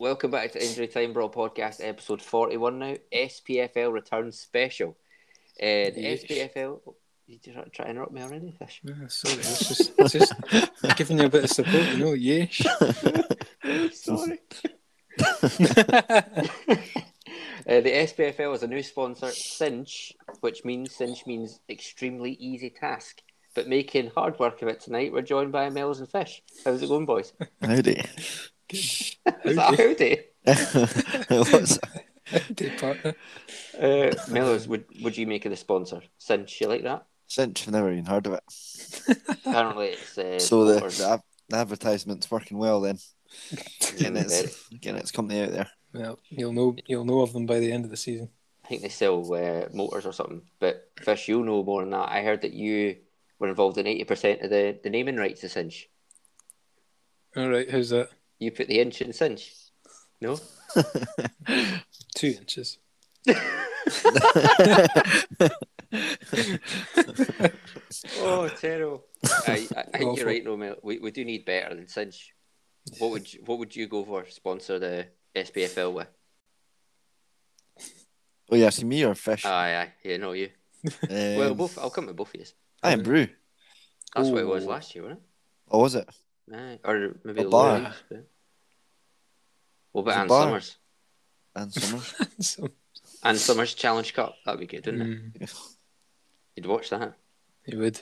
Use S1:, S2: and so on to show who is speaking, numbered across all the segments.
S1: Welcome back to Injury Time Brawl Podcast, episode 41 now. SPFL returns special. Uh, the
S2: Yes.
S1: SPFL. Did oh, you try- try to interrupt me already? Fish?
S2: Ah, sorry, it's just, it's just giving you a bit of support, you know. Yeah.
S1: Sorry. Uh, the SPFL is a new sponsor, Cinch, which means Cinch means extremely easy task. But making hard work of it tonight, we're joined by Mel's and Fish. How's it going, boys?
S3: Howdy.
S1: Is that a howdy?
S3: What's,
S2: Dear partner.
S1: Uh, Mel's, would would you make it a sponsor? Cinch, you like that?
S3: cinch, I've never even heard of it.
S1: Apparently, it's uh,
S3: So the,
S1: or-
S3: the, ad- the advertisement's working well then. Getting its, getting its company out there.
S2: Well, you'll know you'll know of them by the end of the season.
S1: I think they sell uh, motors or something. But Fish, you'll know more than that. I heard that you were involved in eighty percent of the, the naming rights of Cinch.
S2: All right, how's that?
S1: You put the inch in Cinch. No,
S2: Two inches.
S1: oh terrible. I, I, I think
S2: Awful.
S1: you're right, no, Mel. We, we do need better than Cinch. What would you, what would you go for? Sponsor the SPFL with?
S3: Oh, yeah, see me or fish?
S1: Aye, aye, yeah, no, you.
S3: Um,
S1: well, both. I'll come with both of you.
S3: I am brew.
S1: That's what it was
S2: Ooh.
S1: last year, wasn't
S3: Oh, was it?
S1: it? Aye, or maybe
S3: A
S1: the
S3: bar.
S1: Lorries, but- What about
S3: It's a
S1: Ann
S3: bar.
S1: Summers?
S3: And Summers.
S2: So,
S1: Ann Summers Challenge Cup. That'd be good, wouldn't it?
S2: mm,
S1: You'd watch that.
S2: you would.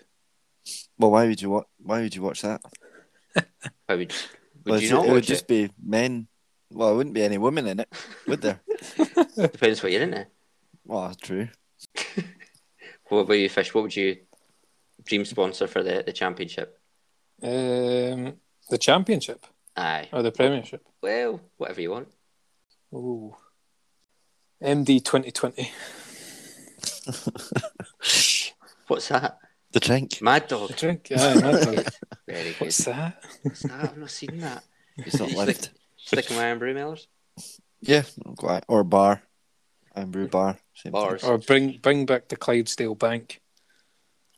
S3: well, why would you watch? Why would you watch that?
S1: I would. Would
S3: Well,
S1: you
S3: it's-
S1: not
S3: it would
S1: watch
S3: just
S1: it?
S3: be men. Well, there wouldn't be any women in it, would there?
S1: Depends what you're into.
S3: Well, true.
S1: What about you, Fish? What would you dream sponsor for the, the championship?
S2: Um, the championship
S1: Aye.
S2: or the premiership?
S1: Well, whatever you want.
S2: Ooh. MD twenty twenty.
S1: What's that?
S3: The drink.
S1: Mad Dog.
S2: Drink. Aye, mad dog.
S1: Very good.
S2: What's that?
S1: What's that? I've not seen that.
S3: It's not
S1: It's
S3: lived.
S1: Sticking my iron brew millers.
S3: Yeah, I'm quite. Or bar. And brew bar. Same thing.
S1: Bars.
S2: Or bring bring back the Clydesdale Bank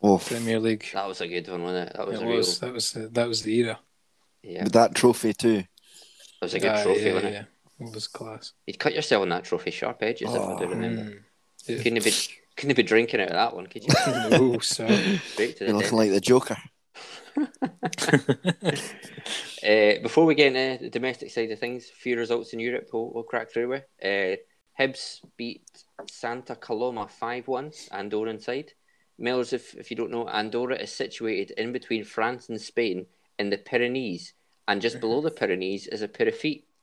S3: Oh,
S2: Premier League.
S1: That was a good one, wasn't it? That was
S2: It
S1: a real.
S2: was that was the, that was the era.
S1: Yeah.
S3: with
S1: That
S3: that trophy too.
S1: was a good
S2: Aye,
S1: trophy,
S2: yeah,
S1: wasn't it?
S2: yeah. It was class.
S1: You'd cut yourself on that trophy sharp edges if I do
S3: Oh,
S1: remember.
S2: Mm. Yeah.
S1: Couldn't have been. Couldn't have been drinking out of that one, could you?
S2: no, sorry.
S1: Straight to the
S3: You're
S1: death.
S3: looking like the Joker.
S1: Uh, before we get into the domestic side of things, few results in Europe we'll, we'll crack through with. Uh, Hibs beat Santa Coloma 5 1, Andorra inside. Millers, if, if you don't know, Andorra is situated in between France and Spain in the Pyrenees, and just below the Pyrenees is a periphery.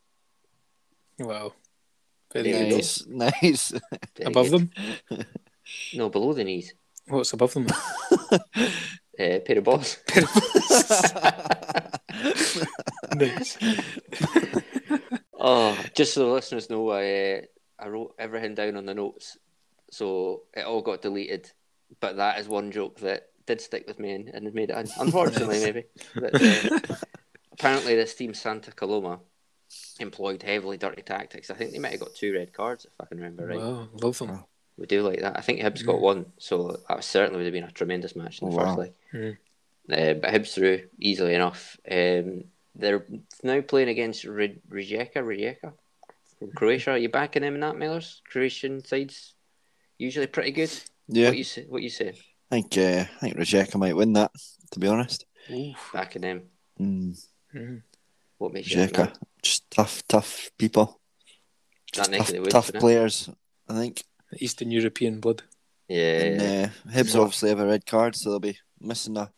S2: Wow. Very
S1: Yeah,
S2: good.
S3: Nice, nice.
S1: Very
S2: Above
S1: good.
S2: them?
S1: Uh, No, below the knees.
S2: What's above them?
S1: Uh, pair of balls.
S2: nice.
S1: Oh, just so the listeners know, I uh, I wrote everything down on the notes, so it all got deleted. But that is one joke that did stick with me and, and it made it. In. Unfortunately, maybe. But, uh, apparently, this team Santa Coloma employed heavily dirty tactics. I think they might have got two red cards, if I can remember right.
S2: Wow, love them.
S1: We do like that. I think Hibs got one, so that certainly would have been a tremendous match in the
S3: Mm. Oh,
S1: first
S3: wow.
S1: leg.
S2: Mm.
S1: Uh, but Hibs through easily enough. Um, they're now playing against Ri- Rijeka, Rijeka from Croatia. Are you backing them in that, Millers? Croatian sides usually pretty good.
S3: yeah,
S1: What you say? What you saying?
S3: I think uh, I think Rijeka might win that. To be honest,
S1: Backing them.
S3: mm,
S2: Mm.
S1: What makes you think
S3: Rijeka
S1: that?
S3: just tough, tough people,
S1: That neck
S3: tough,
S1: of the woods,
S3: tough
S1: isn't it?
S3: players. I think.
S2: Eastern European blood.
S1: Yeah,
S3: And, uh, Hibs obviously have a red card, so they'll be missing a,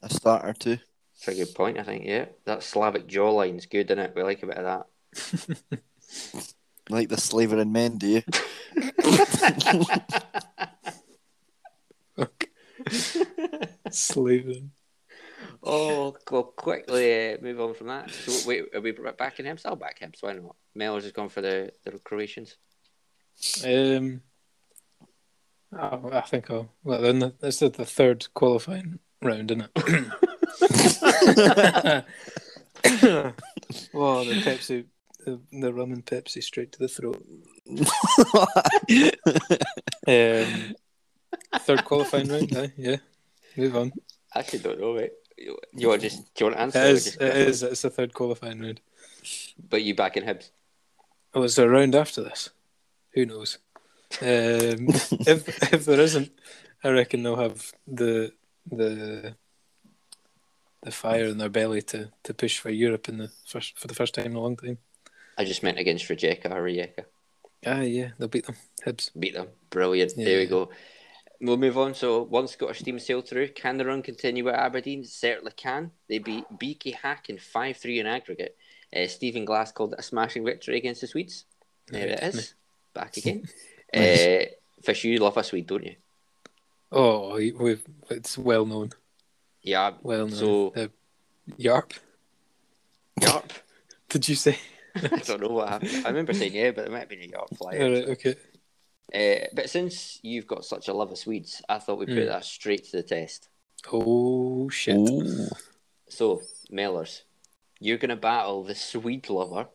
S3: a start or two.
S1: that's a good point. I think. Yeah, that Slavic jawline's good, is it? We like a bit of that.
S3: Like the slaver and men, do you?
S2: Slaving.
S1: Oh, well, quickly uh, move on from that. So, wait, are we backing Hibs? I'll back Hibs. Why not? Mellors has gone for the, the Croatians.
S2: Um, I, I think I'll. Well, then the, this is the third qualifying round, isn't it? Wow, the Pepsi, the, the rum and Pepsi straight to the throat. Um, third qualifying round, aye, yeah. Move on.
S1: I actually don't know, mate. You, you want to just do you want to answer?
S2: It
S1: or
S2: is,
S1: just-
S2: it is, it's the third qualifying round.
S1: But you back in Hibs.
S2: Oh, is there a round after this? Who knows? Um, if if there isn't, I reckon they'll have the the the fire in their belly to, to push for Europe in the first for the first time in a long time.
S1: I just meant against Rijeka or Rijeka.
S2: Ah, yeah, they'll beat them. Hibs.
S1: Beat them. Brilliant. There we go. We'll move on. So one Scottish team sail through. Can the run continue at Aberdeen? Certainly can. They beat Beaky Hack in 5 3 in aggregate. Uh, Stephen Glass called it a smashing victory against the Swedes. There it is. Back again. uh, Fish, you love a Swede, don't you?
S2: Oh, we- we've, it's well known.
S1: Yeah.
S2: Well known.
S1: So-
S2: Uh, Yarp,
S1: Yarp.
S2: did you say?
S1: I don't know what happened. I remember saying yeah, but it might have been a Yarp flyer.
S2: All right, okay.
S1: Uh, but since you've got such a love of Swedes, I thought we'd put
S2: Hmm.
S1: that straight to the test.
S2: Oh, shit.
S3: Ooh.
S1: So, Mellors, you're going to battle the Swede lover,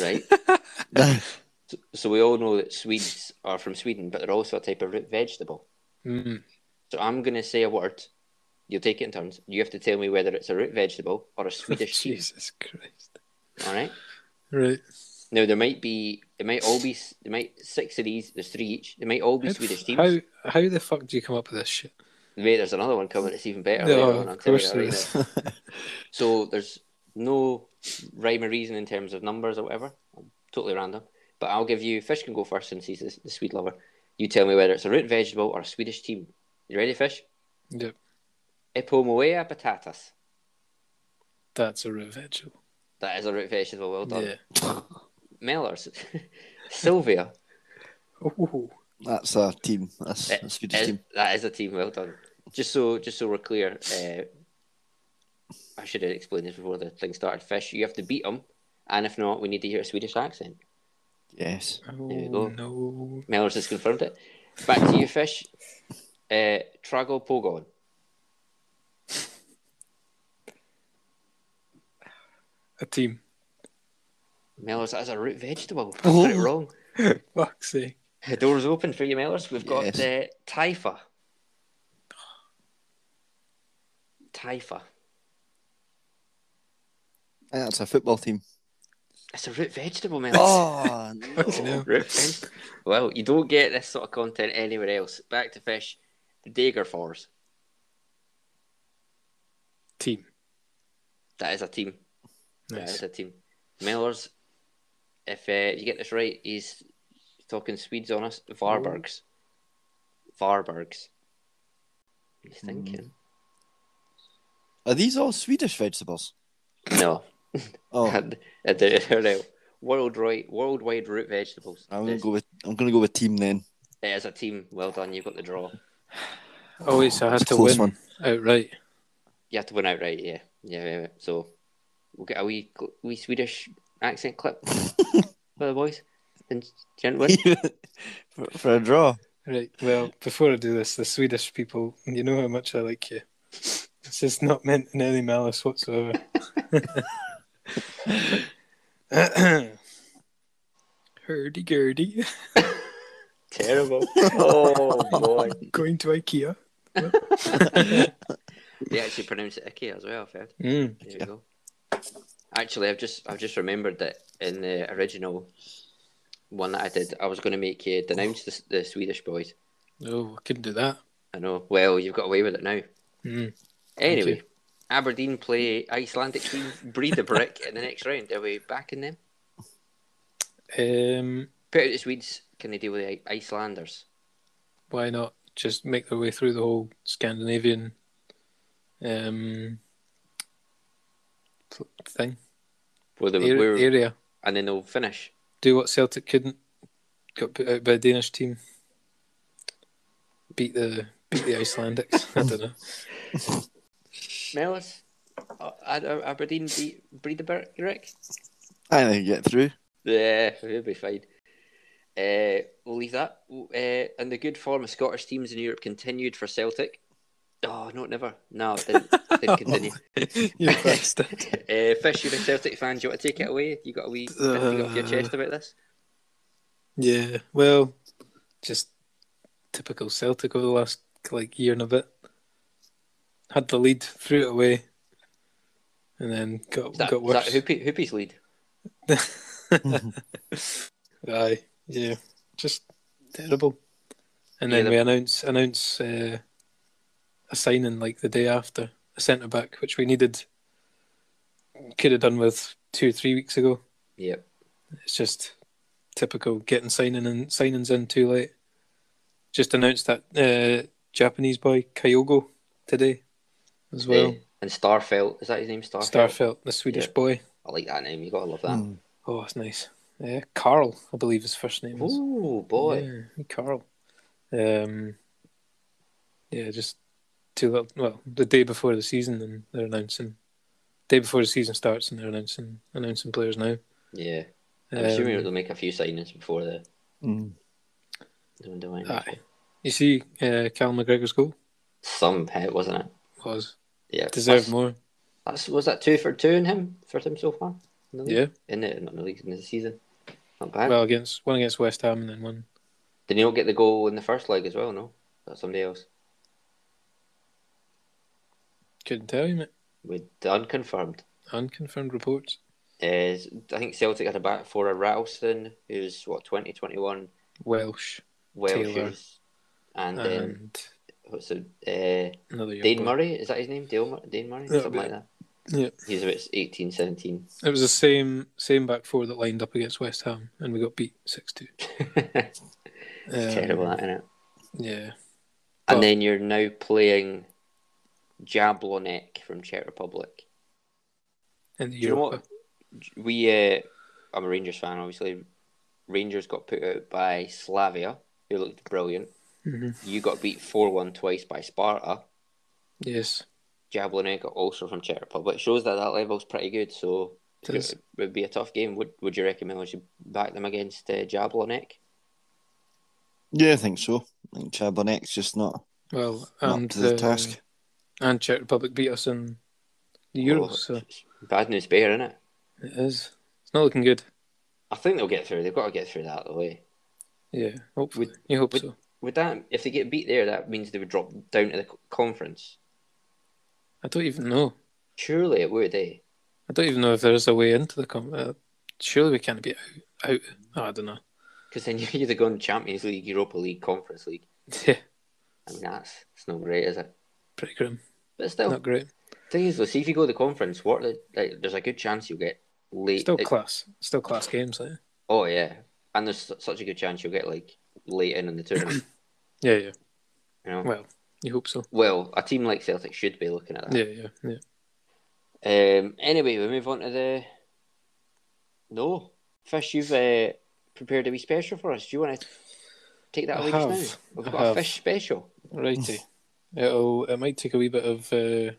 S1: right? so, we all know that Swedes are from Sweden, but they're also a type of root vegetable.
S2: Mm.
S1: So, I'm going to say a word. You'll take it in turns. You have to tell me whether it's a root vegetable or a Swedish cheese.
S2: Jesus Christ.
S1: All right.
S2: Right.
S1: Now there might be, it might all be, it might six of these. There's three each. They might all be
S2: How,
S1: Swedish
S2: the f-
S1: teams.
S2: how, how the fuck do you come up with this shit?
S1: Mate, there's another one coming. It's even better.
S2: No,
S1: later on,
S2: of
S1: I'll tell you
S2: course
S1: that
S2: there
S1: right
S2: is.
S1: now. so there's no rhyme or reason in terms of numbers or whatever. Totally random. But I'll give you. Fish can go first since he's the, the Swede lover. You tell me whether it's a root vegetable or a Swedish team. You ready, Fish?
S2: Yep.
S1: Ipomoea patatas.
S2: That's a root vegetable.
S1: That is a root vegetable. Well done.
S2: Yeah.
S1: Mellors. Sylvia.
S2: Oh.
S3: That's a team. That's
S1: It
S3: a Swedish
S1: is-
S3: team.
S1: Eh, That is a team. Well done. Just so, just so we're clear, uh, I should have explained this before the thing started. Fish, you have to beat them, and if not, we need to hear a Swedish accent.
S3: Yes.
S1: There you go.
S2: no.
S1: Mellors has confirmed it. Back to you, Fish. Uh, Trago Pogon.
S2: A team.
S1: Mellors, that is a root vegetable. I
S3: Oh.
S1: got it wrong.
S2: Fuck's sake.
S1: The door's open for you, Mellors. We've got
S3: Yes.
S1: uh, Typha. Typha.
S3: Eh, That's a football team.
S1: It's a root vegetable, Mellors.
S3: Oh, no.
S2: Fucking hell.
S1: Ripped in. Well, you don't get this sort of content anywhere else. Back to fish. The Dagger Fours.
S2: Team.
S1: That is a team. That is
S2: Nice.
S1: a team. Mellors, if uh, you get this right, he's talking Swedes on us. Varbergs. Varbergs. What are you thinking?
S3: Are these all Swedish vegetables?
S1: No.
S3: Mm. Oh,
S1: And, and they're, they're worldwide, worldwide root vegetables.
S3: I'm gonna
S1: There's-
S3: go with I'm gonna go with team then.
S1: It is a team. Well done. You've got the draw.
S2: Oh, wait, so I had
S3: It's a
S2: to
S3: close
S2: win Oh,
S3: one.
S2: outright.
S1: You have to win outright, yeah. Yeah, yeah, yeah. So we'll get a wee, cl- wee Swedish accent clip for the boys and gentlemen.
S3: for, for a draw.
S2: Right. Well, before I do this, the Swedish people, you know how much I like you. It's just not meant in any malice whatsoever. Hurdy gurdy,
S1: Terrible. Oh, boy.
S2: going to IKEA.
S1: They actually pronounce it Ikea as well, Fed.
S2: Mm.
S1: There you go. Actually, I've just I've just remembered that in the original one that I did, I was going to make you denounce the, the Swedish boys.
S2: No, Oh, I couldn't do that.
S1: I know. Well, you've got away with it now.
S2: Mm.
S1: Anyway,
S2: you.
S1: Aberdeen play Icelandic team Breed a Brick in the next round. Are we backing them?
S2: Um,
S1: Put out the Swedes. Can they deal with the I- Icelanders?
S2: why not just make their way through the whole Scandinavian um, pl- thing
S1: Well, they,
S2: Ar-
S1: we're,
S2: area?
S1: and then they'll finish.
S2: do what Celtic couldn't. Got put out by a Danish team. Beat the beat the Icelandics. I don't know.
S1: Mellis, uh, Ad- Ab- Aberdeen beat Breidabrik.
S3: I think you get through.
S1: Yeah, we'll be fine. Uh, we'll leave that. Uh, and the good form of Scottish teams in Europe continued for Celtic. Oh, no, never. No, it didn't, it didn't continue.
S2: You bastard.
S1: uh, Fish, you're a Celtic fan. Do you want to take it away? You got a wee thing
S2: Uh,
S1: off your chest about this?
S2: Yeah. Well, just typical Celtic over the last like year and a bit. Had the lead, threw it away, and then got
S1: Is that,
S2: got
S1: is that
S2: worse.
S1: Hoopy, Hoopy's lead?
S2: Aye, yeah, just terrible. And
S1: Yeah,
S2: then
S1: the-
S2: we announce announce uh, a signing like the day after a centre back, which we needed could have done with two or three weeks ago.
S1: Yep.
S2: It's just typical getting signing and signings in too late. Just announced that uh, Japanese boy Kyogo today as well.
S1: Eh, and Starfelt. Is that his name? Starfelt.
S2: Starfelt, the Swedish
S1: Yeah.
S2: boy.
S1: I like that name. You gotta love that.
S3: Hmm.
S2: Oh, that's nice. Yeah, Carl, I believe his first name is.
S1: Ooh, boy.
S2: Yeah, Carl. Um, yeah, just two little, well, the day before the season, and they're announcing. Day before the season starts, and they're announcing announcing players now.
S1: Yeah. I'm assuming
S2: Um,
S1: they'll make a few signings before the
S3: Mm.
S1: the window. ends.
S2: aye. you see, uh, Cal McGregor's goal
S1: Some hit, wasn't it?
S2: was
S1: Yeah.
S2: deserved
S1: That's-
S2: more.
S1: That's, was that two for two in him for him so far? In the league?
S2: Yeah,
S1: In the not in the league in the season. Not bad.
S2: well, against one against West Ham, and then one.
S1: Did he not get the goal in the first leg as well? No, that's somebody else.
S2: Couldn't tell you, mate.
S1: With the unconfirmed.
S2: Unconfirmed reports.
S1: Is I think Celtic had a back for a Rattleson who's what 20, 21,
S2: Welsh
S1: Welsh,
S2: Taylor.
S1: who's- and um,
S2: and
S1: what's it? Uh,
S2: another young
S1: Dane
S2: boy.
S1: Murray is that his name? Dale Mur- Dane Murray,
S2: That'll
S1: something
S2: be
S1: like
S2: it.
S1: that.
S2: Yeah.
S1: he's about 18, 17.
S2: It was the same same back four that lined up against West Ham, and we got beat six two. Um,
S1: it's terrible, that isn't it?
S2: Yeah, Well-
S1: And then you're now playing Jablonek from Czech Republic.
S2: and the
S1: Do you know
S2: Europa.
S1: what? We, uh, I'm a Rangers fan, obviously. Rangers got put out by Slavia, who looked brilliant.
S2: Mhm.
S1: You got beat 4 1 twice by Sparta.
S2: Yes,
S1: Jablonek, also from Czech Republic. Shows that that level's pretty good, so
S2: It is.
S1: it would be a tough game. Would Would you recommend we should back them against uh, Jablonek?
S3: Yeah, I think so. I think Chabonek's just not
S2: well,
S3: up
S2: and
S3: to the
S2: uh,
S3: task.
S2: and Czech Republic beat us in the Euros, so it
S1: Bad news bear, innit?
S2: is. It's not looking good.
S1: I think they'll get through. They've got to get through that, though, eh?
S2: Yeah, hopefully
S1: Would-
S2: you hope
S1: would-
S2: so.
S1: Would that if they get beat there, that means they would drop down to the co- conference?
S2: I don't even know.
S1: Surely it would, eh?
S2: I don't even know if there is a way into the com. Uh, surely we can't be out. out. I don't know.
S1: Because then you're either going Champions League, Europa League, Conference League.
S2: Yeah,
S1: I mean, that's it's not great, is it?
S2: pretty grim.
S1: But still,
S2: Not great.
S1: thing is, though, see if you go to the conference, what the, like, there's a good chance you'll get late.
S2: Still
S1: eh,
S2: class. Still class games. eh? Like.
S1: oh yeah, and there's su- such a good chance you'll get like late in on the tournament.
S2: Yeah, yeah.
S1: you know,
S2: Well, you hope so.
S1: well, a team like Celtic should be looking at that.
S2: Yeah, yeah, yeah.
S1: Um. Anyway, we move on to the. No, fish, you've uh, prepared a wee special for us. Do you want to take that
S2: I
S1: away
S2: have.
S1: just now?
S2: I
S1: We've got a
S2: have.
S1: fish special.
S2: Righty. It'll, it might take a wee bit of uh,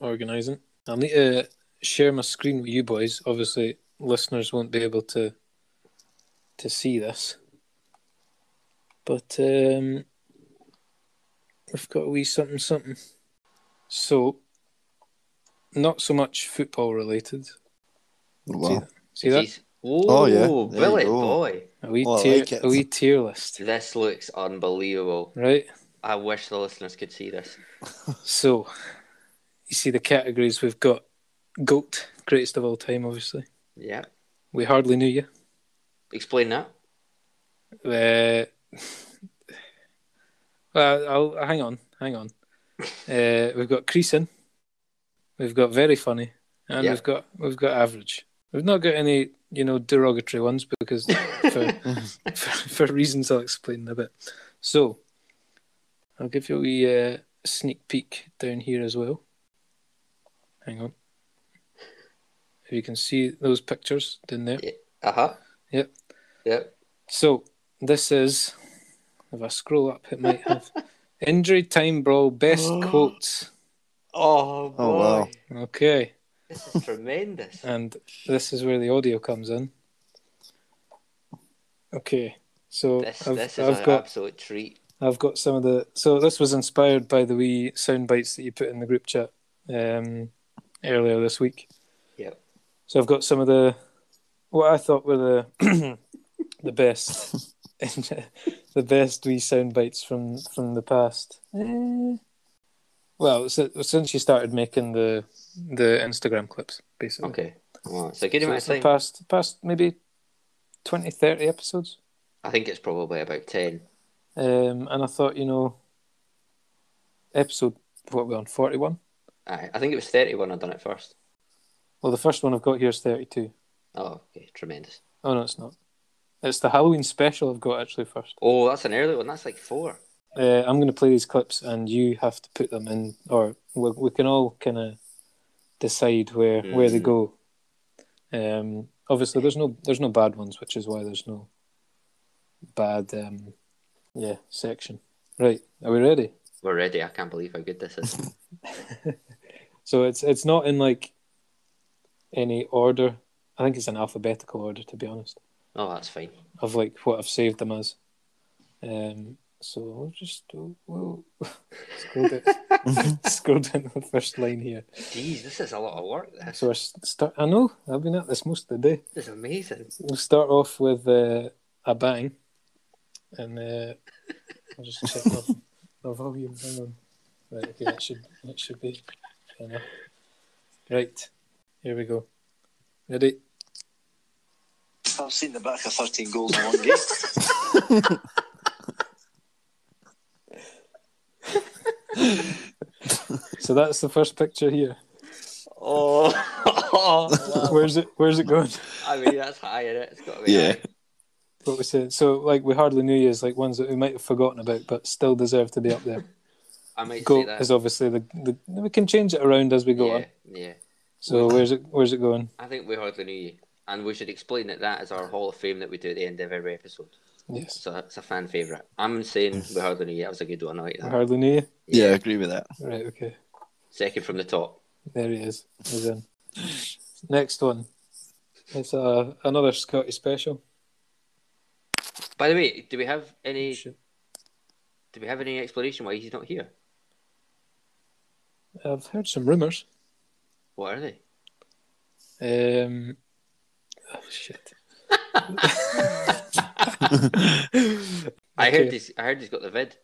S2: organising. I'll need to share my screen with you boys. Obviously, listeners won't be able to to see this. But um, we've got a wee something something. So, not so much football related.
S3: Wow.
S2: See that?
S1: Jeez. Whoa,
S3: Oh, yeah. There you
S1: Billy,
S3: go.
S1: boy.
S2: A wee,
S3: Oh, I
S2: tier,
S3: like it.
S2: a wee tier list.
S1: This looks unbelievable.
S2: Right?
S1: I wish the listeners could see this.
S2: So, you see the categories we've got GOAT, greatest of all time, obviously.
S1: Yeah.
S2: We hardly knew you.
S1: Explain that.
S2: Uh, well, I'll, I'll- hang on, hang on. Uh, we've got creasing, we've got very funny, and
S1: Yeah.
S2: we've got we've got average. We've not got any, you know, derogatory ones because for, for, for reasons I'll explain in a bit. So, I'll give you a wee, uh, sneak peek down here as well. Hang on. If you can see those pictures down there.
S1: Uh huh.
S2: Yep.
S1: Yep.
S2: So this is if I scroll up, it might have injury time brawl best quotes.
S1: Oh, boy.
S3: wow.
S2: Okay,
S1: This is tremendous.
S2: and this is where the audio comes in. Okay, so
S1: This,
S2: I've,
S1: this is
S2: I've
S1: an
S2: got
S1: absolute treat.
S2: I've got some of the so this was inspired by the wee sound bites that you put in the group chat um, earlier this week.
S1: Yep.
S2: So I've got some of the what I thought were the the best the best wee sound bites from from the past. Eh, Well, si- since you started making the the Instagram clips, basically.
S1: Okay. Well, it's a good
S2: So
S1: amount
S2: it's
S1: of
S2: the
S1: time.
S2: past, past maybe 20, 30 episodes.
S1: I think it's probably about 10.
S2: Um, and I thought, you know, episode, what we on, 41?
S1: Aye, I think it was 31 I done it first.
S2: Well, the first one I've got here is 32.
S1: Oh, okay, tremendous.
S2: Oh, no, it's not. It's the Halloween special I've got actually first.
S1: Oh, that's an early one. That's like four.
S2: Uh, I'm going to play these clips and you have to put them in, or we, we can all kind of decide where, where they
S1: Mhm.
S2: go. Um, obviously, there's no there's no bad ones, which is why there's no bad um, yeah section. Right, are we ready?
S1: We're ready. I can't believe how good this is.
S2: So it's it's not in like any order. I think it's in alphabetical order, to be honest,
S1: oh, that's fine.
S2: of like what I've saved them as. Um, so we'll just we'll scroll down, scroll down to the first line here.
S1: Jeez, this is a lot of work. This,
S2: So I start. I know I've been at this most of the day.
S1: this is amazing.
S2: We'll start off with uh, a bang, and uh, I'll just check my, my volume. Hang on. Right, okay, that should that should be fair enough. Right, here we go. Ready?
S4: I've seen the back of 13 goals in one game.
S2: So that's the first picture here.
S1: Oh,
S2: Where's it? Where's it going?
S1: I mean, that's high, is It's got to be.
S3: Yeah.
S1: high.
S2: What we said. So like we hardly knew you is like ones that we might have forgotten about, but still deserve to be up there.
S1: I might
S2: Go
S1: say that.
S2: is obviously the, the we can change it around as we go
S1: yeah,
S2: on.
S1: yeah.
S2: So where's it? Where's it going?
S1: I think we hardly knew you. And we should explain that that is our Hall of Fame that we do at the end of every episode.
S2: Yes.
S1: So that's a fan favourite. I'm saying we hardly knew you. That was a good one. I like
S2: I
S1: that.
S2: hardly knew you.
S3: Yeah, I agree with that.
S2: Right, okay.
S1: Second from the top.
S2: There he is. He's in. Next one. It's uh, another Scotty special.
S1: By the way, do we have any?
S2: Shit.
S1: Do we have any explanation why he's not here?
S2: I've heard some rumours.
S1: What are they?
S2: Um, oh, shit.
S1: I heard
S2: Okay.
S1: he's. I heard he's got the vid.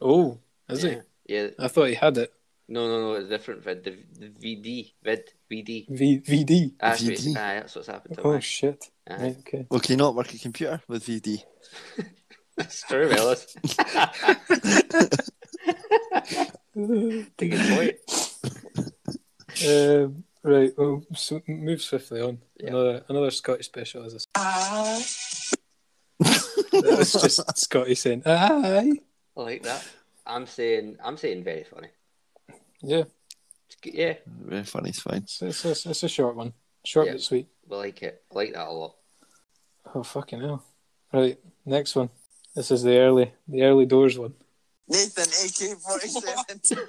S2: Oh, is
S1: yeah. he? Yeah.
S2: he? I thought he had it.
S1: No, no, no. It's different vid. The, the VD vid. VD.
S2: V- VD.
S1: That's, what it's-
S3: VD?
S1: aye, that's what's happened to
S2: Oh,
S1: mine.
S2: shit.
S1: Aye.
S2: Right, okay.
S3: Well, can you not work a computer with VD?
S1: It's true, Ellis. Take a point.
S2: Um, right, well, so move swiftly on.
S1: Yeah.
S2: Another another Scotty special is this. That's just Scotty saying, aye.
S1: I like that. I'm saying. I'm saying very funny.
S2: Yeah,
S1: It's good- Yeah,
S3: Very funny, it's fine.
S2: it's, it's, it's, it's a short one. Short
S1: Yeah.
S2: but sweet.
S1: we like it. I like that a lot.
S2: Oh fucking hell! Right, next one. This is the early, the early doors one.
S4: Nathan, AK 47.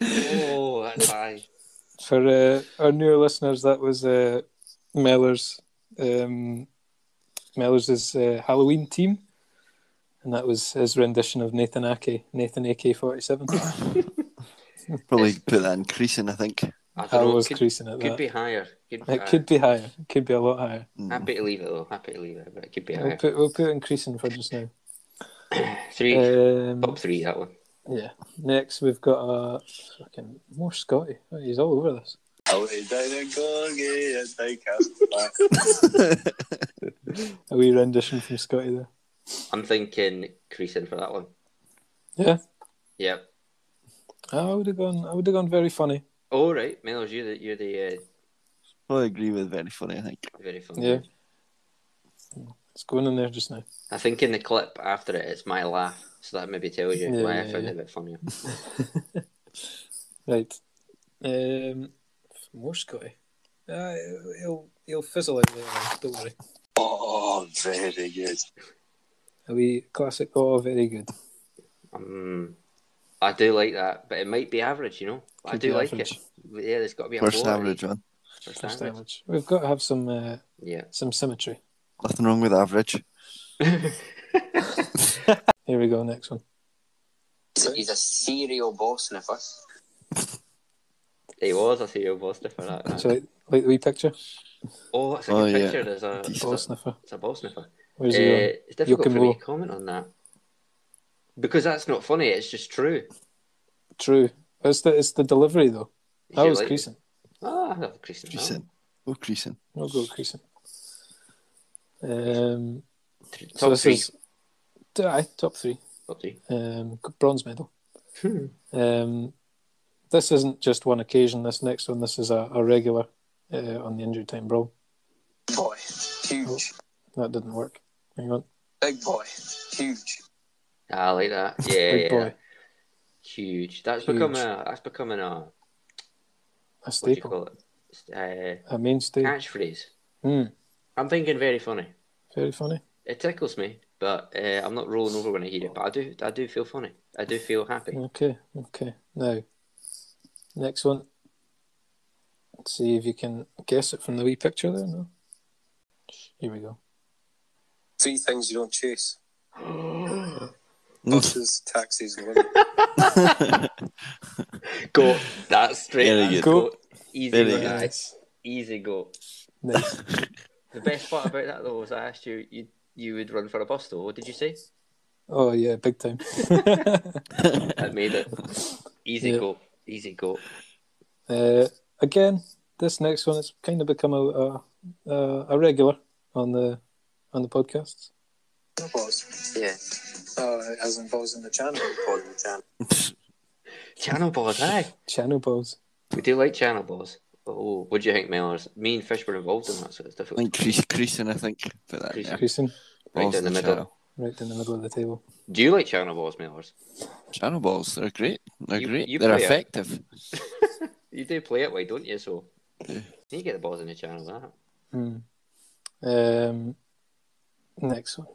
S1: oh, that's high.
S2: For uh, our newer listeners, that was uh, Mellor's, um, Mellor's uh, Halloween team, and that was his rendition of Nathan Ake, Nathan AK forty seven.
S3: Probably put that in creasing, I think.
S1: I
S2: I
S1: don't know.
S2: was
S1: Could,
S2: creasing at
S1: could
S2: that.
S1: be higher. Could be
S2: It
S1: higher.
S2: could be higher. It could be a lot higher.
S3: Mm.
S1: Happy to leave it though. Happy to leave it, but it could be
S2: We'll
S1: higher.
S2: put we'll put increasing for just now.
S1: Three
S2: Um,
S1: top three. That one.
S2: yeah. Next, we've got a fucking more Scotty. Oh, He's all over this.
S4: Away down in Gorgie, and I can't back.
S2: A wee rendition from Scotty there.
S1: I'm thinking creasing for that one.
S2: Yeah.
S1: Yep.
S2: I would have gone. I would have gone very funny.
S1: Oh right, Melos, you're the you're the uh,
S3: Probably agree with very funny, I think.
S1: very funny.
S2: Yeah, it's going in there just now.
S1: I think in the clip after it, it's my laugh, so that maybe tells you
S2: Yeah,
S1: why I
S2: yeah,
S1: found
S2: yeah.
S1: it a bit funnier.
S2: Right, um, more Scotty. Uh, he'll he'll fizzle out later. On, don't worry.
S4: Oh, very good.
S2: A wee classic. Oh, very good.
S1: Um, I do like that, but it might be average, you know. But I
S2: Could
S1: do
S2: be
S1: like
S2: average.
S1: it. Yeah, there's got to be a
S3: First
S1: floor.
S3: average one.
S1: First
S2: First
S1: average.
S2: damage. We've got to have some uh,
S1: Yeah.
S2: some symmetry.
S3: Nothing wrong with average.
S2: Here we go. Next one.
S5: He's a, he's a serial ball sniffer.
S1: He was a serial boss for that. man.
S2: So like, like the wee picture.
S1: Oh, that's a
S3: Oh,
S1: good
S3: yeah.
S1: picture. There's a
S3: Decent.
S2: Ball
S1: it's a,
S2: sniffer.
S1: it's a ball sniffer.
S2: Where's
S1: Uh,
S2: he going?
S1: it's difficult
S2: Joachim
S1: for me
S2: Low.
S1: to comment on that because that's not funny. It's just true.
S2: True. It's the it's the delivery though.
S1: Did
S2: That
S1: you
S2: was
S1: like-
S2: creasing.
S1: Ah, I love creasing.
S3: Creasing. Oh, creasing.
S2: We'll go creasing. Um,
S1: Top
S2: so this
S1: three.
S2: is t- aye, top three.
S1: Top three.
S2: Um, g- bronze medal.
S1: Hmm.
S2: Um, this isn't just one occasion. This next one, this is a, a regular uh, on the injury time brawl.
S5: Boy. Huge.
S2: That didn't work. Hang on,
S5: Big boy. Huge.
S1: Ah, I like that. Yeah,
S2: big
S1: yeah.
S2: boy,
S1: Huge. That's
S2: Huge.
S1: become a. That's becoming a.
S2: a
S1: What do you
S2: staple,
S1: call it?
S2: a
S1: Uh,
S2: mainstay.
S1: catchphrase.
S2: Mm,
S1: I'm thinking very funny.
S2: very funny.
S1: It tickles me, but uh, I'm not rolling over when I hear it. But I do. I do feel funny. I do feel happy.
S2: Okay, okay. Now, next one. Let's see if you can guess it from the wee picture there. No. Here we go.
S5: Three things you don't chase.
S3: Mm.
S5: Buses, taxis, and women.
S1: Go. That's straight.
S3: Very
S1: That's Go.
S3: good.
S1: Easy
S3: Very
S1: go,
S3: good.
S1: guys. Easy go.
S2: Nice.
S1: The best part about that though was I asked you. You you would run for a bus though. What did you say?
S2: Oh yeah, big time.
S1: That made it. Easy
S2: Yeah.
S1: go. Easy go.
S2: uh, again, this next one has kind of become a, a a regular on the on the podcasts.
S5: Balls. Yeah. Uh, as in balls in the channel. Balls in the channel.
S1: Channel balls, aye.
S2: Channel balls.
S1: We do like channel balls. Oh, what do you think, Mellors? Me and Fish were involved in that, so it's
S3: I
S1: difficult.
S3: think crease, creasing, I think. Put that
S1: Creasing.
S3: there.
S2: Creasing
S1: Right
S3: Balls
S1: down the
S3: in
S1: middle.
S3: Channel.
S2: right down the middle of the table.
S1: Do you like channel balls, Mellors?
S3: Channel balls, they're great. They're
S1: You-
S3: great.
S1: you
S3: they're
S1: play it.
S3: effective.
S1: You do play it way, don't you? So
S3: Yeah.
S1: you get the balls in the channel, that.
S2: Hmm. Um, next one.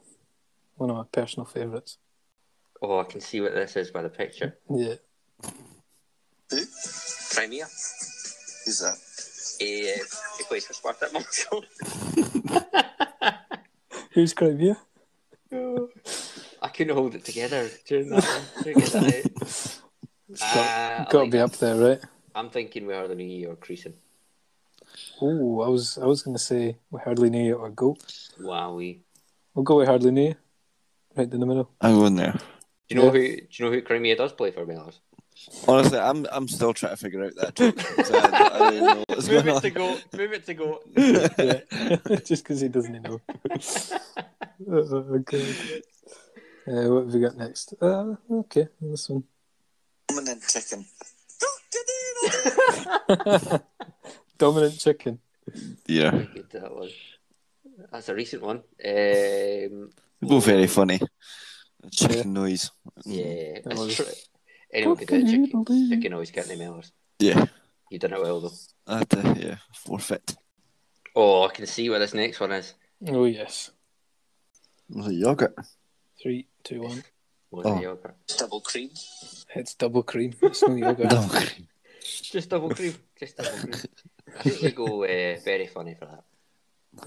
S2: One of my personal favourites.
S1: Oh, I can see what this is by the picture.
S2: Yeah.
S5: Crimea.
S4: Who's that?
S5: He, uh, he plays for Spartak Moscow.
S2: Who's Crimea?
S1: I couldn't hold it together during that. one. Couldn't get that out. Ah, I
S2: Got to
S1: like
S2: be
S1: that.
S2: up there, right?
S1: I'm thinking we are the knee or creasing.
S2: Oh, I was I was going to say we hardly knew you or go.
S1: Wowee.
S2: We'll go with hardly knew you. Right down the middle.
S3: I'm going there.
S1: Do you know
S2: Yeah.
S1: who? Do you know who Crimea does play for, Mellors?
S3: Honestly, I'm I'm still trying to figure out that joke. So I, I don't know what's
S1: Move
S3: going
S1: it
S3: on.
S1: to go. Move it to go.
S2: Yeah. Just because he doesn't know. Uh, oh, God. Uh, what have we got next? Uh, okay, this one.
S4: Dominant chicken.
S2: Dominant chicken.
S3: Yeah,
S1: How good that was. That's a recent one. Um,
S3: both very funny. Chicken noise.
S1: yeah.
S2: Mm. That was-
S1: It's tr- anyone could do it. Chicken, chicken always get the mailers.
S3: Yeah,
S1: You done it well though.
S3: that uh, yeah forfeit.
S1: Oh, I can see what this next one is.
S2: Oh, yes.
S3: Was it yogurt?
S2: Three, two, one.
S1: What is
S3: Oh.
S1: the yogurt?
S5: Double cream.
S2: It's double cream. It's no yogurt.
S3: No.
S1: Just double cream. Just double cream. I think we go uh, very funny for that.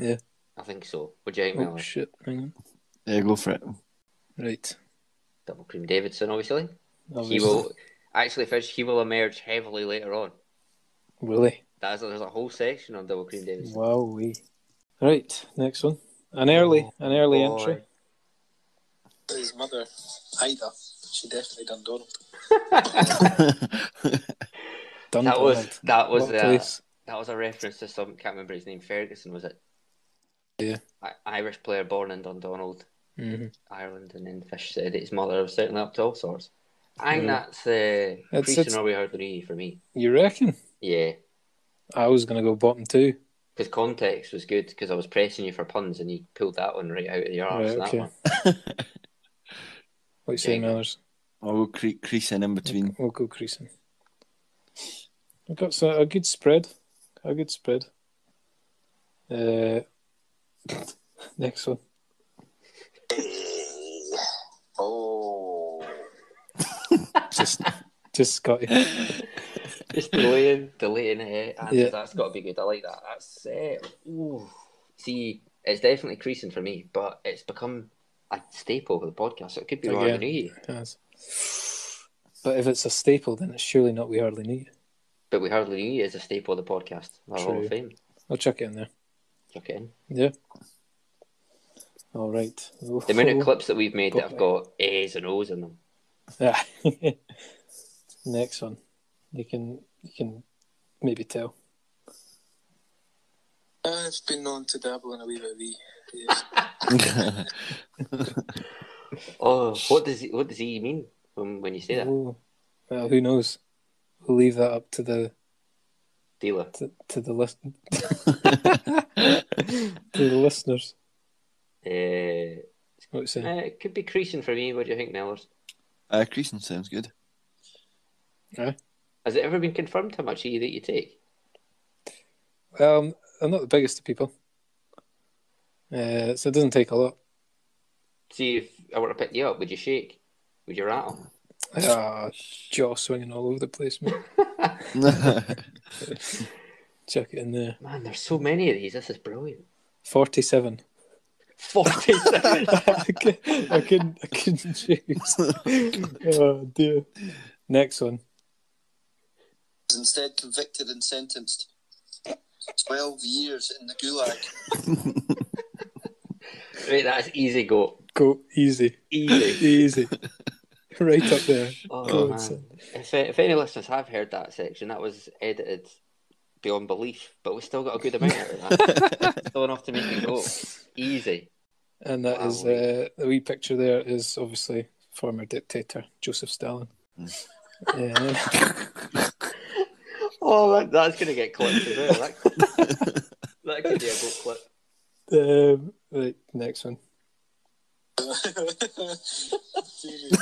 S2: Yeah.
S1: I think so. Would you think,
S2: Oh,
S1: Miller?
S2: shit. Hang
S3: Yeah, go for it.
S2: on. Right.
S1: Double cream Davidson, obviously. He
S2: Obviously.
S1: will actually, Fish. He will emerge heavily later on.
S2: Willie.
S1: That's there's a whole section on double cream Davidson.
S2: Wowee. Right, next one. An early, an early
S1: Oh, Boy.
S2: entry.
S5: His mother, Ida. She definitely done Donald.
S2: Done
S1: That was
S2: Donald.
S1: that was
S2: What
S1: uh,
S2: place?
S1: That was a reference to some. Can't remember his name. Ferguson was it?
S2: Yeah.
S1: I, Irish player born in Dundonald,
S2: Mhm.
S1: Ireland, and then Fish said his mother was certainly up to all sorts. I think
S2: Mm.
S1: that's uh, the
S2: It's-
S1: creasing
S2: it's-
S1: or we heard the knee for me.
S2: You reckon?
S1: Yeah,
S2: I was going to go bottom two.
S1: because context was good because I was pressing you for puns and you pulled that one right out of your arse. Oh,
S2: Right,
S1: that
S2: okay.
S1: one.
S2: What you say,
S1: Yeah.
S2: Mellors?
S3: I'll go cre- creasing in between.
S2: We'll go creasing. We've got so, a good spread. A good spread. Uh, next one.
S5: Oh.
S2: Just, just Scotty.
S1: Just delaying, delaying it. And
S2: Yeah.
S1: That's got to be good. I like that. That's it. Ooh. See, it's definitely creasing for me, but it's become a staple of the podcast. So it could be
S2: Again.
S1: yeah. the knee,
S2: Yes. But if it's a staple, then it's surely not we hardly need.
S1: but we hardly knew is a staple of the podcast. Our Hall
S2: True.
S1: of Fame.
S2: I'll chuck it in there.
S1: Chuck it in.
S2: Yeah. All right.
S1: The amount of clips that we've made that
S2: Okay.
S1: have got A's and O's in them.
S2: Yeah. Next one. You can you can maybe tell.
S5: I've Uh, been known to dabble in a wee bit of wee. Yes.
S1: Oh, what does he, what does he mean when, when you say that?
S2: Ooh. Well, who knows? We'll leave that up to the
S1: Dealer.
S2: to, to the list to the listeners.
S1: Uh,
S2: What's
S1: uh,
S2: it?
S1: it could be creasing for me. What do you think, Nellers?
S3: uh, creasing sounds good.
S1: Has it ever been confirmed how much E that you take?
S2: Well, I'm, Um, I'm not the biggest of people, uh, so it doesn't take a lot.
S1: See, if I were to pick you up, would you shake? Would you rattle?
S2: Ah, jaw swinging all over the place. mate. Chuck it in there.
S1: Man, there's so many of these. This is brilliant.
S2: Forty-seven.
S1: 47.
S2: I cou- I couldn't. I couldn't choose. Oh dear. Next one.
S4: Was instead convicted and sentenced. 12 years in the gulag.
S1: right, that's easy go.
S2: Go easy,
S1: Easy.
S2: easy. right up there.
S1: Oh,
S2: Go on,
S1: man.
S2: son.
S1: If, uh, if any listeners have heard that section, that was edited beyond belief, but we still got a good amount out of that. still enough to make it go. Easy.
S2: And that is
S1: Wow.
S2: uh, the wee picture there is obviously former dictator Joseph Stalin. Uh,
S1: Oh, that, that's going to get clipped as well. That could, that could be a good clip.
S2: um, right, next one.
S5: Seriously.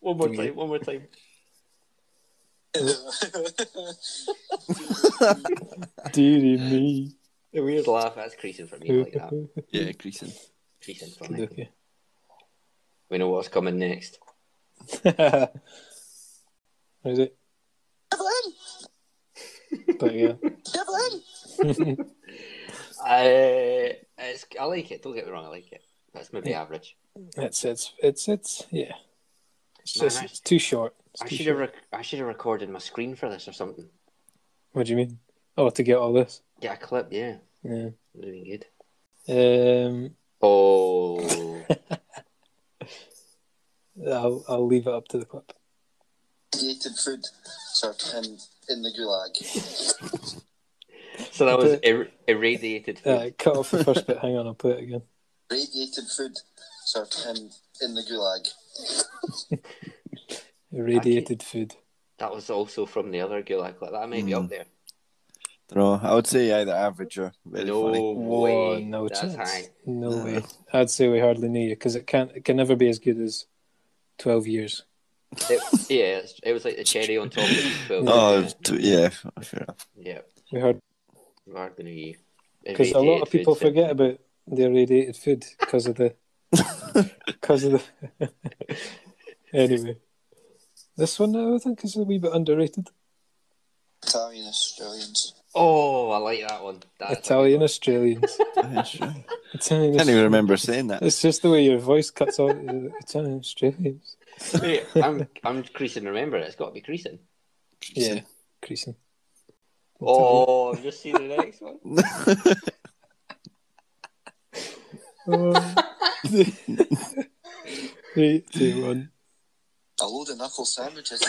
S1: One more
S2: Doing
S1: time,
S2: it.
S1: one more time.
S2: Deary me.
S1: A weird laugh, that's creasing for me I like that.
S3: yeah, creasing.
S1: Creasing for me.
S2: Okay.
S1: We know what's coming next.
S2: Is it?
S4: Evelyn!
S2: But yeah.
S4: Evelyn!
S1: I, Uh, it's, I like it, don't get me wrong, I like it. That's maybe average.
S2: It's it's it's it's yeah. It's
S1: Man,
S2: just
S1: I-
S2: it's too short. It's
S1: I
S2: too
S1: should have
S2: short.
S1: rec- I should have recorded my screen for this or something.
S2: What do you mean? Oh, to get all this.
S1: Get a clip, yeah.
S2: Yeah.
S1: Doing good.
S2: Um,
S1: Oh,
S2: I'll I'll leave it up to the clip.
S4: He hated food, sir, in, in the gulag.
S1: so that was ir- irradiated. Food.
S2: Uh, cut off the first bit. Hang on, I'll play it again.
S4: Radiated food, sir, in, in the gulag.
S2: Irradiated food.
S1: that was also from the other Gulag clip. That may be
S3: Hmm.
S1: up there.
S3: No, I would say either average uh, or very
S1: no
S3: funny.
S2: Whoa,
S1: way.
S2: no
S1: That's
S2: chance.
S1: high.
S2: No
S3: No.
S2: way. I'd say we hardly knew you because it can't. It can never be as good as twelve years.
S1: It, yeah, it's- it was like the cherry on top. Of the quilt,
S3: Oh,
S1: wasn't it?
S3: t- yeah, f- fair enough.
S1: yeah.
S2: We heard
S1: Mark the New Year.
S2: because a lot
S1: Irradiated
S2: of people
S1: food, so-
S2: forget about the irradiated food because of the because of the. anyway, this one I think is a wee bit underrated.
S4: Italian Australians.
S1: Oh, I like that one. That's
S2: Italian Australians.
S3: Yeah, sure.
S2: Italian.
S3: I can't even remember saying that.
S2: It's just the way your voice cuts off. uh, Italian Australians.
S1: Wait, I'm I'm creasing. Remember, it's got to be creasing.
S2: Yeah, creasing.
S1: Oh, I've just seen the next one.
S2: Oh. Three, two, one.
S4: A load of knuckle sandwiches.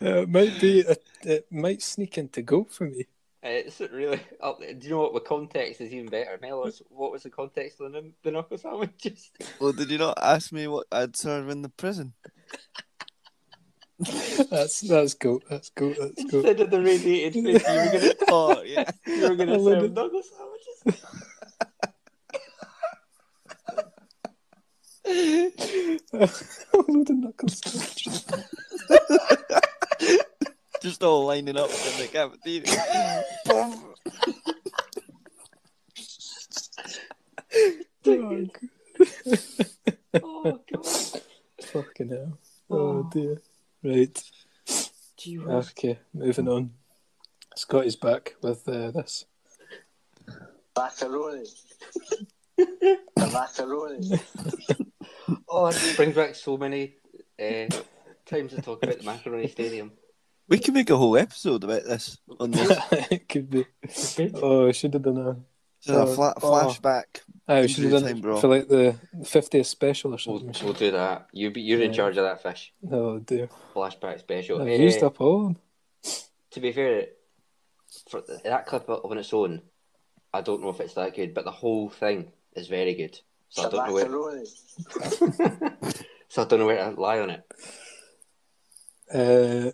S2: Uh, it might be. A, it might sneak into go for me.
S1: It's really up there. Do you know what? The context is even better. Mellors, what was the context of the, the knuckle sandwiches?
S3: well, did you not ask me what I'd serve in the prison?
S2: That's that's go. That's go. That's go.
S1: Instead of the radiated food, you were gonna,
S3: Oh, yeah.
S1: you were
S2: I
S1: gonna
S2: love
S1: serve
S2: it.
S1: knuckle sandwiches.
S2: A load of knuckles.
S3: Just all lining up in the cafeteria. Boom.
S1: Thank
S2: Oh,
S1: Oh god.
S2: fucking hell. Oh dear. Right.
S1: Do you want-
S2: Okay. Moving on. Scott is back with uh, this.
S4: macaroni. the macaroni.
S1: Oh, it brings back so many uh, times to talk about the Macaroni Stadium.
S3: We can make a whole episode about this on this.
S2: it could be. Oh, I should have done that.
S3: So a
S2: Oh,
S3: fla-
S2: oh.
S3: flashback.
S2: Oh, we should have done
S3: Time, bro.
S2: it for like the 50th special or
S1: We'll,
S2: something.
S1: we'll do that. You be, you're in
S2: Yeah.
S1: charge of that fish.
S2: Oh dear,
S1: Flashback
S3: Oh,
S1: special.
S2: I've
S1: Eh,
S2: used up all. of them.
S1: To be fair, for that clip on its own, I don't know if it's that good, but the whole thing is very good. So I don't know where.
S5: Macaroni.
S1: so I don't know where to lie on it.
S2: Uh,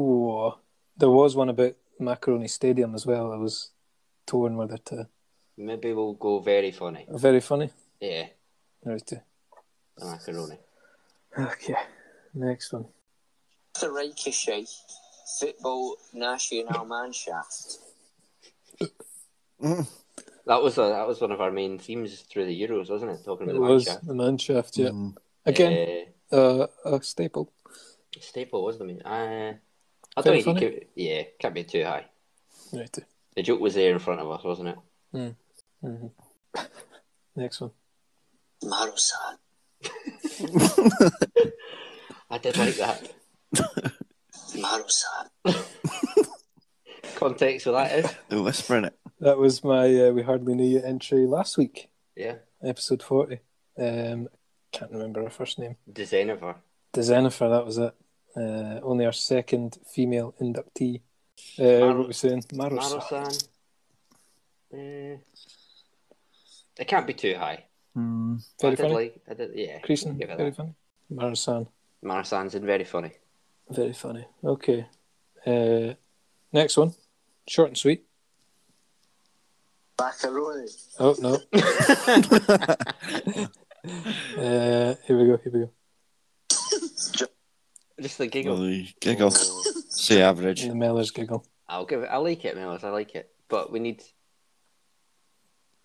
S2: oh, there was one about Macaroni Stadium as well. I was torn whether to.
S1: Maybe we'll go very funny.
S2: Very funny.
S1: Yeah,
S2: Right. uh,
S1: the macaroni.
S2: Okay, next one.
S5: The Ricochet Football National Manshaft.
S3: Mm.
S1: That was a, that was one of our main themes through the Euros, wasn't it? Talking
S2: It
S1: about the Eh,
S2: was
S1: matcha.
S2: the man shaft. Yeah.
S3: Mm.
S2: Again, uh, a staple.
S1: Eh, staple was the main. Uh, I
S2: Very
S1: don't think.
S2: funny.
S1: It, yeah, can't be too high.
S2: Right. uh,
S1: The joke was there in front of us, wasn't it?
S2: mhm. next one.
S5: Marusan.
S1: I did like that.
S5: Marusan.
S1: Context for that is.
S3: The whisper in it.
S2: That was my uh, we hardly knew you entry last week.
S1: Yeah,
S2: episode 40. Um, can't remember her first name.
S1: design of her.
S2: De Jennifer, that was it. Uh, only our second female inductee. Uh,
S1: Mar-
S2: what were we saying? Maros.
S1: Marusan. Eh, it can't be too high.
S3: Mm.
S1: I
S2: Very
S1: did
S2: funny.
S1: like. I did, yeah.
S2: Creason,
S1: give it
S2: very
S1: that.
S2: funny. Marosan,
S1: Marusan's in very funny.
S2: very funny. Okay. Uh, next one. Short and sweet.
S5: Macaroni.
S2: Oh, no. uh, here we go, here we go.
S1: Just the giggle.
S3: Giggle. Giggle. Say average.
S2: The Mellors giggle.
S1: I'll give it. I like it, Melis. I like it. But we need.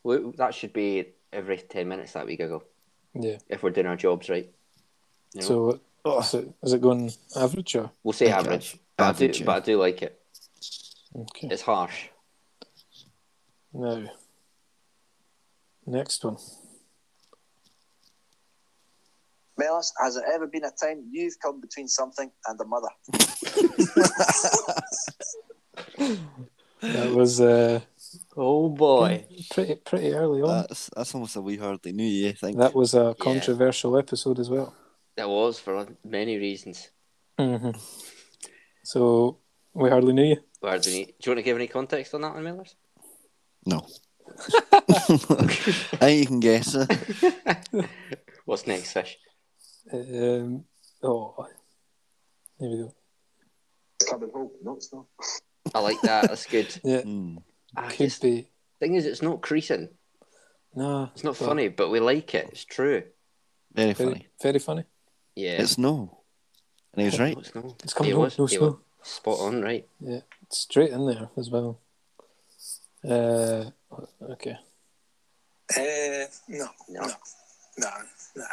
S1: We, that should be every ten minutes that we giggle
S2: Yeah.
S1: if we're doing our jobs right. You know?
S2: So,
S3: Oh,
S2: is it, is it going average or?
S1: we'll say
S3: Okay.
S1: average, but I
S3: Average,
S1: do,
S3: yeah.
S1: but I do like it.
S2: Okay.
S1: It's harsh.
S2: Now, next one.
S5: Melis, has there ever been a time you've come between something and a mother?
S2: That was. Uh,
S1: Oh boy!
S2: pretty pretty early on.
S1: Uh,
S3: that's that's almost a we hardly knew you. I think.
S2: that was a controversial episode as well.
S1: That was for many reasons.
S2: Mm-hmm. So we hardly knew you.
S1: Where do, we, do you want to give any context on that one, Millers?
S3: No. I think you can guess. eh?
S1: What's next, Fish?
S2: Um, oh, there we go.
S5: Coming home. No, it's not.
S1: I like that. That's good.
S2: Yeah,
S3: Mm.
S1: I
S2: could
S1: just,
S2: be.
S1: thing is, it's not creasing.
S2: Nah,
S1: It's not
S2: well,
S1: funny, but we like it. It's true.
S3: Very
S2: Very
S3: funny.
S2: very funny.
S1: Yeah.
S3: It's no. And he was right.
S1: No, it's not.
S2: It's coming
S1: It
S2: home,
S1: was-
S2: no
S1: it
S2: snow.
S1: was Spot on, right?
S2: Straight in there as well. Uh, okay.
S4: Eh,
S5: Uh, no,
S1: No.
S5: no, no.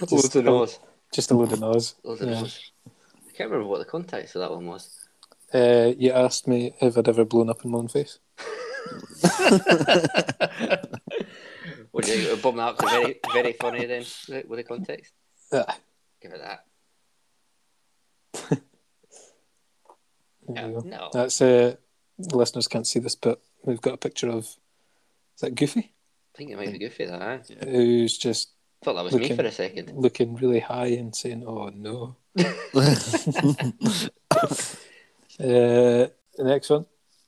S2: Just,
S1: Loads of
S2: a,
S1: no's.
S2: just a load of noise.
S1: Loads of
S2: Yeah.
S1: no's. I can't remember what the context of that one was.
S2: Uh, you asked me if I'd ever blown up in my own face.
S1: Would you uh, bum that up to very, very funny then with with the context?
S2: Ah,
S1: Give it that.
S2: there we go.
S1: No.
S2: That's uh, the listeners can't see this, but we've got a picture of is that Goofy,
S1: I think it might be good for that. Eh?
S2: who's just
S1: Thought that was me
S2: Looking-
S1: for a second.
S2: looking really high and saying, "Oh no." Uh, the next one,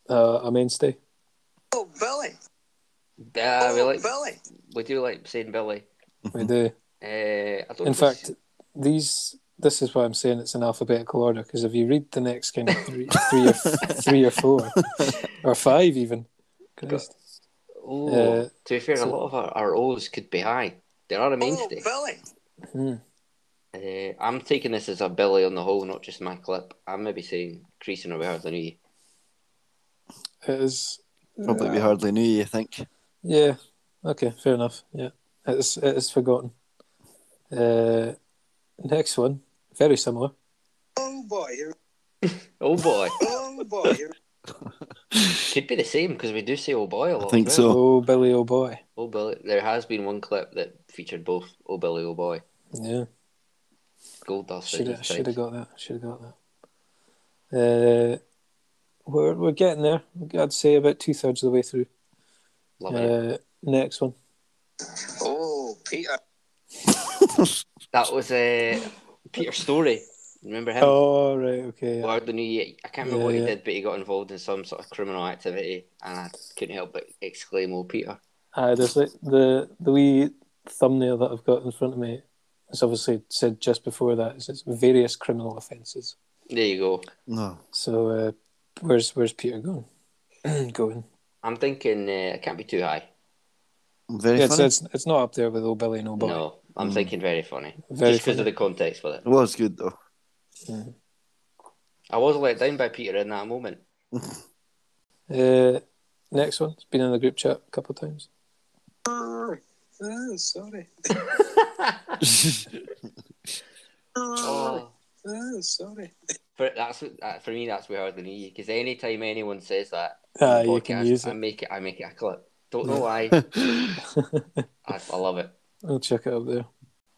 S2: uh, a mainstay.
S5: Oh, Billy.
S1: Yeah, Uh, we
S5: oh,
S1: like
S5: Billy.
S1: we do like saying Billy. Mm-hmm.
S2: We do.
S1: Uh, I don't
S2: In
S1: dis-
S2: fact, these. This is why I'm saying it's in alphabetical order because if you read the next kind of three, three or three or four or five even, Christ.
S1: Ooh,
S2: uh,
S1: to be fair, a
S2: so-
S1: lot of our, our O's could be high. They are a mainstay.
S5: Oh, Billy.
S1: Uh, I'm taking this as a Billy on the whole, not just my clip. I'm maybe saying creasing or whatever than you.
S2: it is. uh,
S3: Probably we hardly knew you. I think.
S2: Yeah. Okay. Fair enough. Yeah. It's it is forgotten. Uh, next one, very similar.
S5: Oh, boy.
S1: Oh boy,
S5: Oh, boy.
S1: could be the same because we do say oh boy a lot.
S3: I think
S1: as well.
S3: so.
S2: Oh, Billy, oh boy.
S1: Oh Billy, there has been one clip that featured both oh Billy, oh boy,
S2: Yeah.
S1: gold dust.
S2: Should
S1: Should
S2: have should have got that. Should have got that. Uh, we're we're getting there. I'd say about two thirds of the way through.
S1: Loving it.
S2: Uh, next one.
S4: Oh, Peter.
S1: That was uh, Peter Story. Remember him?
S2: Oh right, okay.
S1: Well, the new year. I can't remember what
S2: Yeah,
S1: he
S2: yeah.
S1: did, but he got involved in some sort of criminal activity, and I couldn't help but exclaim, "Oh, Peter!"
S2: Aye, Uh, there's like the the wee thumbnail that I've got in front of me. It's obviously said just before that. It says various criminal offences.
S1: There you go.
S3: No.
S2: So uh, where's where's Peter going? going.
S1: I'm thinking uh, it can't be too high.
S3: I'm very
S2: Yeah, it's,
S3: funny.
S2: it's it's not up there with old Billy No Boy.
S1: No, I'm thinking very funny,
S2: Mm. Very
S1: just because of
S2: funny.
S1: the context with it.
S3: It was good though.
S1: I was let down by Peter in that moment.
S2: Uh, next one. It's been in the group chat a couple of times.
S5: Oh, sorry.
S1: Oh,
S5: Oh, sorry.
S1: for, that's what- that, for me. That's where the knee because anytime anyone says that, on
S2: Ah,
S1: the
S2: you can
S1: podcast,
S2: use
S1: I
S2: it.
S1: make it. I make it a clip. Don't know why. I, I love it.
S2: I'll check it up there.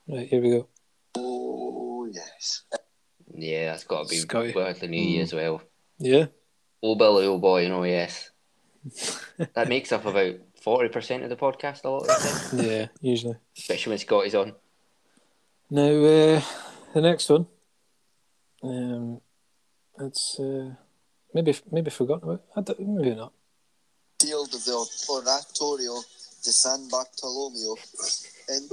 S2: Right, here we go.
S4: Oh, yes.
S1: Yeah, that's got to be
S2: Scotty.
S1: where the knee
S2: Mm.
S1: as well.
S2: Yeah.
S1: Oh, Billy, oh boy, no, yes. that makes up about 40% of the podcast a lot of the time,
S2: Yeah, usually.
S1: especially when Scotty's on.
S2: Now, uh, the next one. Um, it's uh, maybe maybe forgotten about. I don't, maybe not.
S4: Field of the Oratorio de San Bartolomeo in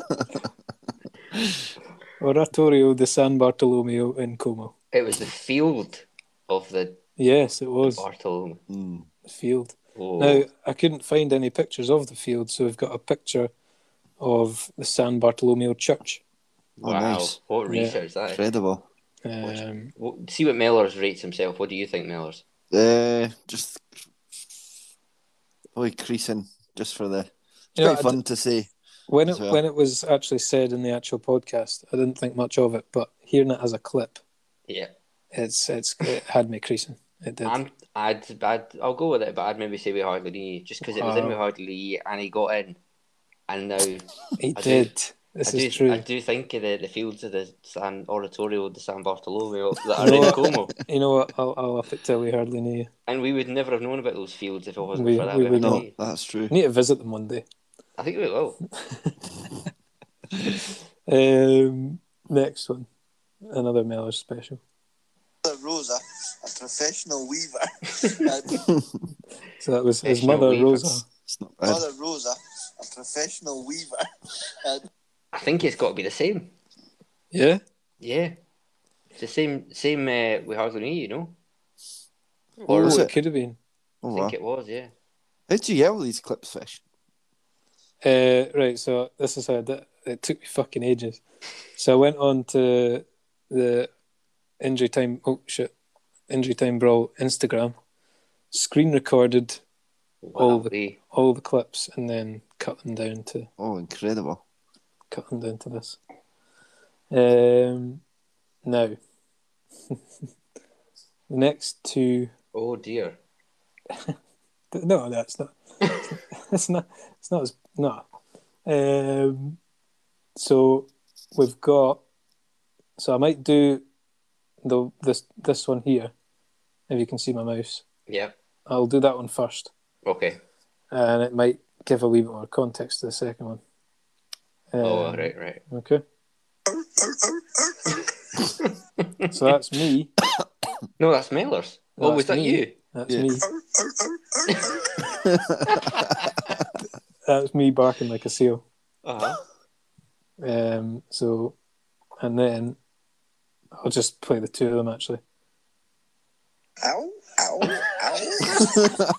S4: Como.
S2: Oratorio de San Bartolomeo in Como.
S1: It was the field of the
S2: Yes, it was
S1: Bartolome.
S3: Mm.
S2: the field.
S1: Oh,
S2: Now, I couldn't find any pictures of the field, so we've got a picture of the San Bartolomeo Church.
S3: Oh,
S1: wow.
S3: nice.
S1: What
S2: Yeah.
S1: research that is.
S3: Incredible.
S2: Um,
S1: What- See what Mellors rates himself. What do you think, Mellors?
S3: Uh, just probably creasing just for the. It's
S2: you know,
S3: quite
S2: I
S3: fun to say.
S2: When it
S3: as well.
S2: when it was actually said in the actual podcast, I didn't think much of it, but hearing it as a clip,
S1: Yeah.
S2: it's it's it had me creasing. It did.
S1: I'm, I'd, I'd, I'll go with it, but I'd maybe say we hardly need just because it was in
S2: Wow.
S1: we hardly need and he got in. And now I
S2: he
S1: I do-
S2: did. This
S1: do,
S2: is true.
S1: I do think of the, the fields of the San Oratorio de San Bartolome that are in
S2: No.
S1: Como.
S2: You know what? I'll, I'll up it till we hardly knew you.
S1: And we would never have known about those fields if it wasn't
S2: We-
S1: for that.
S2: we
S1: bit
S2: would
S1: of
S3: No,
S1: money.
S3: that's true.
S2: Need to visit them one day.
S1: I think we will.
S2: Um, next one, another Mellor special.
S4: Mother Rosa, a professional weaver. And
S2: So that was his
S1: Professional
S2: mother
S1: weavers.
S2: Rosa.
S3: It's not bad.
S4: Mother Rosa, a professional weaver. And
S1: I think it's got to be the same.
S2: Yeah.
S1: Yeah, it's the same. Same. Uh, we hardly knew, you know.
S2: Or
S3: Or is
S2: it
S3: it?
S2: could have been.
S3: Oh,
S1: I
S3: wow.
S1: think it was. Yeah.
S3: How'd you get all these clips, fish?
S2: Uh, right, so this is how I did it. It took me fucking ages. So I went on to the injury time. Oh shit, injury time brawl Instagram. Screen recorded Oh, the-
S1: Lovely.
S2: all the clips and then cut them down to
S3: Oh, incredible.
S2: cut them down to this. Um, now the next two.
S1: Oh dear.
S2: No, that's not. it's not. It's not as no. Um, so we've got. So I might do the this this one here. If you can see my mouse,
S1: Yeah.
S2: I'll do that one first,
S1: Okay.
S2: and it might give a wee bit more context to the second one. Um,
S1: oh right, right.
S2: Okay. so that's me.
S1: No, that's Mellors.
S2: No,
S1: oh, was
S2: that's
S1: that
S2: me.
S1: you?
S2: That's
S3: Yeah.
S2: me.
S3: Oh,
S2: That's me barking like a seal.
S1: Uh huh.
S2: Um, so, and then I'll just play the two of them actually.
S4: ow, ow, ow.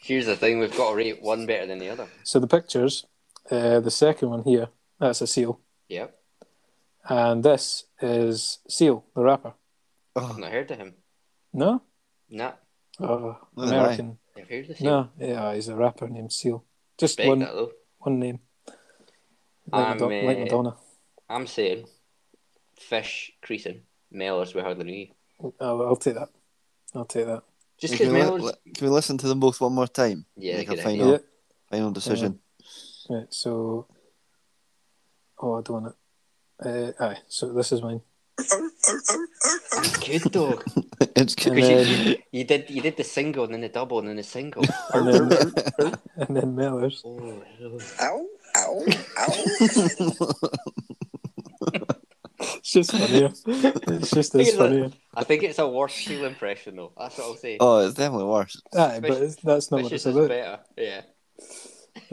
S1: Here's the thing: we've got to rate one better than the other.
S2: So the pictures, uh, the second one here, that's a seal,
S1: Yeah.
S2: and this is Seal, the rapper.
S1: I've
S3: Oh,
S1: not heard of him.
S2: No,
S1: Nah.
S2: oh,
S3: Neither
S2: American.
S1: I've heard of him.
S2: No, yeah, he's a rapper named Seal. Just
S1: Respect
S2: one,
S1: that though.
S2: one name. Like,
S1: I'm,
S2: Madon- like
S1: uh,
S2: Madonna.
S1: I'm saying, fish creasing. Mellors we hardly knew.
S2: I'll, I'll take that. I'll take that.
S1: Just because
S3: can, we li-
S1: Mellors.
S3: li- can we listen to them both one more time?
S1: Yeah,
S3: Make a
S1: good
S3: final,
S1: idea.
S2: Yeah.
S3: final decision.
S2: Right, so, oh, I don't want it. Uh, aye, so this is mine.
S1: It's good though.
S3: it's
S2: And
S3: good.
S1: Because
S2: then,
S1: you, you did you did the single and then the double and then the single.
S2: and then, and then Miller's.
S1: oh, hell.
S5: Ow, ow, ow.
S2: It's just funnier. It's just as
S1: Look at
S2: funnier.
S1: I think it's a worse feel impression though. That's what I'll say.
S3: oh, it's definitely worse.
S2: Aye, but it's, that's not
S1: Which
S2: what
S1: is
S2: it's
S1: just
S2: about.
S1: better.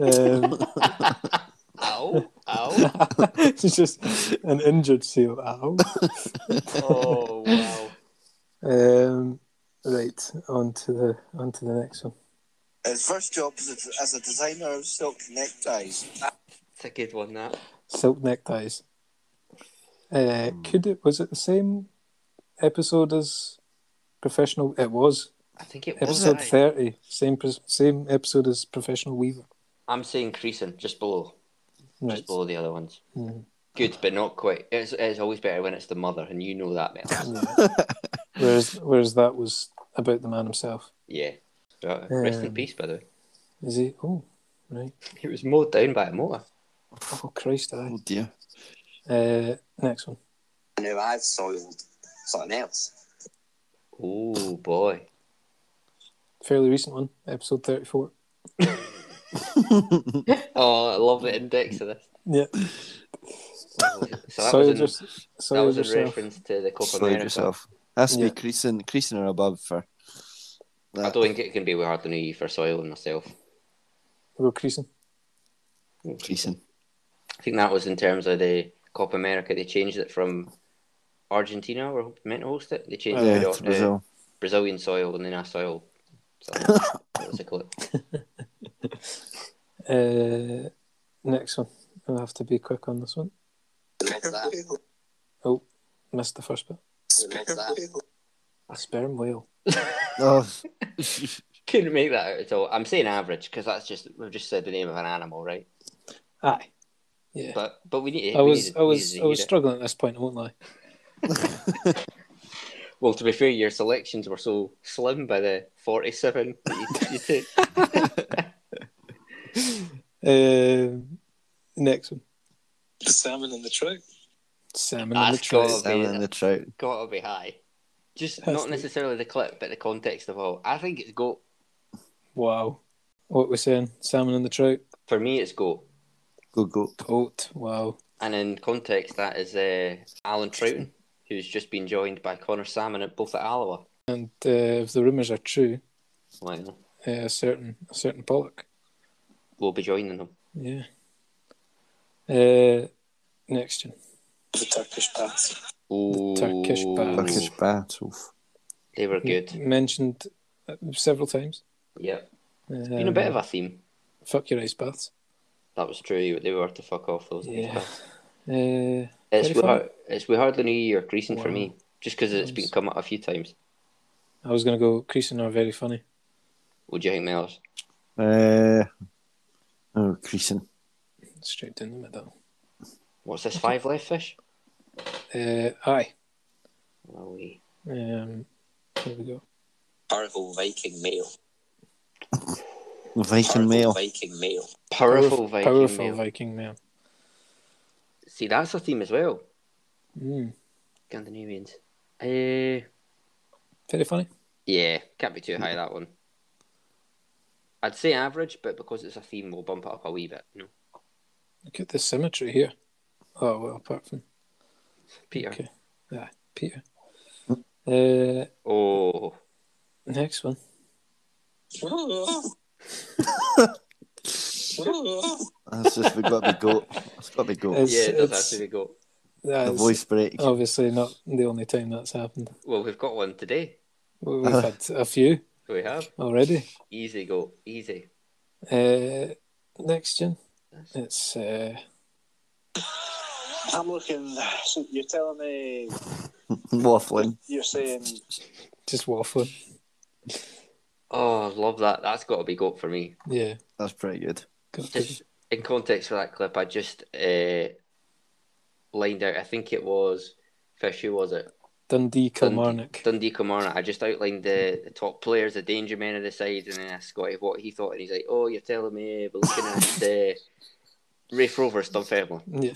S1: Yeah.
S2: Um,
S1: Ow. Ow.
S2: it's just an injured seal. Ow.
S1: Oh wow.
S2: Um, right, on to the on to the next one.
S4: His first job was as a designer of silk neckties.
S1: It's a good one that.
S2: Silk neckties. Uh, Could it was it the same episode as professional? It was
S1: I think it was
S2: episode
S1: aye.
S2: thirty. Same pres- same episode as professional weaver.
S1: I'm saying creasing, just below.
S2: Right.
S1: Just below the other ones.
S2: Mm.
S1: Good, but not quite. It's, it's always better when it's the mother, and you know that, Mel.
S2: Whereas whereas that was about the man himself.
S1: yeah. Uh, rest in
S2: Um,
S1: peace, by the way.
S2: Is he? Oh, right.
S1: He was mowed down by a motor.
S2: Oh Christ! I.
S3: Oh dear.
S2: Uh, next one.
S5: And now I've soiled something else.
S1: Oh boy.
S2: Fairly recent one. Episode thirty four.
S1: Oh, I love the index of this.
S2: Yeah.
S1: So that
S2: Soiled
S1: was, in,
S2: your-
S1: that
S2: soiled
S1: was in
S2: yourself.
S1: reference to the Copa
S3: Slide
S1: America.
S3: yourself. Has to
S2: Yeah.
S3: be creasing, creasing or above for.
S1: I don't think it can be hard on you for soil and myself.
S2: We'll go creasing.
S3: creasing.
S1: I think that was in terms of the Copa America. They changed it from Argentina, were meant to host it. They changed
S3: yeah,
S1: it to
S3: it's Brazil.
S1: Brazilian soil and then I soil. So, what was it called?
S2: Uh, next one. I'll have to be quick on this one.
S5: Love that.
S2: Missed the first bit.
S5: Love that.
S2: A sperm whale.
S3: Oh,
S1: Couldn't make that out at all. I'm saying average because that's just we've just said the name of an animal, right?
S2: Aye. Yeah.
S1: But but we need.
S2: I
S1: we
S2: was
S1: needed-
S2: I
S1: we
S2: was
S1: needed
S2: I
S1: to
S2: was
S1: hear it.
S2: struggling at this point, I won't lie.
S1: Well, to be fair, your selections were so slim by the 47 that you, you took.
S2: Um, next one.
S5: The salmon and the trout.
S2: Salmon on the
S1: That's
S2: trout.
S1: got to
S3: salmon
S1: be,
S3: and the trout.
S1: gotta be high. Just
S2: Has
S1: not
S2: to be.
S1: necessarily the clip, but the context of all. I think it's goat.
S2: Wow. What we're saying? Salmon and the trout.
S1: For me, it's goat.
S3: Go go.
S2: Goat. Wow.
S1: And in context, that is uh, Alan Trouton, who's just been joined by Connor Salmon at both at Alloa.
S2: And uh, if the rumours are true,
S1: Well,
S2: uh, a certain a certain Pollock.
S1: we'll be joining them.
S2: Yeah. Uh, next one.
S5: The Turkish baths.
S1: Ooh,
S2: Turkish bath.
S3: Turkish bat. Oof.
S1: They were good.
S2: Mentioned uh, several times.
S1: Yep.
S2: Uh,
S1: It's been a bit of a theme.
S2: fuck your ice baths.
S1: That was true. They were to fuck off those. days,
S2: Yeah.
S1: but-
S2: Uh,
S1: It's
S2: Very
S1: we,
S2: fun.
S1: hard, it's we hardly knew you were creasing for
S2: Wow.
S1: me, just because it's been
S2: Nice.
S1: come up a few times.
S2: I was gonna go creasing are very funny.
S1: What do you think, Mellors?
S3: Uh, oh, creasing.
S2: Straight down the middle.
S1: What's this five left fish?
S2: Uh, aye.
S1: Well, we
S2: Um, here we go.
S5: Powerful Viking male.
S3: Viking
S5: Powerful
S3: male.
S5: Viking male.
S1: powerful Viking.
S2: powerful
S1: male.
S2: Viking male.
S1: See, that's a theme as well.
S2: Mm,
S1: Scandinavians. Uh,
S2: very funny.
S1: yeah, can't be too high that one. I'd say average, but because it's a theme, we'll bump it up a wee bit. No,
S2: Look at the symmetry here. Oh well, apart from
S1: Peter.
S2: Okay. Peter.
S3: Mm.
S2: Uh,
S1: Oh,
S2: next one.
S3: That's just we got to be goat. It's got to be goat.
S2: It's- Oh.
S1: yeah, it does actually go.
S3: The
S2: That's
S3: voice break.
S2: obviously not the only time that's happened.
S1: Well, we've got one today.
S2: We-
S3: Uh-huh.
S2: We've had a few
S1: We have
S2: already.
S1: easy go, easy.
S2: Uh, next gen. It's uh,
S5: I'm looking. So you're telling me
S3: Waffling.
S5: you're saying
S2: just waffling.
S1: Oh, love that. That's got to be goat for me.
S2: Yeah.
S3: That's pretty good.
S2: Got to-
S1: just in context for that clip, I just uh, lined out. I think it was Fish. Who was it? Dundee-
S2: Dundee Kilmarnock.
S1: Dundee Kilmarnock. I just outlined the, the top players, the danger men of the side, and then asked Scotty what he thought, and he's like, "Oh, you're telling me we're looking at uh, Rafe Rovers, Dunfermline,
S2: Yeah.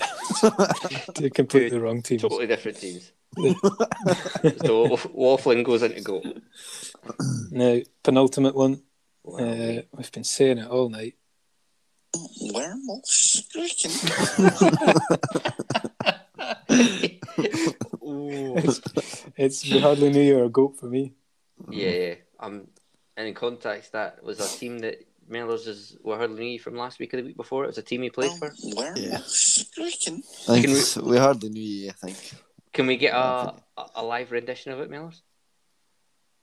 S2: Two completely wrong teams.
S1: totally different teams." so waffling goes into goal.
S2: Now, penultimate one. Uh, we've been saying it all night.
S4: Wormhole stricken.
S2: It's, it's you hardly knew you were a goat for me.
S1: Yeah, yeah. Um, and in context, that was a team that Mellors is were hardly knew from last week or the week before. It was a team he
S5: Oh.
S1: played for.
S4: Wormhole stricken.
S3: I
S1: Can
S3: think it's- we hardly knew you, I think.
S1: Can we get a, a, a live rendition of it, Mellors?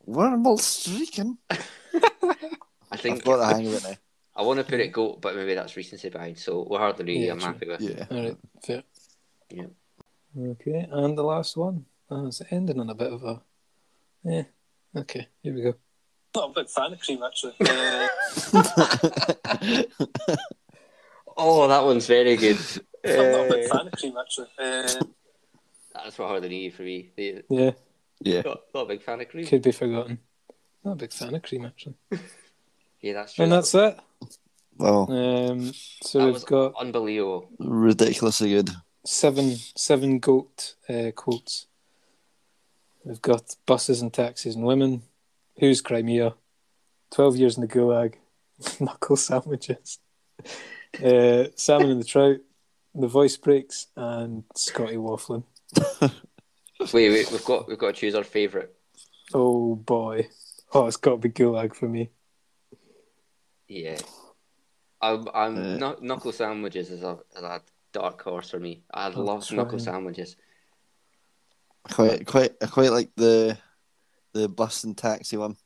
S3: Wormhole streaking.
S1: I
S3: I've
S1: think
S3: got the hang of it now.
S1: I want to put it goat, but maybe that's recency behind. So we're hardly knew.
S2: Mm. Yeah,
S1: I'm
S2: true.
S1: happy with.
S3: Yeah.
S2: All right, fair.
S1: Yeah.
S2: Okay, and the last one. Oh, it's ending on a bit of a. Yeah. Okay, here we go.
S5: Not a big fan of cream, actually. Uh,
S1: Oh, that one's very good.
S5: I'm not a big
S1: Uh,
S5: fan of cream, actually. Uh,
S1: that's what hardly knew for me. They,
S2: Yeah,
S3: yeah.
S1: not, not a big fan of cream.
S2: could be forgotten. Not a big fan of cream actually.
S1: Yeah, that's true.
S2: And that's it.
S3: Well,
S2: Um, so
S1: That
S2: we've
S1: was
S2: got
S1: unbelievable.
S3: ridiculously good.
S2: seven seven goat uh, quotes. We've got buses and taxis and women. Who's Crimea? Twelve years in the gulag. Knuckle sandwiches. Uh, salmon and the trout. The voice breaks and Scotty waffling.
S1: Wait, wait, we've got we've got to choose our favourite.
S2: Oh boy. Oh, it's got to be gulag for me.
S1: Yeah, I'm. I'm
S3: Uh,
S1: knuck- knuckle sandwiches is a, is a dark horse for me. I
S2: Oh,
S1: love
S2: that's
S1: knuckle
S2: right.
S1: sandwiches.
S3: Quite, quite, I quite like the the bus and taxi one.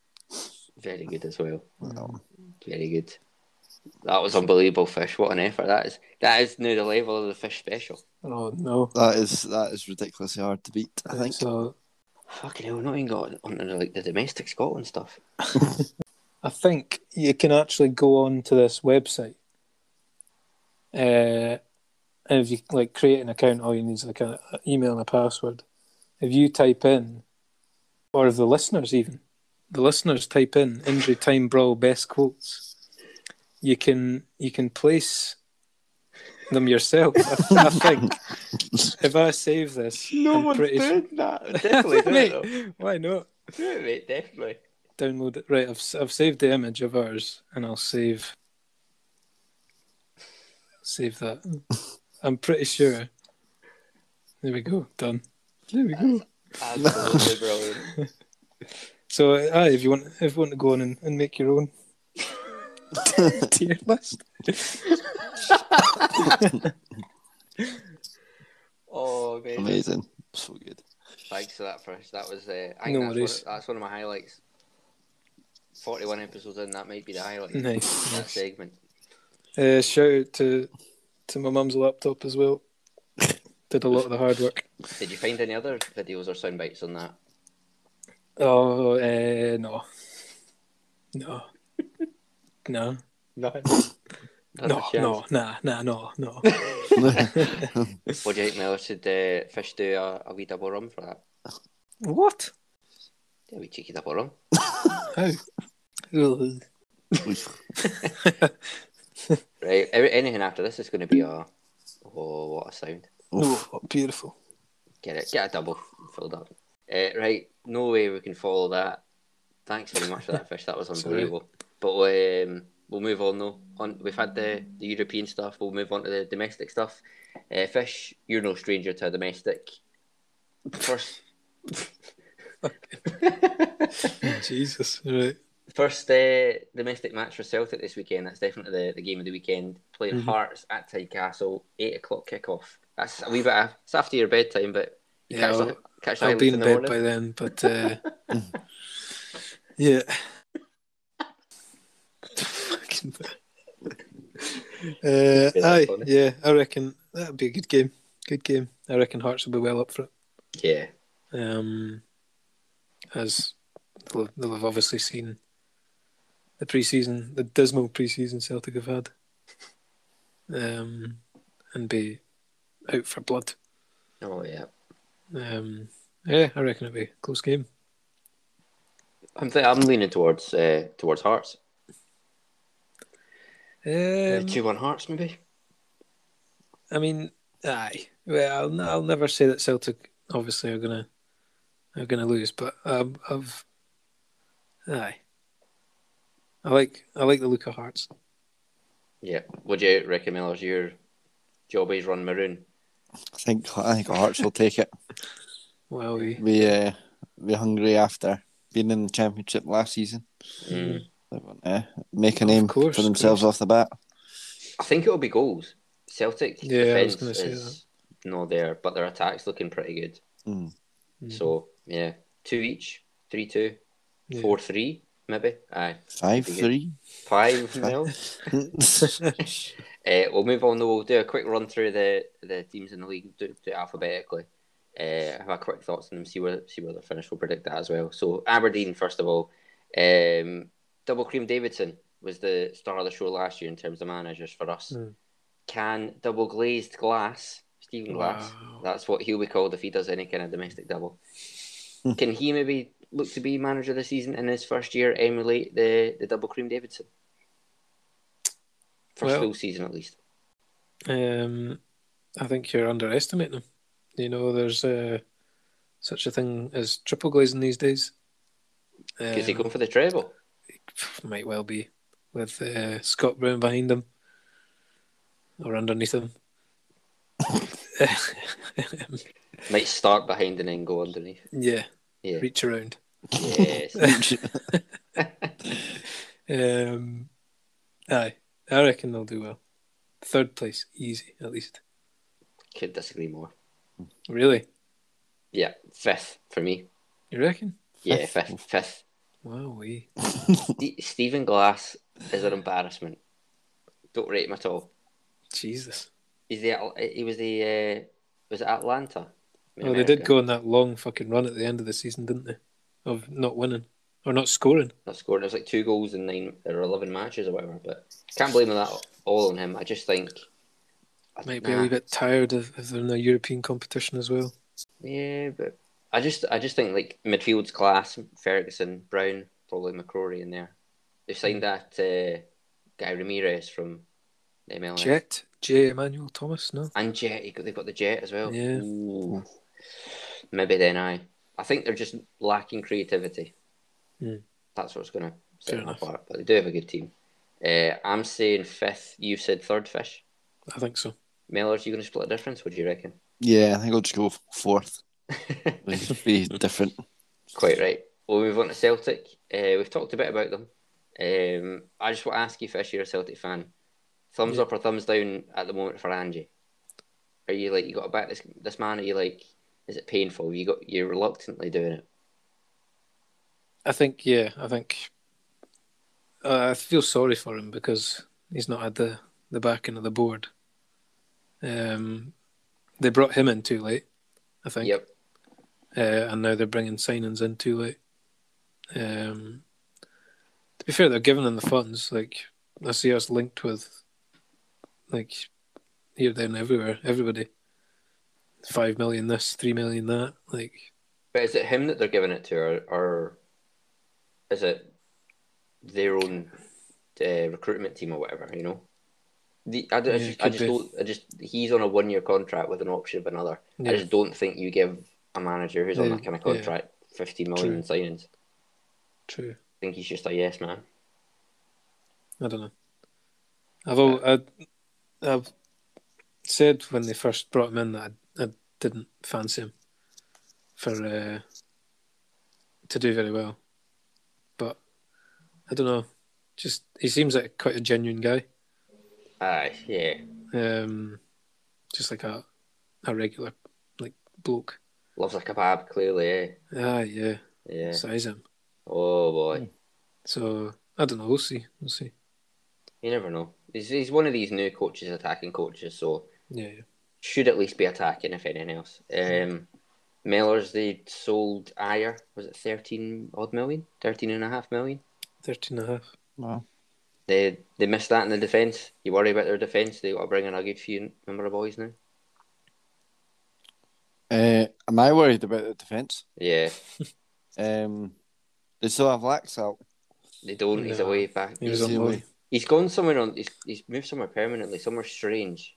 S1: Very good as well.
S3: Um,
S1: Very good. That was unbelievable, fish. What an effort that is. That is now the level of the fish special.
S2: Oh no.
S3: That is that is ridiculously hard to beat. I think.
S2: So
S1: Fucking hell, not even got on onto, like the domestic Scotland stuff.
S2: I think you can actually go on to this website. Uh, and if you like create an account, all you need is like an email and a password. If you type in, or if the listeners even, the listeners type in injury time brawl best quotes, you can you can place them yourself. I, I think if I save this, I'm pretty sure-
S1: that. Definitely do it, though.
S2: Mate, Why not?
S1: Do it, mate. Definitely.
S2: download it. Right, I've, s- I've saved the image of ours, and I'll save save that. I'm pretty sure. There we go. Done. There we go.
S1: Absolutely brilliant.
S2: So, uh, aye, if you want, if you want to go on and, and make your own tier list,
S1: Oh, mate.
S3: Amazing. So good.
S1: Thanks for that, first. That was. Uh, I think
S2: No
S1: that's,
S2: worries.
S1: One, that's one of my highlights. Forty-one episodes in, that might be the highlight.
S2: nice.
S1: That segment.
S2: Uh, shout out to to my mum's laptop as well. Did a lot of the hard work.
S1: Did you find any other videos or sound bites on that?
S2: Oh uh, no, no, no. No, no, nah, nah, no, no.
S1: What do you think, Miller? Should uh, Fish do a, a wee double rum for that?
S2: what?
S1: Yeah, we cheeky double rum.
S2: How? Ugh.
S1: Right. Every, anything after this is going to be a. Oh, what a sound.
S2: Oh, beautiful.
S1: Get it. Get a double filled up. Uh, right. No way we can follow that. Thanks very much for that, Fish. That was
S2: all right.
S1: unbelievable. But um, we'll move on, though. On, we've had the, the European stuff. We'll move on to the domestic stuff. Uh, Fish, you're no stranger to a domestic. First,
S2: Jesus. Right.
S1: First uh, domestic match for Celtic this weekend. That's definitely the, the game of the weekend. Playing
S2: Mm-hmm.
S1: Hearts at Tynecastle, eight o'clock kickoff. That's a wee bit. Of, it's after your bedtime, but you
S2: Yeah,
S1: catch,
S2: I'll-
S1: the, catch the
S2: I'll
S1: highlights
S2: be in
S1: the
S2: bed
S1: morning.
S2: by then, but uh, yeah. Fucking bit. uh,
S1: that's
S2: aye,
S1: funny.
S2: yeah, I reckon that'd be a good game. Good game. I reckon Hearts will be well up for it.
S1: Yeah,
S2: Um, as they'll, they'll have obviously seen the preseason, the dismal preseason Celtic have had, um, and be out for blood.
S1: oh yeah.
S2: Um, yeah, I reckon it'll be a close game.
S1: I'm th- I'm leaning towards uh, towards Hearts.
S2: Um,
S1: Uh, Two one Hearts maybe.
S2: I mean, aye. Well, I'll, n- I'll never say that Celtic obviously are going to are going to lose. But um, I've, aye, I like I like the look of Hearts.
S1: Yeah. Would you Ricky Miller's your job is run maroon?
S3: I think I think Hearts will take it.
S2: Well, we
S3: We uh, we hungry after being in the championship last season.
S2: Hmm.
S1: Mm.
S3: They want to make a
S2: Of
S3: name
S2: course,
S3: for
S2: of
S3: themselves off the bat.
S1: I think it'll be goals. Celtic
S2: Yeah, I
S1: defence
S2: was gonna say
S1: is not there, but their attack's looking pretty good.
S3: Mm.
S2: Mm.
S1: So yeah, two each, three two,
S2: yeah.
S1: four three, maybe. Aye,
S3: Five
S1: Pretty
S3: three.
S1: five nil.
S3: Aye,
S1: Uh, we'll move on though. We'll do a quick run through the, the teams in the league, do, do it alphabetically. Uh, have our quick thoughts on them, see where see where they're finished. We'll predict that as well. So Aberdeen, first of all, um, Double Cream Davidson was the star of the show last year in terms of managers for us.
S2: Mm.
S1: Can double glazed glass, Stephen Glass.
S2: Wow.
S1: That's what he'll be called if he does any kind of domestic double. Can he maybe look to be manager this season in his first year, emulate the, the double cream Davidson? First
S2: Well-
S1: full season at least.
S2: Um, I think you're underestimating them. You know, there's uh, such a thing as triple glazing these days.
S1: Is he
S2: Um,
S1: going for the treble?
S2: might well be with uh, Scott Brown behind him or underneath him.
S1: Might start behind and then go underneath.
S2: yeah,
S1: Yeah.
S2: reach around.
S1: yes.
S2: Um, aye, I reckon they'll do well. Third place, easy at least.
S1: Could disagree more.
S2: Really,
S1: Yeah, fifth for me.
S2: you reckon?
S1: Yeah, fifth. Fifth.
S2: Wow, we
S1: Ste- Stephen Glass is an embarrassment. Don't rate him at all.
S2: Jesus.
S1: He's the Atl- he was the uh, was it Atlanta? in
S2: Oh, they did
S1: America?
S2: go on that long fucking run at the end of the season, didn't they? Of not winning or not scoring.
S1: not scored. It was like two goals in nine or eleven matches or whatever. But can't blame that all on him. I just think I-
S2: Might be a
S1: nah.
S2: wee bit tired of, of them in the European competition as well.
S1: Yeah, but I just I just think like midfield's class, Ferguson, Brown, probably McCrory in there. They've signed
S2: Hmm.
S1: that uh, guy Ramirez from the MLS.
S2: Jet, J. Emmanuel Thomas, no?
S1: And Jet, he got- they've got the Jet as well.
S2: Yeah.
S1: Ooh. Maybe then I. I think they're just lacking creativity.
S2: Hmm.
S1: That's what's going to set
S2: Fair
S1: them
S2: enough.
S1: apart. But they do have a good team. Uh, I'm saying fifth. You said third fish.
S2: I think so.
S1: Mellors, you going to split a difference? Would you reckon?
S3: yeah, I think I'll just go fourth. It'd be different.
S1: Quite right. We'll move on to Celtic. Uh, we've talked a bit about them. Um, I just want to ask you, Fish, you're a Celtic fan. Thumbs
S2: Yeah.
S1: up or thumbs down at the moment for Angie? Are you like you got to back this this man? Are you like is it painful? You got you're reluctantly doing it.
S2: I think, yeah, I think. Uh, I feel sorry for him because he's not had the, the backing of the board. Um, they brought him in too late, I think.
S1: Yep.
S2: uh, and now they're bringing signings in too late. Um, to be fair, they're giving them the funds. Like I see us linked with, like here, then everywhere, everybody. Five million this, three million that. Like
S1: But is it him that they're giving it to, or, or is it their own uh, recruitment team or whatever? You know, the, I, don't- I
S2: Yeah,
S1: just,
S2: could
S1: I just
S2: be.
S1: don't, I just he's on a one year contract with an option of another.
S2: Yeah.
S1: I just don't think you give a manager who's on
S2: Yeah,
S1: that kind of
S2: yeah.
S1: contract fifty million in signings.
S2: true.
S1: I think he's just a yes man.
S2: I don't know. I've al- I, I've said when they first brought him in that I, I didn't fancy him for uh, to do very well, but I don't know. Just he seems like quite a genuine guy,
S1: Aye, yeah,
S2: um, just like a a regular like bloke.
S1: loves a kebab clearly. Eh?
S2: Ah, yeah,
S1: Yeah.
S2: size him.
S1: Oh
S2: Hmm.
S1: boy,
S2: So I don't know. We'll see. We'll see.
S1: you never know. He's he's one of these new coaches, attacking coaches. So
S2: Yeah, yeah.
S1: should at least be attacking, if anything else. Um, Mellors, they sold Ayer, was it 13 odd million? 13 and a half million?
S2: thirteen and a half.
S3: Wow.
S1: They, they missed that in the defence. You worry about their defence, they got to bring in a good few number of boys now.
S3: Uh, am I worried about the defence?
S1: Yeah,
S3: Um, they still have Lax out.
S1: they don't. He's
S2: No.
S1: away back.
S2: He was
S3: Easy
S2: on loan.
S3: way.
S1: He's gone somewhere on, he's, he's moved somewhere permanently, somewhere strange.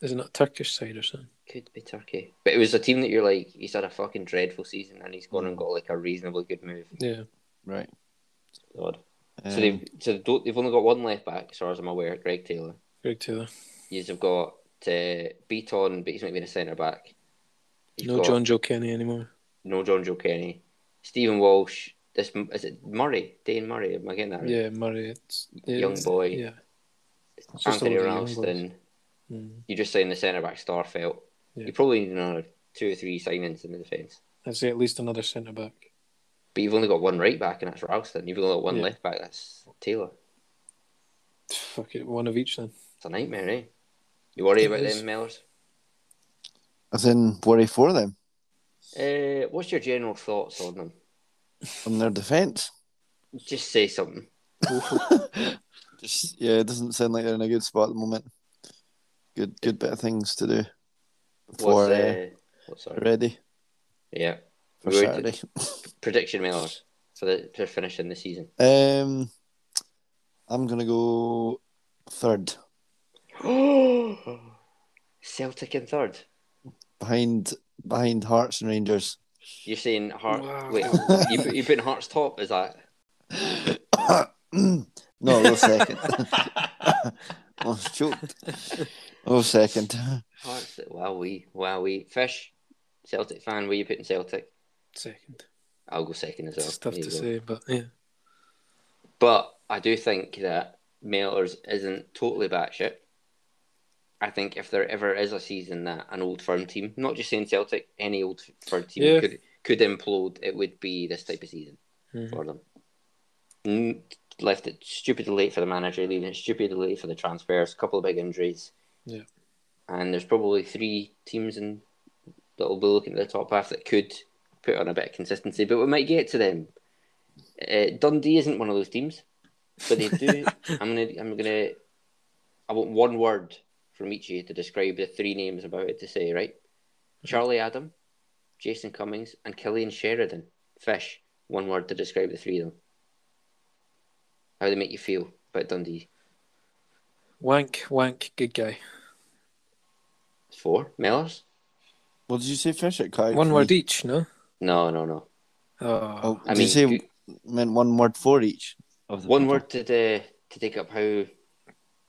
S2: Is it not Turkish side or something?
S1: Could be Turkey, but it was a team that you're like, he's had a fucking dreadful season, and he's gone and got like a reasonably good move.
S2: Yeah.
S3: Right.
S1: God.
S3: Um,
S1: so they've so they don't, they've only got one left back, as far as I'm aware, Greg Taylor.
S2: Greg Taylor.
S1: You've got uh, Beaton, but he's not even a centre back. You've
S2: no
S1: got
S2: John Joe Kenny anymore.
S1: no John Joe Kenny, Stephen Walsh. This is it Murray, Dane Murray. Am I getting that right?
S2: Yeah, Murray. It's, yeah,
S1: Young boy.
S2: Yeah. It's just
S1: Anthony
S2: all the young boys.
S1: Ralston.
S2: Mm.
S1: You just signed the centre back Starfelt.
S2: Yeah.
S1: You probably need another two or three signings in the defence.
S2: I'd say at least another centre back.
S1: But you've only got one right back, and that's Ralston. You've only got one
S2: Yeah.
S1: left back, that's Taylor.
S2: Fuck it, one of each then.
S1: It's a nightmare, eh? You worry
S2: It
S1: about
S2: is.
S1: them, Mellors?
S3: As in worry for them
S1: Uh, what's your general thoughts on them?
S3: on their defence.
S1: Just say something.
S3: Just yeah, it doesn't sound like they're in a good spot at the moment. Good, good bit of things to do before
S1: What's,
S3: uh,
S1: uh, what's our...
S3: ready
S1: Yeah.
S3: for
S1: Right.
S3: Saturday.
S1: Prediction, Mellors, for, the, for finishing the season.
S3: Um, I'm gonna go third
S1: Celtic in third.
S3: behind behind Hearts and Rangers.
S1: You're saying Heart.
S2: Wow.
S1: Wait, you put, you put Hearts top? Is that
S3: no, we're second. I was choked. We're second.
S1: Hearts? Wowee, wowee. Fish, Celtic fan. Where you putting Celtic?
S2: Second.
S1: I'll go second as well.
S2: It's tough
S1: There
S2: to
S1: you go.
S2: say, but yeah.
S1: But I do think that Mailers isn't totally batshit. I think if there ever is a season that an old firm team, not just saying Celtic, any old firm team
S2: Yeah.
S1: could could implode, it would be this type of season
S2: Mhm.
S1: for them. Mm, Left it stupidly late for the manager, leaving it stupidly late for the transfers, a couple of big injuries.
S2: Yeah.
S1: And there's probably three teams in that will be looking at the top half that could put on a bit of consistency, but we might get to them. Uh, Dundee isn't one of those teams, but they do. I'm gonna, I'm gonna, I want one word from each of you to describe the three names I'm about to say. Right,
S3: Mm-hmm.
S1: Charlie Adam, Jason Cummings, and Killian Sheridan. Fish. One word to describe the three of them. How they make you feel about Dundee?
S2: Wank, wank, good guy.
S1: Four Mellors?
S3: What did you say, Fish? It cut out
S2: One
S3: for
S2: word
S3: me.
S2: each, no?
S1: No, no, no.
S2: Oh,
S3: Oh,
S1: I
S3: did
S1: mean,
S3: you say
S1: you-
S3: meant one word for each? Of the
S1: One
S3: people?
S1: word to de- to take up how.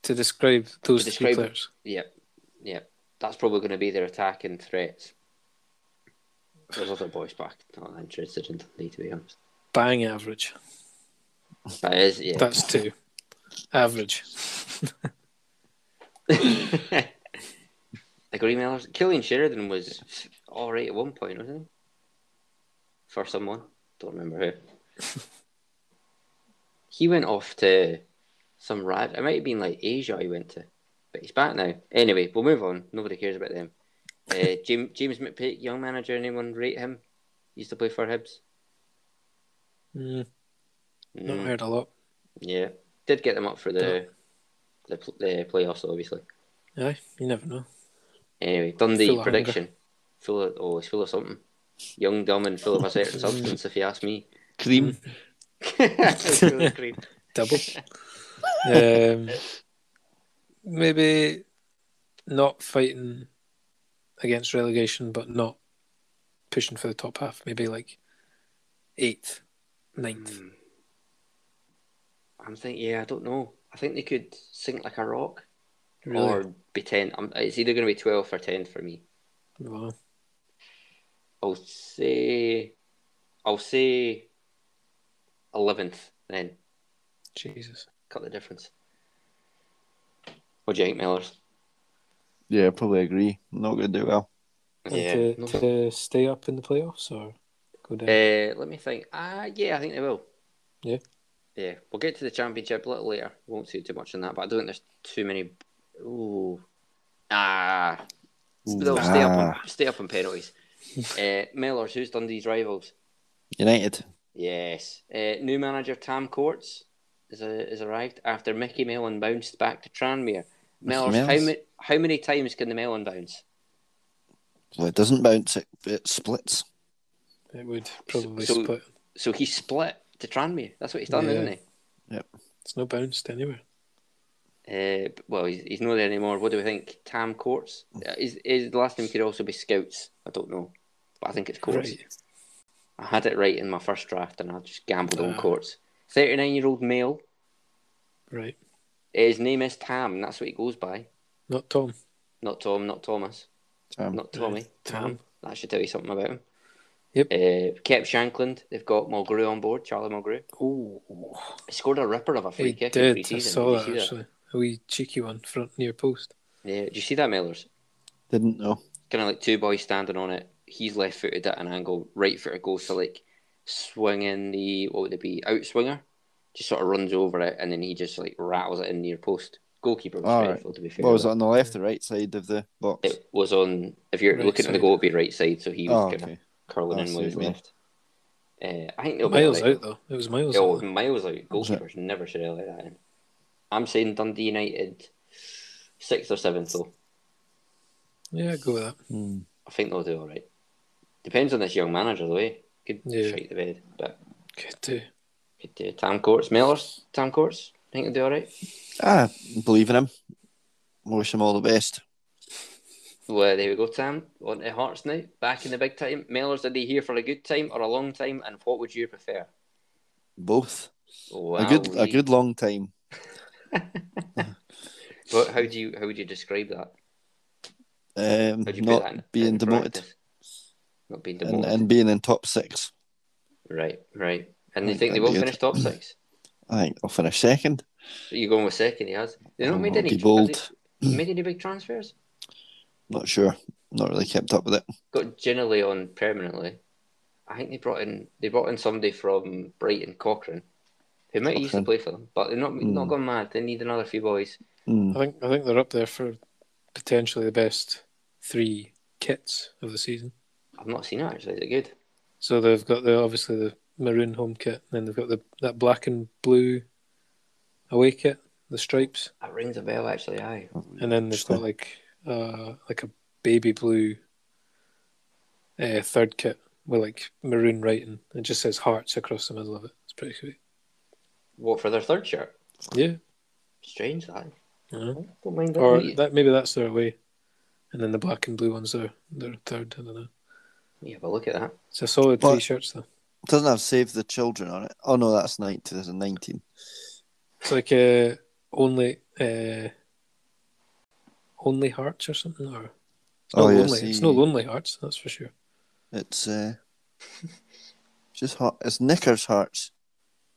S2: to describe those
S1: To
S2: three
S1: describe-
S2: players.
S1: Yep, yep. That's probably going to be their attack and threats. There's other boys back. Not that interested in Dundee, to be honest.
S2: Bang average.
S1: That is, yeah.
S2: That's two. Average.
S1: Agree, Mellors. Killian Sheridan was all right at one point, wasn't he? For someone, don't remember who. he went off to some rad. It might have been like Asia. He went to, but he's back now. Anyway, we'll move on. Nobody cares about them. Uh, James, James McPake, young manager. Anyone rate him? Used to play for Hibs.
S2: Mm, Not
S1: Mm,
S2: heard a lot.
S1: yeah, did get them up for the the, pl- the playoffs, obviously.
S2: Aye, you never know.
S1: Anyway, Dundee
S2: Full of
S1: prediction. Full of oh, it's full of something. Young, dumb, and full of a certain substance. If you ask me,
S3: Cream.
S1: It's full of cream.
S2: Double. um, maybe not fighting against relegation, but not pushing for the top half. Maybe like eighth, ninth.
S1: Hmm. I'm thinking. Yeah, I don't know. I think they could sink like a rock
S2: Really?
S1: Hmm. or be ten. I'm, it's either going to be twelve or ten for me.
S2: Wow.
S1: I'll say, I'll say, eleventh. Then
S2: Jesus.
S1: cut the difference. What do you think, Mellors?
S3: Yeah, I probably agree. Not gonna do well.
S2: And to, to stay up in the playoffs or go down?
S1: Uh, let me think. Uh, yeah, I think they will.
S2: Yeah.
S1: Yeah, we'll get to the championship a little later. Won't say too much on that, but I don't think there's too many. Ooh. Ah. They'll stay up on,
S3: Ah.
S1: stay up on penalties. uh, Mellors, who's Dundee's rivals?
S3: United.
S1: Yes. Uh, new manager Tam Courts is, uh is arrived after Mickey Mellon bounced back to Tranmere. Mellors, how,
S3: Mellors.
S1: ma- how many times can the Mellon bounce?
S3: Well, it doesn't bounce. It, it splits.
S2: it would probably
S1: so-
S2: split.
S1: So he split to Tranmere. That's what he's done,
S2: Yeah.
S1: isn't he?
S2: It's no bounced anywhere.
S1: Uh, well, he's, he's not there anymore. What do we think? Cam Courts?
S2: Mm.
S1: Uh, His, his last name could also be Scouts. I don't know. But I think it's Courts.
S2: Right.
S1: I had it right in my first draft and I just gambled on
S2: Ah.
S1: Courts. 39 year old male. Uh,
S2: Right.
S1: His name is Tam, and that's what he goes by.
S2: Not Tom.
S1: Not Tom, not Thomas,
S2: Um,
S3: Tam.
S1: not Tommy. Tam. That should tell you something about him.
S2: uh, Yep.
S1: Uh, kept Shankland. They've got Mulgrew on board, Charlie Mulgrew.
S2: Oh,
S1: He scored a ripper of a free
S2: he
S1: kick in
S2: did.
S1: pre-season.
S2: I saw
S1: Did you
S2: that
S1: see
S2: actually. A wee cheeky one front near post.
S1: Yeah, did you see that, Mellors?
S3: Didn't know.
S1: kind of like two boys standing on it. He's left footed at an angle, right footed goes to like swinging the what would it be out swinger, just sort of runs over it, and then he just like rattles it in near post. Goalkeeper was
S3: All right.
S1: faithful to be fair.
S3: What was it
S1: but
S3: on the left or right side of the box?
S1: It was on. If you're
S2: Right
S1: looking at the
S2: side.
S1: goal, it'd be right side, so he was
S3: Oh,
S1: kind
S3: okay.
S1: of curling
S3: I
S1: in
S3: see
S1: with
S3: what
S1: his
S3: you mean.
S1: left. Uh, I think they'll be
S2: miles
S1: all right.
S2: out though. It was miles
S1: Oh,
S2: out.
S1: miles out. Goalkeepers never should have let that in. I'm saying Dundee United sixth or seventh though.
S2: Yeah, go with that.
S3: Hmm.
S1: I think they'll do all right. Depends on this young manager, though. Eh? Could
S2: Yeah.
S1: shake the bed, but
S2: Good too.
S1: could do. Tam Courts, Mellors, Tam Courts. I think they'll do all right.
S3: Ah, believe in him. Wish him all the best.
S1: Well, uh, there we go, Tam. On to Hearts now. Back in the big time. Mellors, are they here for a good time or a long time? And what would you prefer?
S3: Both.
S1: Wow.
S3: A good, a good long time.
S1: But how do you how would you describe that?
S3: Um,
S1: How do you put that in-
S3: not being
S1: in
S3: demoted
S1: practice? Not being
S3: and,
S1: demoted.
S3: and being in top six.
S1: Right, right. And they
S3: Mm,
S1: think they
S3: that'd
S1: will
S3: be good.
S1: finish top six.
S3: I think I'll finish second.
S1: So you're going with second, he has. They've not
S3: Oh, I'll
S1: made any,
S3: be
S1: have they
S3: bold.
S1: made any big transfers.
S3: Not sure. Not really kept up with it.
S1: got Ginnerly on permanently. I think they brought in they brought in somebody from Brighton Cochrane, who might used to
S3: Cochrane.
S1: play for them, but they're not not gone mad. They need another few boys.
S3: Hmm.
S2: I think I think they're up there for potentially the best three kits of the season.
S1: I've not seen it actually. Is it good?
S2: So they've got the obviously the maroon home kit, and then they've got the that black and blue away kit, the stripes,
S1: That rings a bell actually. Aye,
S2: and then they've got
S3: Sure.
S2: like uh like a baby blue uh, third kit with like maroon writing. It just says hearts across the middle of it. It's pretty sweet.
S1: what for their third shirt?
S2: Yeah.
S1: Strange that.
S2: Yeah.
S1: Don't mind that.
S2: Or
S1: mate.
S2: that maybe that's their away, and then the black and blue ones are their third. I don't know.
S1: Yeah, but look at that.
S2: It's a solid
S3: But-
S2: three shirts though.
S3: Doesn't have Save the Children on it. Oh no, that's nine, 2019.
S2: It's like uh, only uh, only hearts or something, or it's not
S3: Oh, yeah,
S2: lonely. It's
S3: see.
S2: no lonely hearts, that's for sure.
S3: It's uh, just hot. It's Knickers Hearts.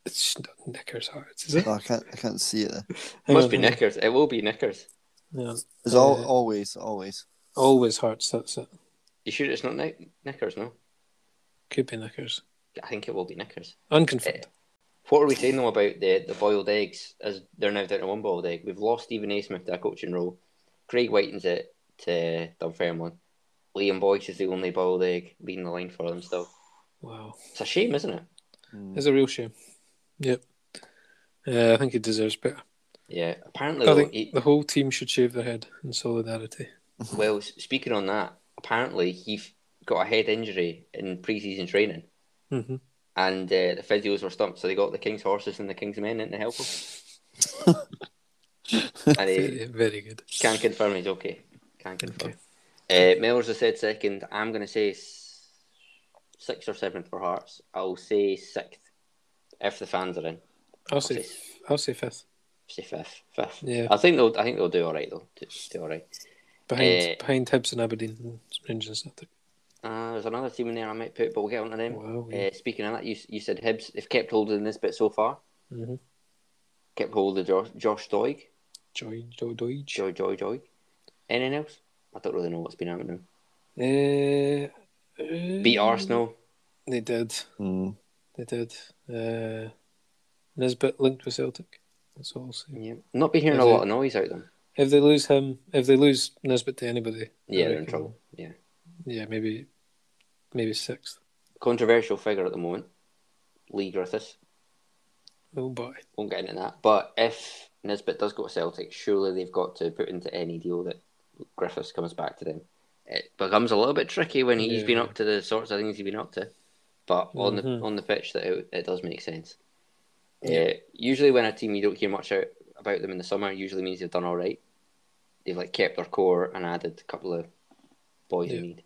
S2: It's not Knickers hearts, is it?
S3: Oh, I can't, I can't see it. There.
S1: It must be
S2: Hang on,
S1: knickers. It will be knickers.
S2: hang on. Yeah.
S3: It's all,
S2: Uh,
S3: always, always.
S2: Always hearts. That's it.
S1: You sure it's not knick- knickers? No,
S2: Could be Knickers.
S1: I think it will be knickers. Eh.
S2: Unconfirmed.
S1: What are we saying though about the the boiled eggs? As they're now down to one boiled egg. We've lost Stephen A. Smith to a coaching role. Craig Whiting's it to Dunfermline. Liam Boyce is the only boiled egg leading the line for them still.
S2: Wow,
S1: It's a shame, isn't it?
S3: Mm,
S2: it's a real shame. Yep. Uh, I think he deserves better.
S1: Yeah. Apparently,
S2: I
S1: though,
S2: think
S1: he,
S2: the whole team should shave their head in solidarity.
S1: well, s- speaking on that, apparently he f- got a head injury in pre-season training,
S2: Mm-hmm.
S1: and uh, the physios were stumped, so they got the king's horses and the king's men in to help him. and he,
S2: Very, very good.
S1: Can confirm he's okay. Can confirm. Uh, Mellors has said second. I'm going to say s- sixth or seventh for Hearts. I'll say sixth if the fans are in.
S2: I'll say, I'll say fifth.
S1: Say fifth. Fifth.
S2: Yeah.
S1: I think they'll. I think they'll do all right though. Do, do all right.
S2: Behind
S1: Eh.
S2: behind Hibs and Aberdeen, Rangers and Celtic.
S1: Uh, there's another team in there I might put, but we'll get on to them.
S2: Wow. yeah.
S1: Uh, speaking of that, you you said Hibs. They've kept hold of this bit so far.
S2: Mhm.
S1: Kept hold of Josh, Josh Doig.
S2: Joy, Joy, Joy.
S1: Joy Joy Doig. Anything else? I don't really know what's been happening.
S2: Uh, um,
S1: Beat
S2: Mm.
S1: Arsenal.
S2: They did.
S3: Mm.
S2: They did. Uh, Nisbet linked with Celtic. That's all. I'll say.
S1: Yeah. Not been hearing a
S2: Is it-
S1: lot of noise out them.
S2: If they lose him, if they lose Nisbet to anybody, I
S1: Yeah, they're in
S2: reckon-
S1: trouble. Yeah.
S2: Yeah, maybe, maybe sixth.
S1: controversial figure at the moment, Lee Griffiths.
S2: Oh boy.
S1: Won't get into that. But if Nisbet does go to Celtic, surely they've got to put into any deal that Griffiths comes back to them. It becomes a little bit tricky when he's
S2: Yeah.
S1: been up to the sorts of things he's been up to. But on
S2: Mhm.
S1: Uh, the on the pitch, that it, it does make sense. Yeah. usually when a team you don't hear much out about them in the summer usually means they've done all right. They've like kept their core and added a couple of boys
S2: Yeah.
S1: in need.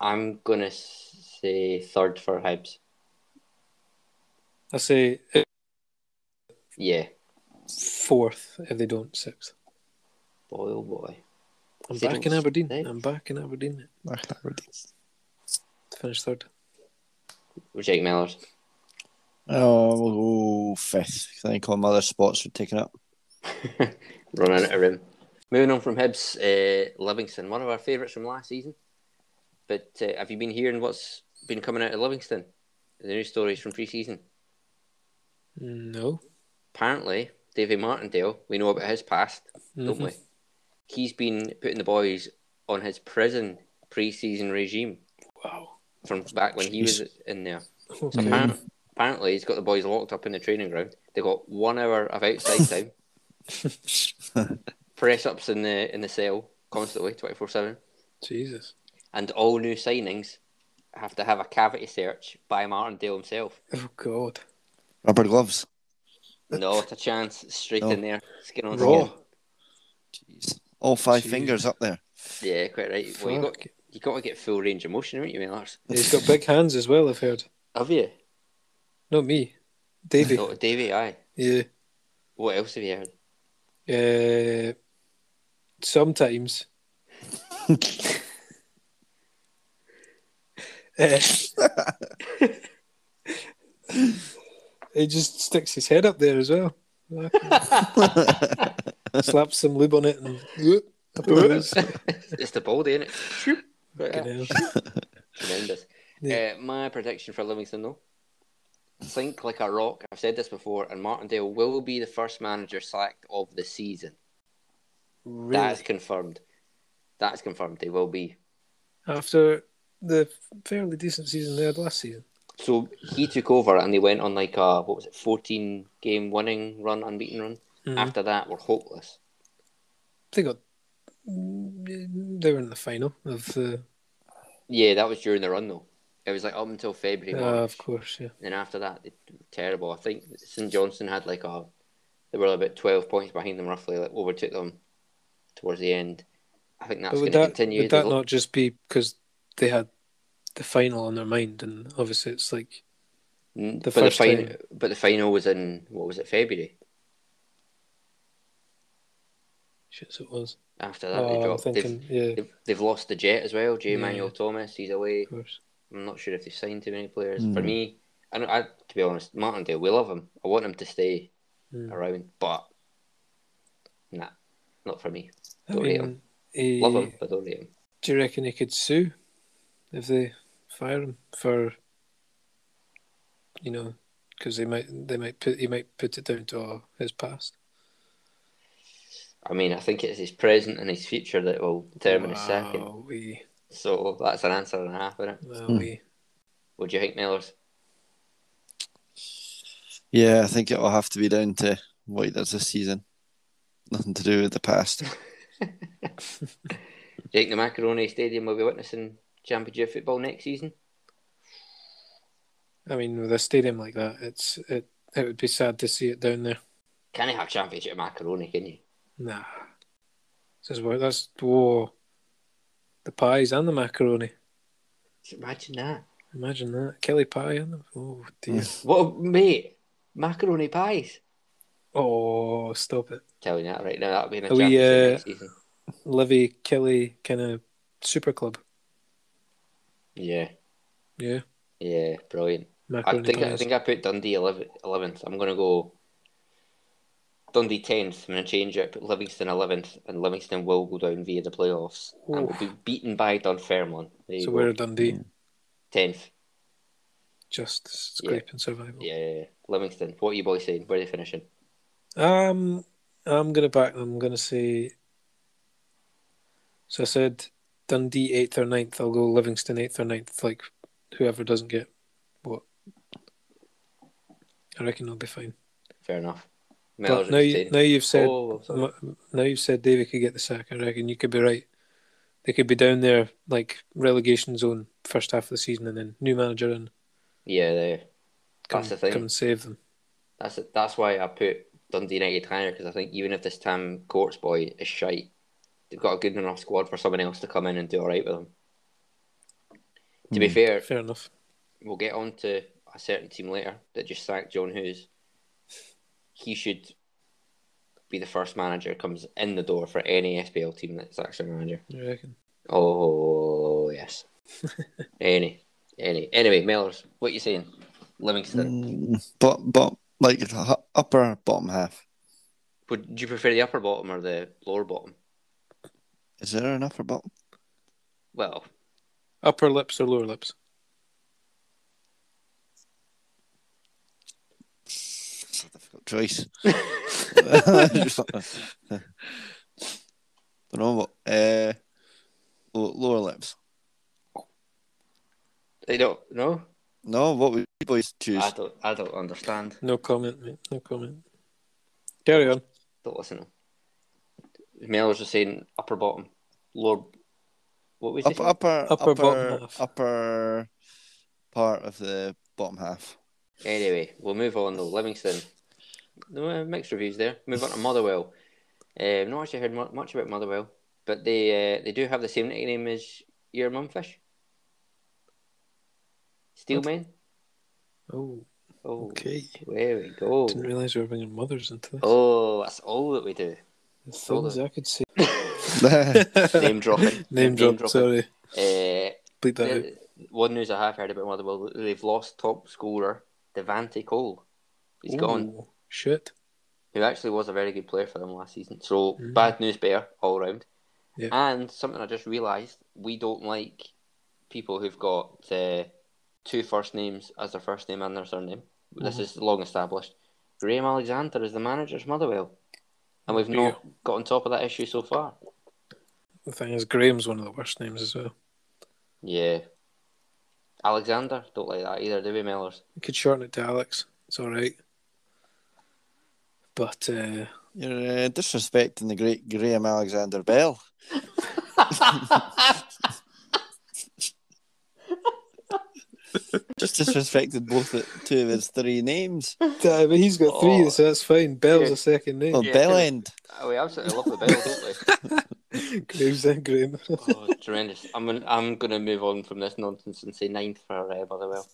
S1: I'm gonna say third for Hibs.
S2: I say
S1: Yeah,
S2: fourth if they don't sixth.
S1: boy, oh boy.
S2: I'm
S1: They
S2: back
S1: don't
S2: in Aberdeen.
S1: sixth.
S2: I'm back in Aberdeen. Finish third.
S1: Jake Mellors.
S3: Oh, we'll go fifth. 'cause I think all my other spots were taken up.
S1: running out of room. Moving on from Hibs, uh, Livingston, one of our favourites from last season. But uh, have you been hearing what's been coming out of Livingston? The news stories from pre-season.
S2: No.
S1: Apparently, Davy Martindale, we know about his past, don't we?
S2: Mhm.
S1: He's been putting the boys on his prison pre-season regime
S2: Wow.
S1: from back when he was in there. So
S2: Okay.
S1: apparent- apparently, he's got the boys locked up in the training ground. They got one hour of outside time, press ups in the in the cell constantly, twenty four seven.
S2: Jesus.
S1: and all new signings have to have a cavity search by Martindale himself.
S2: Oh God.
S3: Rubber gloves.
S1: Not a chance. Straight
S3: No.
S1: in there, skin on
S2: Oh. Raw.
S3: Jeez. All five
S2: Jeez.
S3: fingers up there.
S1: skin. Yeah, quite right. Well, you got
S2: Fuck.
S1: you got to get full range of motion, haven't you, Millers?
S2: He's got big hands as well. I've heard.
S1: Have you?
S2: Not me. Davy.
S1: Oh, Davy, aye.
S2: Yeah.
S1: What else have you heard?
S2: Uh, sometimes. Uh, he just sticks his head up there as well. Slaps some lube on it and whoop, up it goes.
S1: It's the baldy, isn't it? Shoop. Right,
S2: Fucking hell.
S1: Tremendous.
S2: Yeah.
S1: Uh, my prediction for Livingston, though. Think like a rock. I've said this before, and Martindale will be the first manager sacked of the season. That's
S2: Really?
S1: confirmed. That's confirmed. They will be.
S2: After the fairly decent season they had last season.
S1: So he took over and they went on like a what was it, fourteen game winning run, unbeaten run.
S2: Mm-hmm.
S1: After that, we're hopeless.
S2: They got they were in the final of the
S1: Yeah, that was during the run though. It was like up until February,
S2: Ah,
S1: March,
S2: of course, yeah.
S1: and after that, they were terrible. I think St Johnson had like a, they were about twelve points behind them roughly. Like overtook them towards the end. I think that's
S2: But
S1: going
S2: would
S1: to
S2: that
S1: continue.
S2: would
S1: They
S2: that
S1: lo-
S2: not just be because they had the final on their mind and obviously it's like
S1: Mm,
S2: the
S1: but
S2: first
S1: the final,
S2: time?
S1: but the final was in what was it, February?
S2: shit it was.
S1: After that, they
S2: Oh, I'm
S1: dropped. They've,
S2: thinking, yeah,
S1: they've, they've lost the jet as well. J.
S2: Yeah.
S1: Manuel Thomas, he's away.
S2: of course.
S1: I'm not sure if they've signed too many players. For
S3: Mm.
S1: me, I, don't- I to be honest, Martindale, we love him. I want him to stay
S2: Mm.
S1: around, but nah, not for me.
S2: I
S1: Don't rate
S2: mean, he-
S1: Love him, but don't rate him.
S2: Do you reckon he could sue if they fire him for, you know, because they might they might put he might put it down to uh, his past.
S1: I mean, I think it's his present and his future that will determine his second.
S2: Wowee,
S1: So that's an answer and a half, isn't it?
S2: wowee.
S1: What do you think, Mellors?
S3: Yeah, I think it'll have to be down to what he does this season. Nothing to do with the past.
S1: Jake the Macaroni Stadium will be witnessing championship football next season.
S2: I mean, with a stadium like that, it's it it would be sad to see it down there.
S1: Can you have championship macaroni, can you?
S2: Nah, this is where that's whoa, the pies and the macaroni.
S1: Just imagine that.
S2: Imagine that Kelly pie and the, oh dear.
S1: What, mate? Macaroni pies.
S2: oh, stop it,
S1: Telling you that right now, that'll be in a
S2: Are we,
S1: championship
S2: uh,
S1: next season.
S2: Livy Kelly kind of super club.
S1: Yeah,
S2: Yeah,
S1: yeah, brilliant. I
S2: macaroni
S1: think I
S2: pies.
S1: think I put Dundee 11th. 11th. I'm going to go Dundee 10th. I'm going to change it. Put Livingston 11th, and Livingston will go down via the playoffs and will be beaten by Dunfermline. There you
S2: So
S1: go.
S2: we're Dundee.
S1: 10th.
S2: just
S1: Yeah.
S2: scrape and survival.
S1: Yeah, Livingston. What are you boys saying? Where are they finishing?
S2: Um, I'm gonna back. I'm gonna say. So I said Dundee eighth or ninth. I'll go Livingston eighth or ninth. Like whoever doesn't get what. I reckon they'll be fine.
S1: Fair enough.
S2: But
S1: Mellors
S2: now,
S1: are
S2: you,
S1: saying-
S2: now you've said
S1: Oh, sorry.
S2: m- now you've said Davy could get the sack. I reckon you could be right. They could be down there like relegation zone first half of the season, and then new manager in
S1: yeah, there.
S2: come,
S1: That's the thing.
S2: come and save them.
S1: That's it. That's why I put Dundee United higher because I think even if this Tam Courts boy is shite, they've got a good enough squad for someone else to come in and do all right with them. To be
S3: Hmm.
S1: fair,
S2: Fair enough.
S1: we'll get on to a certain team later that just sacked John Hughes. He should be the first manager comes in the door for any SPL team that sacks a manager.
S2: You reckon?
S1: Oh yes, any, any. Anyway, Mellors, what you saying? Livingston.
S3: Mm, but but like it's hu- upper bottom half.
S1: Would do you prefer the upper bottom or the lower bottom?
S3: Is there an upper bottom?
S1: Well,
S2: Upper lips or lower lips?
S3: It's a difficult choice. Don't know what. Uh, lo- lower lips.
S1: I don't know.
S3: No, what would you boys choose?
S1: I don't. I don't understand.
S2: No comment, mate. No comment. Carry on.
S1: Don't listen. Mellors was saying upper bottom, lower. What was
S3: Up,
S1: it?
S3: upper,
S2: Upper
S3: upper,
S2: bottom
S3: upper,
S2: half.
S3: part of the bottom half.
S1: Anyway, we'll move on though. Livingston. No, uh, mixed reviews there. Move on to Motherwell. Um, not actually heard mu- much about Motherwell, but they uh, they do have the same nickname as your mumfish. Steelman.
S2: Oh,
S1: Oh,
S2: okay.
S1: there we go.
S2: Didn't realise we were bringing mothers into this.
S1: Oh, that's all that we do.
S2: The Things I could say.
S1: Name dropping.
S2: Name drop. Sorry.
S1: Uh,
S2: Bleed that out.
S1: the- one news I have heard about Motherwell, they've lost top scorer Devante Cole. He's gone.
S2: Ooh, Shit.
S1: Who actually was a very good player for them last season. So
S2: Mm.
S1: bad news bear all round.
S2: Yeah.
S1: And something I just realised, we don't like people who've got uh, two first names as their first name and their surname. This
S2: Mhm.
S1: is long established. Graham Alexander is the manager's Motherwell. And we've
S2: Yeah.
S1: not got on top of that issue so far.
S2: The thing is, Graham's one of the worst names as well.
S1: Yeah. Alexander, don't like that either, do we, Mellors?
S2: You could shorten it to Alex. It's all right. But uh,
S3: You're uh, disrespecting the great Graham Alexander Bell. Just disrespected both the two of his three names.
S2: Yeah, but he's got three,
S1: Oh.
S2: so that's ffine. Bell's
S1: Yeah.
S2: a second name.
S3: Well,
S1: Yeah.
S3: Bell End.
S1: Oh, we absolutely love the bell, don't Oh.
S2: Graves and Graham.
S1: we? Oh, tremendous. I'm gonna, I'm going to move on from this nonsense and say ninth for uh, Motherwell.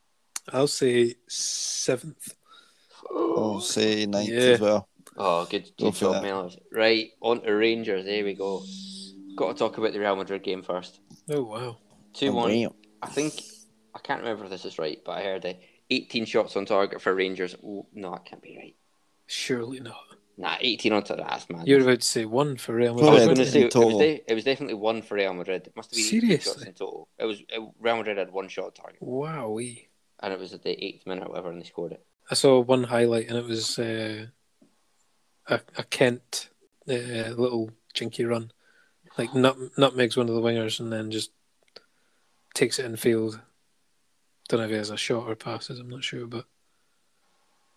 S2: I'll say seventh.
S3: I'll Oh,
S2: Oh,
S3: say ninth
S2: Yeah.
S3: as well.
S1: Oh, good,
S3: Go
S1: good
S3: for
S1: job,
S3: that.
S1: Mellors. Right, on to Rangers. There we go. Got to talk about the Real Madrid game first.
S2: Oh wow.
S1: 2
S3: Oh,
S1: 1.
S3: damn.
S1: I think I can't remember if this is right, but I heard it. 18 shots on target for Rangers. Oh, no, that can't be right.
S2: Surely not.
S1: Nah, 18 on target. That's mad.
S2: You were about to say one for Real
S1: I
S3: Oh,
S1: was
S2: Madrid.
S3: yeah,
S1: going to
S2: wasn't
S1: say
S2: you?
S1: it was,
S3: total.
S1: de- it was definitely one for Real Madrid. It must have been eighteen shots
S2: Seriously?
S1: in total. It was it, Real Madrid had one shot target,
S2: Wowee.
S1: and it was at the eighth minute or whatever, and they scored it.
S2: I saw one highlight, and it was uh, a a Kent uh, little jinky run. Like nut, nutmegs one of the wingers, and then just takes it in field. Don't know if he has a shot or passes. I'm not sure, but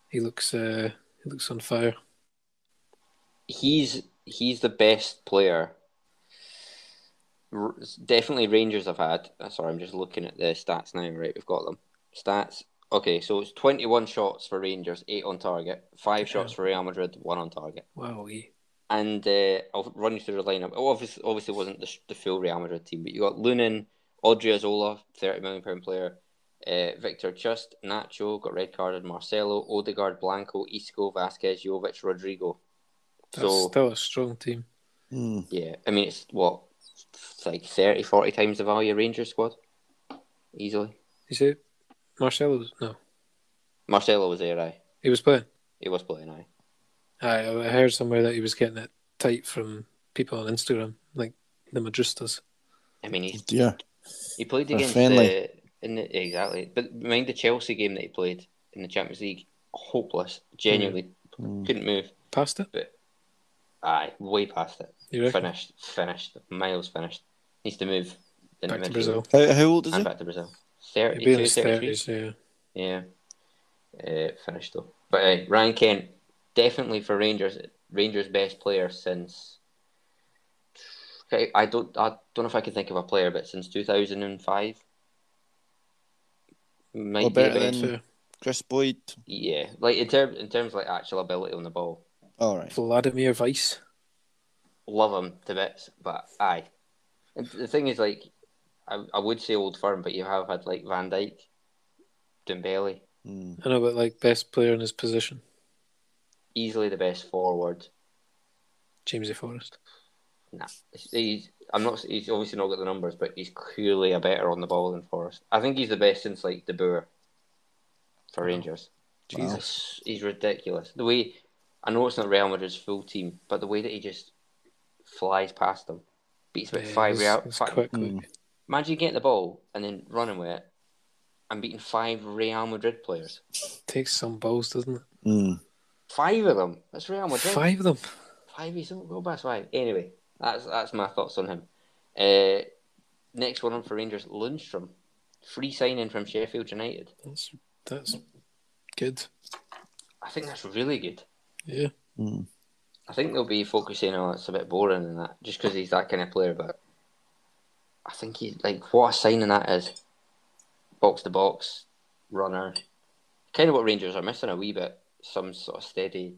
S2: he looks uh, he looks on fire.
S1: He's he's the best player. R- definitely Rangers have had. uh, Sorry, I'm just looking at the stats now. Right, we've got them. Stats. Okay, so it's 21 shots for Rangers, eight on target, five shots for Real Madrid, one on target.
S2: Wowee.
S1: and uh, I'll run you through the lineup. It obviously, obviously wasn't the, the full Real Madrid team, but you got Lunin, Audrey Azola, thirty million pound player, uh, Victor Chust, Nacho got red carded, Marcelo, Odegaard, Blanco, Isco, Vasquez, Jovic, Rodrigo.
S2: That's
S1: So
S2: still a strong team.
S3: Hmm.
S1: yeah, I mean it's what it's like 30, 40 times the value of Rangers squad, easily.
S2: Is it Marcelo's? No,
S1: Marcelo was there, aye.
S2: he was playing.
S1: He was playing, aye.
S2: I, I heard somewhere that he was getting it tight from people on Instagram, like the Madristas.
S1: I mean he
S3: Yeah.
S1: he played
S3: For a
S1: against
S3: friendly.
S1: the, in the exactly, but mind the Chelsea game that he played in the Champions League, hopeless, genuinely
S3: Mm.
S1: Couldn't move.
S2: Past it,
S1: Aye, way past it.
S2: you reckon?
S1: Finished, finished. Miles finished. Needs to move. in
S2: Back to
S1: midfield
S2: Brazil.
S3: How, how old is
S1: And
S3: he?
S1: back to Brazil.
S2: He'd be
S1: 32,
S2: in his
S1: 33.
S2: thirties. Yeah.
S1: Yeah. Uh, finished though. But uh, Ryan Kent, definitely for Rangers, Rangers' best player since. Okay, I don't, I don't know if I can think of a player, but since 2005. Might
S3: Well,
S1: be the
S3: better
S1: best.
S3: than-
S2: So
S3: Chris Boyd.
S1: Yeah, like in terms in terms of like actual ability on the ball,
S3: All right.
S2: Vladimir Vice.
S1: love him to bits. But aye, and the thing is like, I, I would say old firm, but you have had like Van Dijk, Dembele,
S3: Hmm.
S2: I know, but like best player in his position,
S1: easily the best forward.
S2: Jamesy Forrest.
S1: Nah, he's I'm not. He's obviously not got the numbers, but he's clearly a better on the ball than Forrest. I think he's the best since like De Boer
S2: Oh.
S1: for Rangers. Jesus, he's ridiculous. The way I know it's not Real Madrid's full team, but the way that he just flies past them, beats about
S2: Yeah,
S1: five
S2: he's-
S1: Real.
S2: he's
S1: fi-
S2: quick, quick.
S3: Mm.
S1: Imagine getting the ball and then running with it, and beating five Real Madrid players.
S2: Takes some balls, doesn't it?
S3: Mm.
S1: Five of them. That's Real Madrid.
S2: Five of them.
S1: Five is go past five. Anyway, that's that's my thoughts on him. Uh, next one on for Rangers, Lundstrom, free signing from Sheffield United.
S2: That's that's good.
S1: I think that's really good.
S2: Yeah.
S3: Mm.
S1: I think they'll be focusing on it's a bit boring and that just because he's that kind of player. But I think he's like what a signing that is. Box to box runner, kind of what Rangers are missing a wee bit. Some sort of steady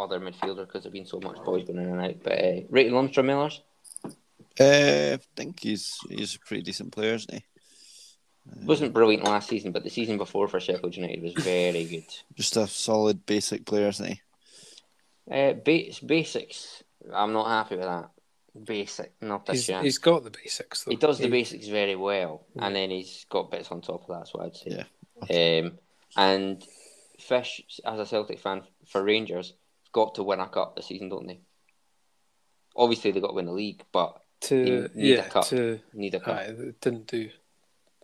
S1: other midfielder because there've been so much boys going in and out. But uh, rating Lundstrom, Millers.
S3: Uh, I think he's he's a pretty decent player, isn't he?
S1: wasn't brilliant last season, but the season before for Sheffield United was very good.
S3: Just a solid basic player, isn't he?
S1: Uh, ba- basics, I'm not happy with that. Basic, not a
S2: He's,
S1: chance.
S2: he's got the basics though.
S1: he does the
S2: He-
S1: basics very well, and then he's got bits on top of that. So I'd say. Um, and Fish, as a Celtic fan for Rangers, got to win a cup this season, don't they? Obviously, they got to win the league, but
S2: to
S1: he need a
S2: yeah
S1: cup.
S2: to
S1: need a cup.
S2: aye, it didn't do.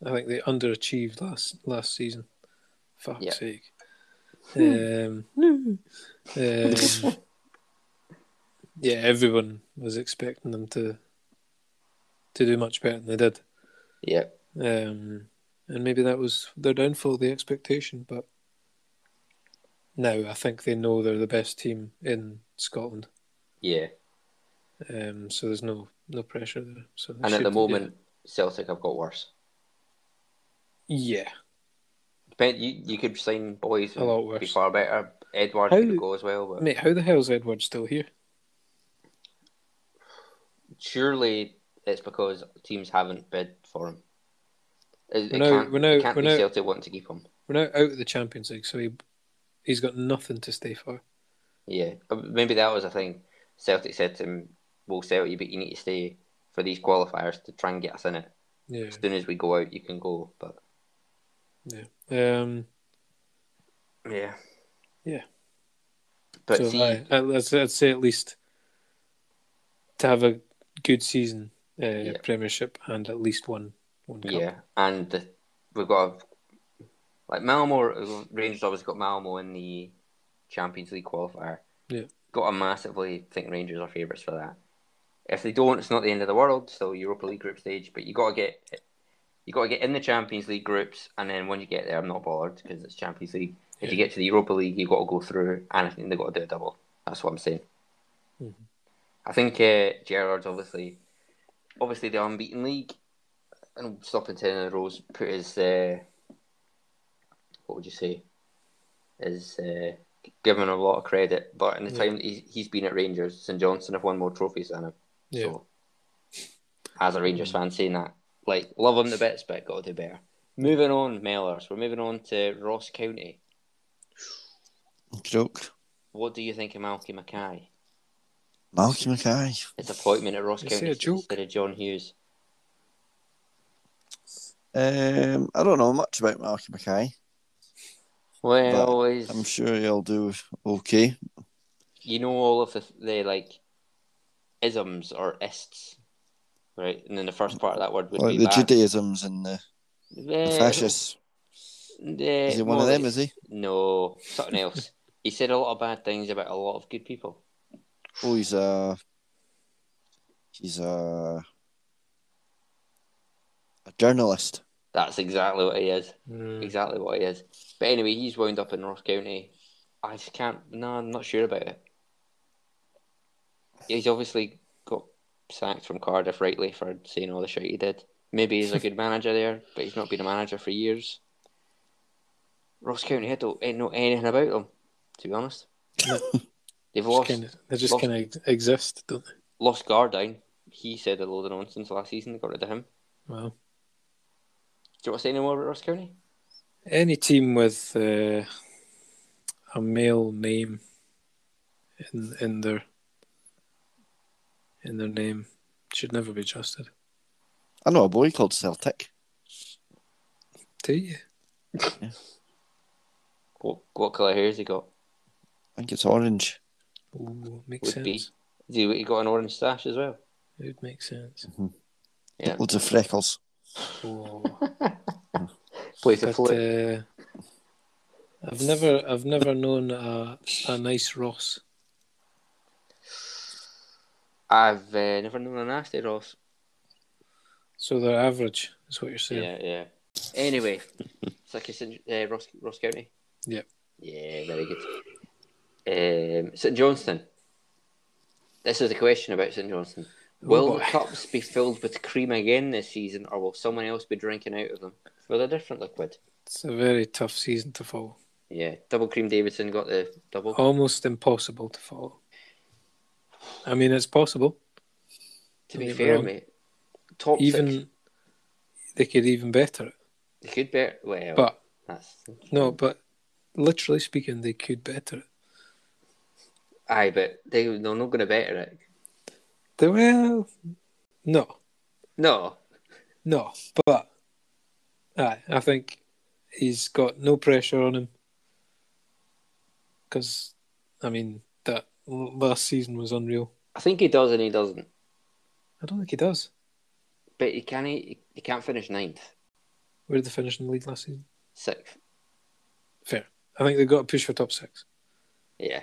S2: I think they underachieved last last season. Fuck's
S1: Yeah. Hmm.
S2: sake. Um, um, yeah, everyone was expecting them to to do much better than they did.
S1: Yeah,
S2: Um, and maybe that was their downfall, the expectation. But now I think they know they're the best team in Scotland.
S1: yeah.
S2: Um, so there's no no pressure there. So they
S1: And at
S2: should-
S1: the moment, Celtic have got worse.
S2: yeah,
S1: Depend, you, you could sign boys
S2: A lot
S1: who'd be
S2: worse.
S1: far better. Edward
S2: How-
S1: could go as well, but
S2: mate, how the hell's Edward still here?
S1: surely it's because teams haven't bid for him. It, it
S2: We're now-
S1: can't,
S2: we're now-
S1: it can't
S2: we're
S1: be
S2: now-
S1: Celtic wanting to keep him.
S2: We're now out of the Champions League, so he he's got nothing to stay for.
S1: Yeah, Uh, maybe that was a thing. Celtic said to him, "We'll sell you, but you need to stay for these qualifiers to try and get us in it.
S2: Yeah.
S1: As soon as we go out, you can go." But
S2: Um.
S1: yeah,
S2: Yeah.
S1: But
S2: so
S1: see,
S2: aye, I'd, I'd say- I'd say at least to have a good season, uh,
S1: Yeah.
S2: Premiership, and at least one one cup.
S1: Yeah, and the, we've got like Malmo. Rangers obviously got Malmo in the Champions League qualifier.
S2: Yeah.
S1: got a massively think Rangers are favourites for that. If they don't, it's not the end of the world. Still Europa League group stage, but you got to get you got to get in the Champions League groups, and then when you get there, I'm not bothered because it's Champions League. If you
S2: Yeah.
S1: get to the Europa League, you got to go through, and I think they got to do a double. That's what I'm saying.
S2: Mhm.
S1: I think uh, Gerard's obviously obviously the unbeaten league and stopping ten in a row is put his uh, what would you say is uh, given a lot of credit, but in the
S2: Yeah.
S1: time that he's, he's been at Rangers, St Johnson have won more trophies than him.
S2: Yeah. Mm.
S1: So as a Rangers fan, saying that like love him the bits, but got to do better. Moving on, Mellors. We're moving on to Ross County.
S3: Joke.
S1: What do you think of Malky Mackay?
S3: Malky Mackay.
S1: His appointment at Ross
S2: Is
S1: County
S2: he a joke?
S1: instead of John Hughes.
S3: Um, I don't know much about Malky Mackay.
S1: Well, he's,
S3: I'm sure he'll do okay.
S1: you know all of the, the like isms or ists, right? And then the first part of that word would be
S3: Like the
S1: bad.
S3: Judaisms and the, the
S1: Eh,
S3: fascists.
S1: eh,
S3: Is he one of
S1: more
S3: them? Is he?
S1: No, something else. he said a lot of bad things about a lot of good people.
S3: Oh, he's a he's a a journalist.
S1: That's exactly what he is.
S2: Mm.
S1: Exactly what he is. But anyway, he's wound up in Ross County. I just can't. No, I'm not sure about it. He's obviously got sacked from Cardiff rightly for saying all the shit he did. Maybe he's a good manager there, but he's not been a manager for years. Ross County, I don't eh, know anything about them, to be honest.
S2: No.
S1: They've
S2: Just
S1: lost
S2: kinda, they just
S1: lost-
S2: kind of exist, don't they?
S1: lost Gardine. He said a load of nonsense last season. They got rid of him.
S2: Well,
S1: Do you want to say any more about Ross County?
S2: any team with uh, a male name in in their in their name should never be trusted.
S3: I know a boy called Celtic.
S2: Do you?
S1: What what colour hair has he got?
S3: I think it's orange.
S2: Ooh, makes
S1: Would
S2: sense.
S1: be. Has he, he got an orange stash as well?
S2: It would make sense.
S1: Yeah.
S3: Loads of freckles.
S2: Oh.
S1: Plays a
S2: but,
S1: flip.
S2: uh, I've never, I've never known a, a nice Ross.
S1: I've uh, never known a nasty Ross.
S2: So they're average, is what you're saying.
S1: Yeah, yeah. Anyway, it's like a St. Uh, Ross, Ross County.
S2: Yep.
S1: Yeah, very good. Um, St Johnston. This is a question about St Johnston. Will the
S2: Oh, boy.
S1: cups be filled with cream again this season, or will someone else be drinking out of them with a different liquid?
S2: It's a very tough season to follow.
S1: Yeah, double cream Davidson got the double.
S2: Almost impossible to follow. I mean, it's possible.
S1: to
S2: don't
S1: be
S2: get me
S1: fair,
S2: wrong.
S1: mate, top
S2: even
S1: six,
S2: they could even better it.
S1: they could better. Well,
S2: But
S1: that's
S2: no, but literally speaking, they could better it.
S1: aye, but they they're not going to better it.
S2: They well, no,
S1: No,
S2: no, but aye, I think he's got no pressure on him because I mean that l- last season was unreal.
S1: I think he does and he doesn't.
S2: I don't think he does.
S1: But he can't. He, he can't finish ninth,
S2: Where did they finish in the league last season?
S1: sixth.
S2: Fair. I think they got a push for top six,
S1: Yeah.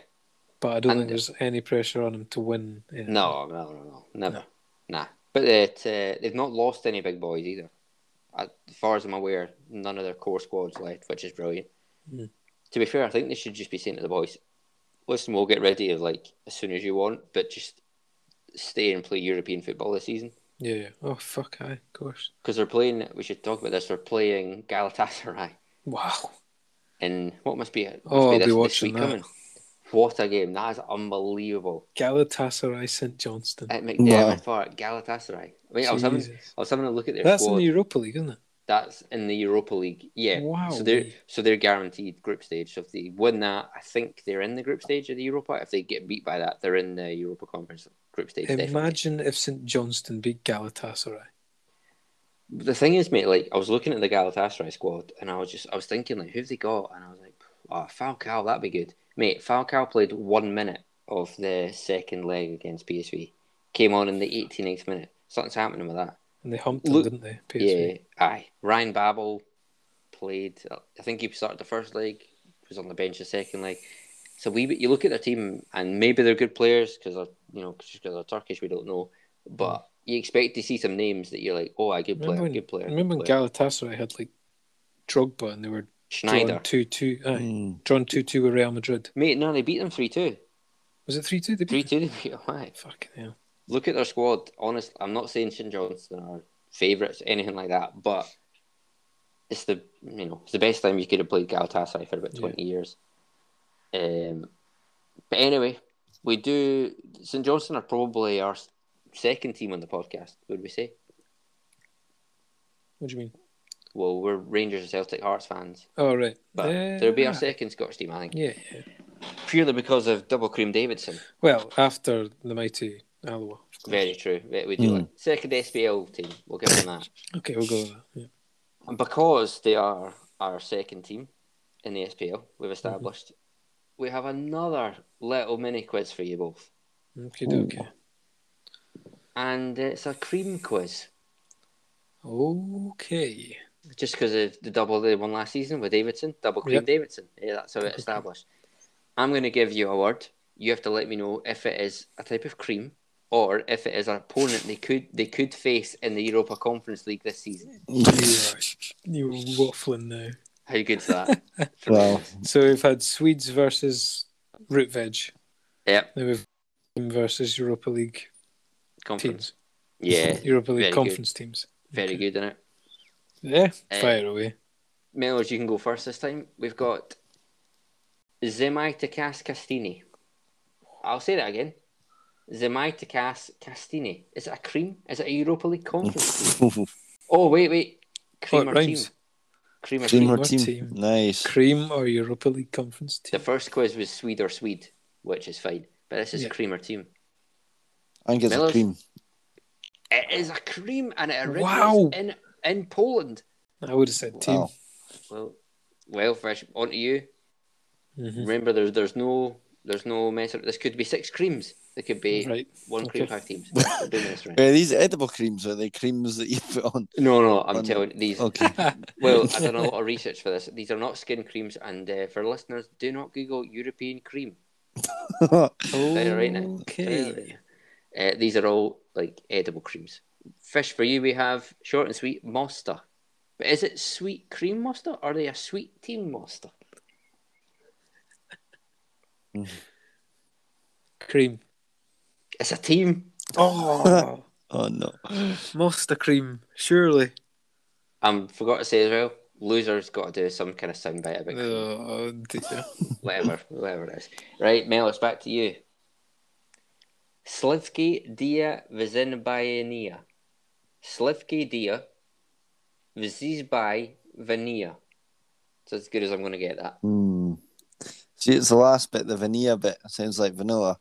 S2: but I don't
S1: And-
S2: think there's any pressure on him to win. anything.
S1: No, no, no, no, never.
S2: No.
S1: Nah. But it, uh, they've not lost any big boys either. As far as I'm aware, none of their core squads left, which is brilliant.
S2: Mm.
S1: To be fair, I think they should just be saying to the boys, "Listen, we'll get ready like as soon as you want, but just stay and play European football this season."
S2: Yeah. yeah. Oh fuck! Aye, of course.
S1: Because they're playing. We should talk about this. They're playing Galatasaray
S2: Wow.
S1: in what must be it.
S2: Oh, I'll be
S1: this, this
S2: watching
S1: week
S2: that.
S1: coming. What a game! That is unbelievable.
S2: Galatasaray St Johnston.
S1: At
S3: No.
S1: McDermott Park, Galatasaray. I mean, I was having
S2: Jesus.
S1: I was having a look at their
S2: That's in
S1: squad.
S2: the Europa League, isn't it?
S1: That's in the Europa League. Yeah.
S2: Wow.
S1: So they're so they're guaranteed group stage. So if they win that, I think they're in the group stage of the Europa. If they get beat by that, they're in the Europa Conference group stage. definitely.
S2: Imagine if St Johnston beat Galatasaray.
S1: The thing is, mate, like I was looking at the Galatasaray squad, and I was just I was thinking like, who've they got? And I was like, oh, Falcao, that'd be good, mate. Falcao played one minute of the second leg against PSV. Came on in the 18th minute. Something's happening with that.
S2: And they humped them,
S1: Look-
S2: didn't they? PSV.
S1: Yeah, aye. Ryan Babel played. I think he started the first leg. Was on the bench the second leg. So we, you look at their team, and maybe they're good players because they're, you know, just because they're Turkish, we don't know. But you expect to see some names that you're like, oh, a good player,
S2: Remember when-
S1: good player.
S2: I remember
S1: good
S2: when
S1: player.
S2: Galatasaray had like Drogba and they were
S1: Schneider,
S2: drawn 2 2. Aye.
S3: Mm.
S2: Drawn 2 2 with Real Madrid.
S1: mate. No, they beat them three two.
S2: Was it 3 2? They
S1: Three
S2: beat
S1: two, they beat them. Aye.
S2: Fucking hell.
S1: Look at their squad. Honestly, I'm not saying St. Johnston are favourites, anything like that, but it's the you know it's the best time you could have played Galatasaray for about
S2: Yeah.
S1: twenty years. Um, but anyway, we do. St. Johnston are probably our s- second team on the podcast. Would we say?
S2: What do you mean?
S1: Well, we're Rangers and Celtic Hearts fans,
S2: Oh, right.
S1: but
S2: Eh,
S1: there'll be our
S2: aye.
S1: second Scottish team, I think,
S2: Yeah, yeah.
S1: purely because of double cream Davidson.
S2: Well, after the mighty Alloa.
S1: Very true. We we do
S3: Hmm.
S1: like second SPL team. We'll give them that.
S2: Okay, we'll go with that. Yeah.
S1: And because they are our second team in the SPL, we've established
S2: Mm-hmm.
S1: we have another little mini quiz for you both.
S2: Okay, okay.
S1: And it's a cream quiz,
S2: Okay.
S1: just because of the double they won last season with Davidson, double cream
S2: Yep.
S1: Davidson. Yeah, that's how it's established. I'm going to give you a word. You have to let me know if it is a type of cream or if it is an opponent they could they could face in the Europa Conference League this season.
S2: You were waffling now.
S1: How good's that?
S3: well,
S2: So we've had Swedes versus Root Veg.
S1: Yep,
S2: Now we've them versus Europa League
S1: conference.
S2: teams.
S1: Yeah,
S2: Europa League
S1: very good.
S2: conference teams.
S1: very good in it.
S2: Yeah.
S1: Eh,
S2: Fire away.
S1: Mellors, you can go first this time. We've got Zemai Takas Castini. I'll say that again. Zemai Takas Castini. Is it a cream? Is it a Europa League conference? cream?
S3: Mm.
S1: oh, wait, wait. Cream
S2: Oh, it
S1: or team?
S2: rhymes.
S1: Cream or
S3: Team
S1: team?
S3: or
S2: Team.
S3: team? Nice.
S2: Cream or Europa League conference
S1: The
S2: team?
S1: first quiz was Swede or Swede, which is fine. But this is
S2: Yeah.
S1: cream or team.
S3: I think it's a
S1: Mellors?
S3: cream.
S1: It is a cream and it originates
S2: Wow.
S1: in, in Poland.
S2: I would have said team.
S3: Wow.
S1: Well, well, fresh. On to you.
S2: Mhm.
S1: Remember, there's there's no there's no mess. This could be six creams. There could be
S2: Right.
S1: one cream,
S2: Okay.
S1: five teams. We're doing this right.
S3: Are these edible creams? Are they creams that you put on?
S1: No, no, I'm
S3: On-
S1: telling these.
S3: Okay.
S2: Ah.
S1: Well, I've done a lot of research for this. These are not skin creams, and uh, for listeners, do not Google European cream. Tell you right now. Tell you
S2: Okay.
S1: right now. Uh, these are all like edible creams. Fish for you, we have short and sweet Mosta. But is it sweet cream Mosta? Or are they a sweet team Mosta?
S2: Cream.
S1: It's a team.
S2: Oh,
S3: oh no.
S2: Mosta cream, surely.
S1: Um, forgot to say as well. Loser's got to do some kind of soundbite about cream.
S2: Oh, dear.
S1: whatever, whatever it is. Right, Mel, it's back to you. Slivki dia Vizinbayania. Slivki dia Vizizbayvania. It's as good as I'm going to get that.
S3: Hmm. See, it's the last bit, the vanilla bit. Sounds like vanilla.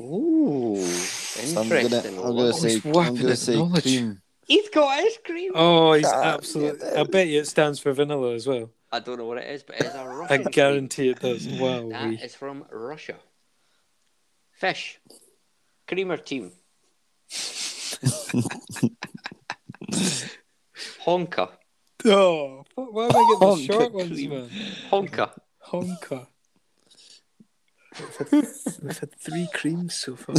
S1: Ooh,
S3: So I'm gonna,
S1: interesting.
S3: I'm gonna say,
S2: Who's
S3: I'm
S2: whapping
S3: gonna
S2: at
S3: say
S2: knowledge?
S3: cream.
S1: He's got ice cream.
S2: Oh, he's
S3: Ah,
S2: absolutely. I bet you it stands for vanilla as well.
S1: I don't know what it is, but it's a
S2: I
S1: Russian
S2: guarantee it does. Wow.
S1: cream. That is from Russia. Fish. Creamer team. Honka.
S2: Oh, fuck, why am I getting the
S3: Honka
S2: short ones,
S3: cream.
S2: man?
S1: Honka.
S2: Honka. We've had, we've had three creams so far.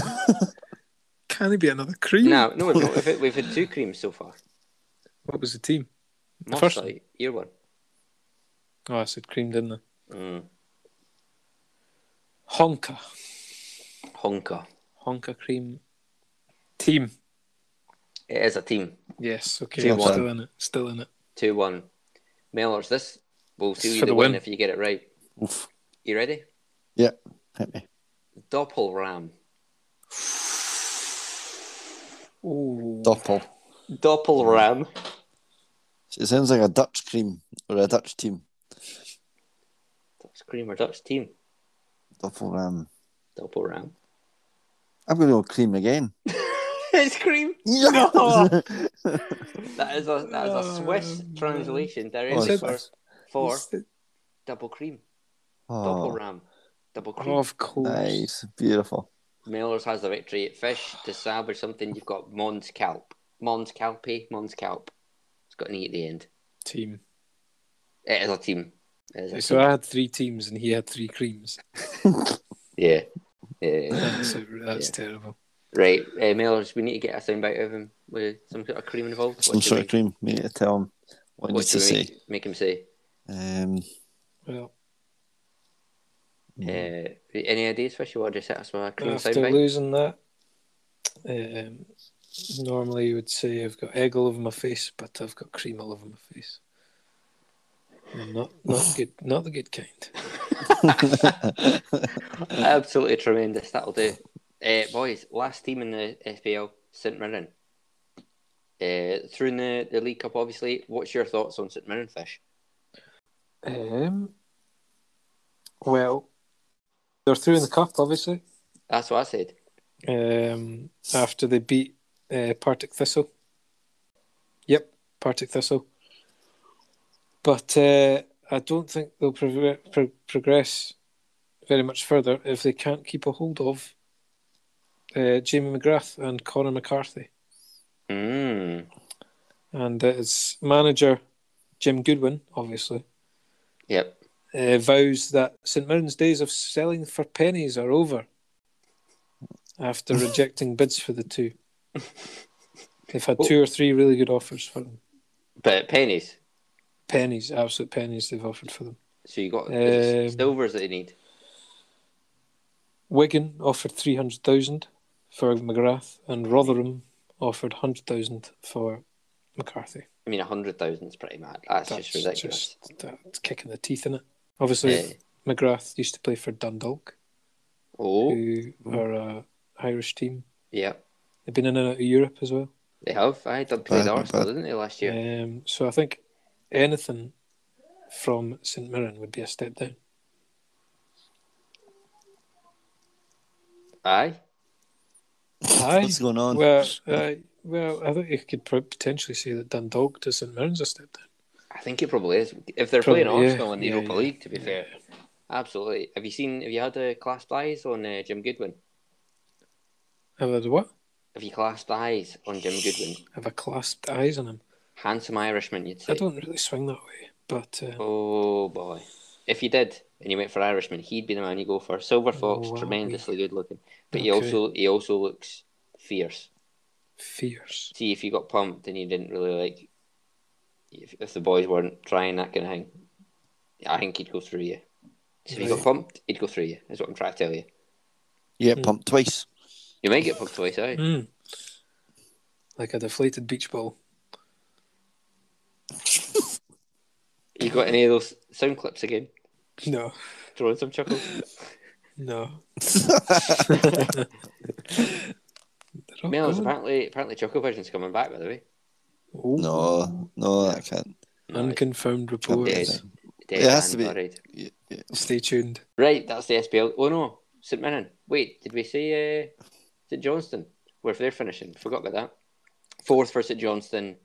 S2: Can it be another cream?
S1: No, no, we've, not. We've, had, we've had two creams so far.
S2: What was the team?
S1: Must
S2: first
S1: I? year one.
S2: Oh, I said cream, didn't I?
S1: Mm.
S2: Honka.
S1: Honka.
S2: Honka cream. Team.
S1: It is a team.
S2: Yes, okay.
S3: Team
S2: I'm
S3: one.
S2: still in it. Still in it.
S1: Two one. Mellors, this will
S2: It's
S1: seal you
S2: for
S1: the
S2: the
S1: win.
S2: win.
S1: if you get it right.
S3: Oof.
S1: You ready?
S3: Yeah. Hit me.
S1: Doppelram.
S2: Ooh.
S3: Doppel.
S1: Doppelram.
S3: It sounds like a Dutch cream or a Dutch team.
S1: Dutch cream or Dutch team.
S3: Doppelram.
S1: Doppelram.
S3: I'm gonna go cream again.
S1: it's cream.
S3: No.
S1: That is a that is a Swiss
S2: Um,
S1: translation
S3: Oh,
S1: directly
S3: it's-
S1: for, for double cream.
S3: oh,
S1: Doppelram. Double cream.
S2: Oh, of course.
S3: nice, beautiful.
S1: Mellors has the victory. Fish to Sab or something. You've got Mons Calp. Mons Calpe. Mons Calp. It's got an E at the end.
S2: Team.
S1: It is a team. It is a
S2: So
S1: team.
S2: I had three teams and he had three creams.
S1: Yeah. Yeah.
S2: That's, that's terrible.
S1: right. Uh, Mellors, we need to get a soundbite of him with some sort of cream involved.
S3: Some
S1: What should
S3: sort
S1: we-
S3: of cream. Me to tell him what he
S1: What
S3: needs to
S1: should we
S3: say.
S1: make, make him say?
S3: Um,
S2: Well,
S3: Mm.
S1: Uh, any ideas, Fish? You want to just hit us with a cream
S2: after
S1: soundbite?
S2: losing that, um, normally you would say I've got egg all over my face, but I've got cream all over my face. And not not good, not the good kind.
S1: Absolutely tremendous. That'll do. Uh, boys, last team in the SPL, St Mirren. Uh, through in the, the League Cup, obviously. What's your thoughts on St Mirren, Fish?
S2: Um, well, they're through in the cup, obviously.
S1: That's what I said.
S2: Um, after they beat uh, Partick Thistle. Yep, Partick Thistle. But uh, I don't think they'll prog- pro- progress very much further if they can't keep a hold of uh, Jamie McGrath and Conor McCarthy.
S1: Mm.
S2: And uh, it's manager Jim Goodwin, obviously,
S1: Yep.
S2: uh, vows that St Mirren's days of selling for pennies are over after rejecting bids for the two. They've had two or three really good offers for them.
S1: But pennies.
S2: Pennies, absolute pennies they've offered for them.
S1: So you got it's
S2: Um,
S1: silvers that you need.
S2: Wigan offered 300,000 for McGrath and Rotherham offered 100,000 for McCarthy.
S1: I mean, 100,000 is pretty mad. That's, just ridiculous.
S2: just- that's kicking the teeth in it. Obviously,
S1: Eh,
S2: McGrath used to play for Dundalk,
S1: oh,
S2: who are a Irish team.
S1: yeah.
S2: They've been in and out of Europe as well.
S1: They have. I did play
S3: Bad,
S1: the
S3: not
S1: Arsenal,
S3: bad.
S1: didn't they, last year?
S2: Um, so I think anything from St Mirren would be a step down.
S1: Aye.
S2: Aye.
S3: What's going on?
S2: Well, uh, well, I think you could pro- potentially say that Dundalk to St Mirren's a step down.
S1: I think it probably is. If they're
S2: Probably,
S1: playing
S2: yeah.
S1: Arsenal in the
S2: Yeah,
S1: Europa
S2: yeah.
S1: League, to be fair, absolutely. Have you seen? Have you had uh, clasped eyes on uh, Jim Goodwin?
S2: Have I what?
S1: Have you clasped eyes on Jim Goodwin?
S2: Have I clasped eyes on him?
S1: Handsome Irishman, you'd
S2: I
S1: say.
S2: don't really swing that way, but uh,
S1: Oh boy! If you did and you went for Irishman, he'd be the man you go for. Silver Fox,
S2: Oh, wow.
S1: tremendously good looking, but he
S2: Okay.
S1: also he also looks fierce.
S2: fierce.
S1: See if you got pumped and you didn't really like, if, if the boys weren't trying that kind of thing, I think he'd go through you. So if you got
S2: Right.
S1: pumped, he'd go through you. Is what I'm trying to tell you.
S3: yeah,
S1: Hmm.
S3: pumped twice.
S1: You might get pumped twice, eh?
S2: Mm. Like a deflated beach ball.
S1: You got any of those sound clips again?
S2: No,
S1: Throwing some chuckles.
S2: no. They're all
S1: Mills,
S2: gone.
S1: apparently, apparently, Chuckle Vision's coming back. By the way,
S2: Oh.
S3: no, no, I can't.
S2: Unconfirmed
S1: dead.
S2: reports.
S1: Dead
S3: It has
S1: and
S3: to be.
S1: buried.
S3: Yeah, yeah.
S2: Stay tuned.
S1: Right, that's the SPL. Oh no, St Mirren. Wait, did we say uh, St Johnston? Where if they're finishing? Forgot about that. Fourth for St Johnston.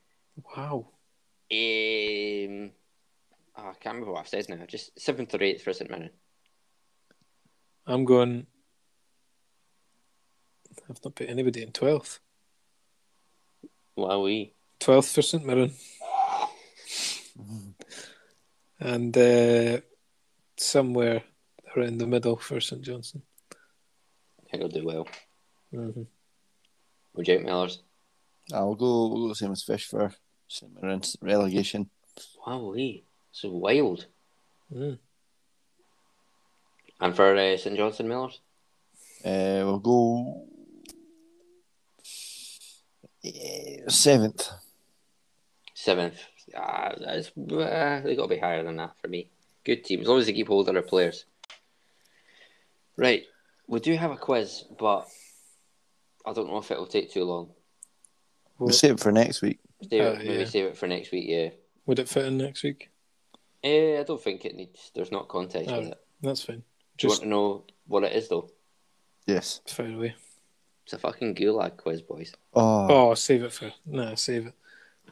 S2: Wow.
S1: Um, oh, I can't remember what I've said now. Just seventh or eighth for St Mirren.
S2: I'm going. I've not put anybody in 12th.
S1: Wowee.
S2: 12th for St Mirren.
S1: Mm-hmm.
S2: And uh, somewhere around the middle for St Johnson.
S1: I think I'll do well.
S2: Mm-hmm.
S1: Would you out, Millers?
S3: I'll go. We'll go same as fish for St Mirren relegation.
S1: Wowee. So wild. Hmm.
S2: Mm.
S1: And for uh, St Johnston, Millers?
S3: Uh, we'll go yeah, eh, seventh.
S1: Seventh. Ah, that's, uh, they got to be higher than that for me. Good team, as long as they keep hold of their players. Right, we do have a quiz, but I don't know if it'll take too long.
S3: We'll save it for next week.
S1: Save
S2: Uh,
S1: it, maybe
S2: yeah.
S1: save it for next week. Yeah,
S2: Would it fit in next week?
S1: eh, I don't think it needs. There's not context
S2: Oh,
S1: with it.
S2: That's fine.
S1: Do you want
S2: Just
S1: to know what it is though?
S3: Yes.
S2: fire away.
S1: It's a fucking gulag quiz, boys.
S3: Oh,
S2: Oh, save it for. Nah, save it.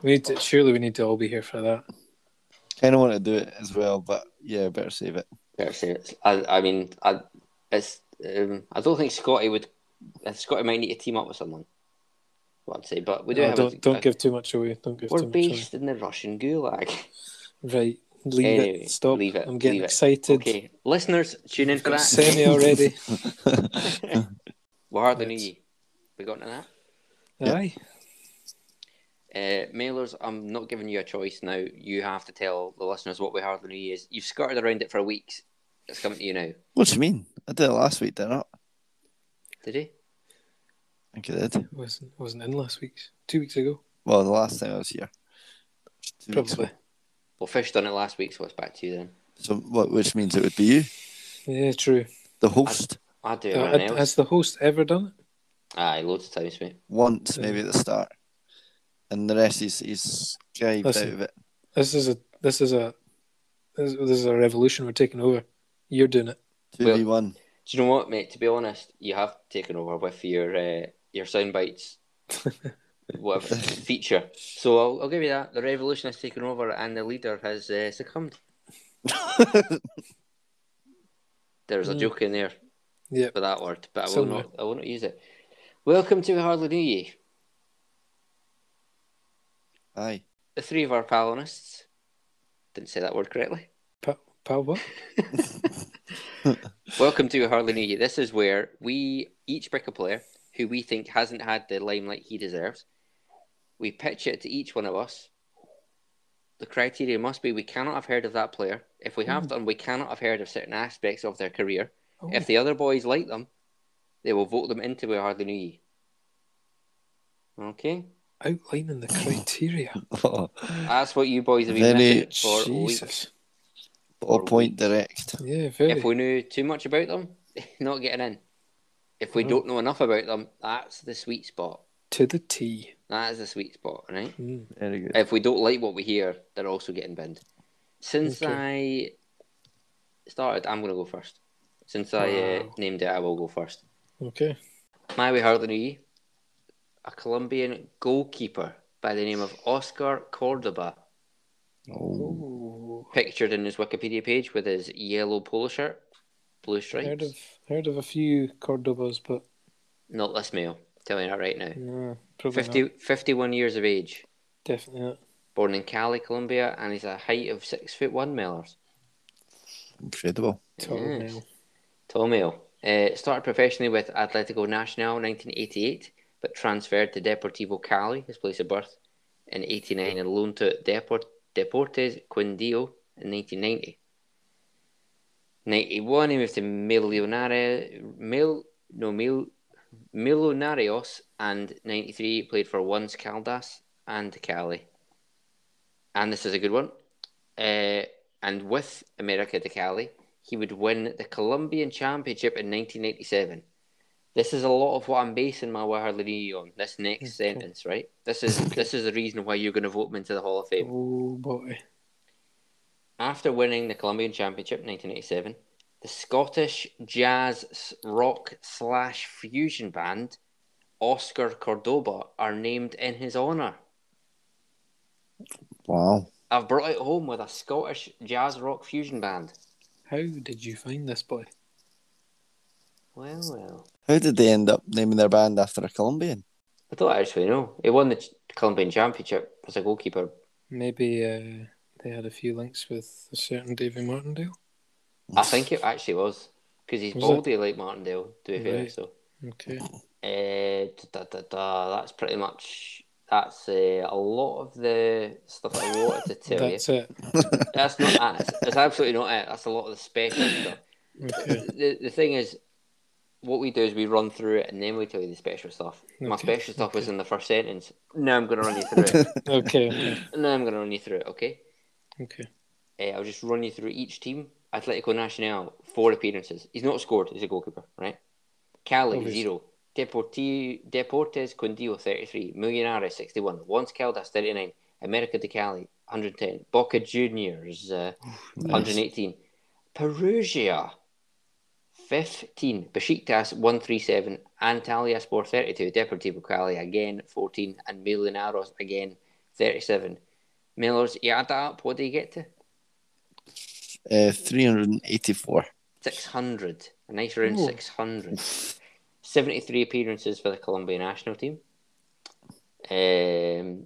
S2: We need to, surely we need to all be here for that.
S3: kind of want to do it as well, but yeah, better save it.
S1: Better say it. I, I mean, I, it's. Um, I don't think Scotty would. uh, Scotty might need to team up with someone. What I'd say, but we do
S2: No,
S1: have. a-
S2: Uh, don't don't
S1: a-
S2: give too much away. Don't give
S1: We're
S2: too much
S1: based in the Russian gulag.
S2: away. Right. Leave
S1: Anyway,
S2: it. Stop.
S1: leave it,
S2: I'm getting
S1: leave it.
S2: excited.
S1: Okay, listeners, tune in for that.
S2: Got semi already.
S1: We're hardly knew
S2: Yes.
S1: you. We got into
S3: Yeah.
S2: Aye.
S1: that. Uh, mailers, I'm not giving you a choice now. You have to tell the listeners what we hardly knew you is. You've skirted around it for weeks. It's coming to you now.
S3: What do you mean? I did it last week, didn't I? I
S1: Did he?
S3: think I did.
S2: Wasn't wasn't in last week's. Two weeks ago.
S3: Well, the last time I was here.
S1: Mm,
S3: Two weeks
S2: Probably.
S3: ago.
S1: Well, Fish done it last week, so it's back to you then.
S3: So, what? Which means it would be you,
S2: Yeah, true.
S3: the host,
S1: I do
S2: Uh,
S1: everything else.
S2: has the host ever done it?
S1: Aye, loads of times, mate.
S3: once maybe at the start, and the rest is is skived out
S2: Listen.
S3: of it.
S2: This is a this is a this, this is a revolution we're taking over. You're doing it.
S3: Two v one.
S1: Do you know what, mate? To be honest, you have taken over with your uh, your sound bites, whatever feature. So I'll, I'll give you that. The revolution has taken over, and the leader has uh, succumbed. There's a
S2: Hmm.
S1: joke in there
S2: Yeah.
S1: for that word, but I will
S2: Somewhere.
S1: not. I will not use it. Welcome to Hardly New Ye.
S3: Aye.
S1: The three of our palinists didn't say that word correctly.
S2: Pal, pal what?
S1: Welcome to Hardly New Ye. This is where we each pick a player who we think hasn't had the limelight he deserves. We pitch it to each one of us. The criteria must be we cannot have heard of that player. If we have done, we cannot have heard of certain aspects of their career.
S2: Oh,
S1: If the other boys like them, they will vote them into We Hardly Knew Ye. Okay?
S2: outlining the criteria.
S3: Oh,
S1: That's what you boys have been
S3: Very
S1: missing for weeks.
S2: Jesus.
S3: all point direct.
S2: Yeah, very.
S1: If we knew too much about them, not getting in. If we
S2: No.
S1: don't know enough about them, that's the sweet spot.
S2: To the T.
S1: That is the sweet spot, right?
S2: Mm.
S3: Very good.
S1: If we don't like what we hear, they're also getting binned. Since I started, I'm going to go first. Since I uh,
S2: Wow.
S1: named it, I will go first.
S2: Okay.
S1: My way hurling E, a Colombian goalkeeper by the name of Oscar Cordoba,
S3: Oh,
S2: Ooh.
S1: pictured in his Wikipedia page with his yellow polo shirt, blue
S2: Heard
S1: stripes,
S2: of heard of a few Cordobas, but
S1: not this male. Telling you that right now.
S2: no, probably not.
S1: 50, 51 years of age,
S2: Definitely not.
S1: born in Cali, Colombia, and he's a height of six foot one millers.
S3: incredible.
S2: Tall
S1: Yes.
S2: male.
S1: Tall male. Uh, started professionally with Atletico Nacional in 1988, but transferred to Deportivo Cali, his place of birth, in 89 and loaned to Depor- Deportes Quindío in 1990. 91, he moved to Millonare, Mil, no, Mil, Millonarios, and 93, played for Once Caldas and Cali. And this is a good one. Uh, and with America de Cali, he would win the Colombian Championship in 1987. This is a lot of what I'm basing my Waharlini on. This next sentence, right? This is this is the reason why you're going to vote him into the Hall of Fame.
S2: Oh boy.
S1: After winning the Colombian Championship in 1987, the Scottish jazz s- rock slash fusion band Oscar Cordoba are named in his honour.
S3: Wow.
S1: I've brought it home with a Scottish jazz rock fusion band.
S2: How did you find this boy?
S1: Well, well.
S3: How did they end up naming their band after a Colombian?
S1: I don't actually know. He won the ch- Colombian Championship as a goalkeeper.
S2: Maybe uh, they had a few links with a certain Davy Martindale.
S1: I think it actually was because he's
S2: Was it?
S1: baldy like Martindale, to be fair.
S2: Right.
S1: So,
S2: Okay.
S1: uh, da, da, da, that's pretty much that's uh, a lot of the stuff I wanted to tell you.
S2: That's it.
S1: That's not that. It's absolutely not it. That's a lot of the special stuff.
S2: Okay.
S1: The, the thing is, what we do is we run through it and then we tell you the special stuff. My
S2: Okay,
S1: special stuff was in the first sentence. Now I'm going to run you through it.
S2: Okay. Okay.
S1: now I'm going to run you through it, okay?
S2: okay.
S1: Uh, I'll just run you through each team. Atletico Nacional, four appearances. He's not scored, he's a goalkeeper, right? Cali,
S2: Obviously.
S1: zero. Deporti- Deportes Quindío, 33. Millonarios, 61. Once Caldas, 39. America de Cali, 110. Boca Juniors, uh, 118. Perugia, 15. Besiktas, 137. Antalya Sport, 32. Deportivo Cali, again, 14. And Millonarios, again, 37. Millers, you add that up, what do you get to?
S3: Uh, 384.
S1: 600. A nice round 600. 73 appearances for the Colombia national team. Um,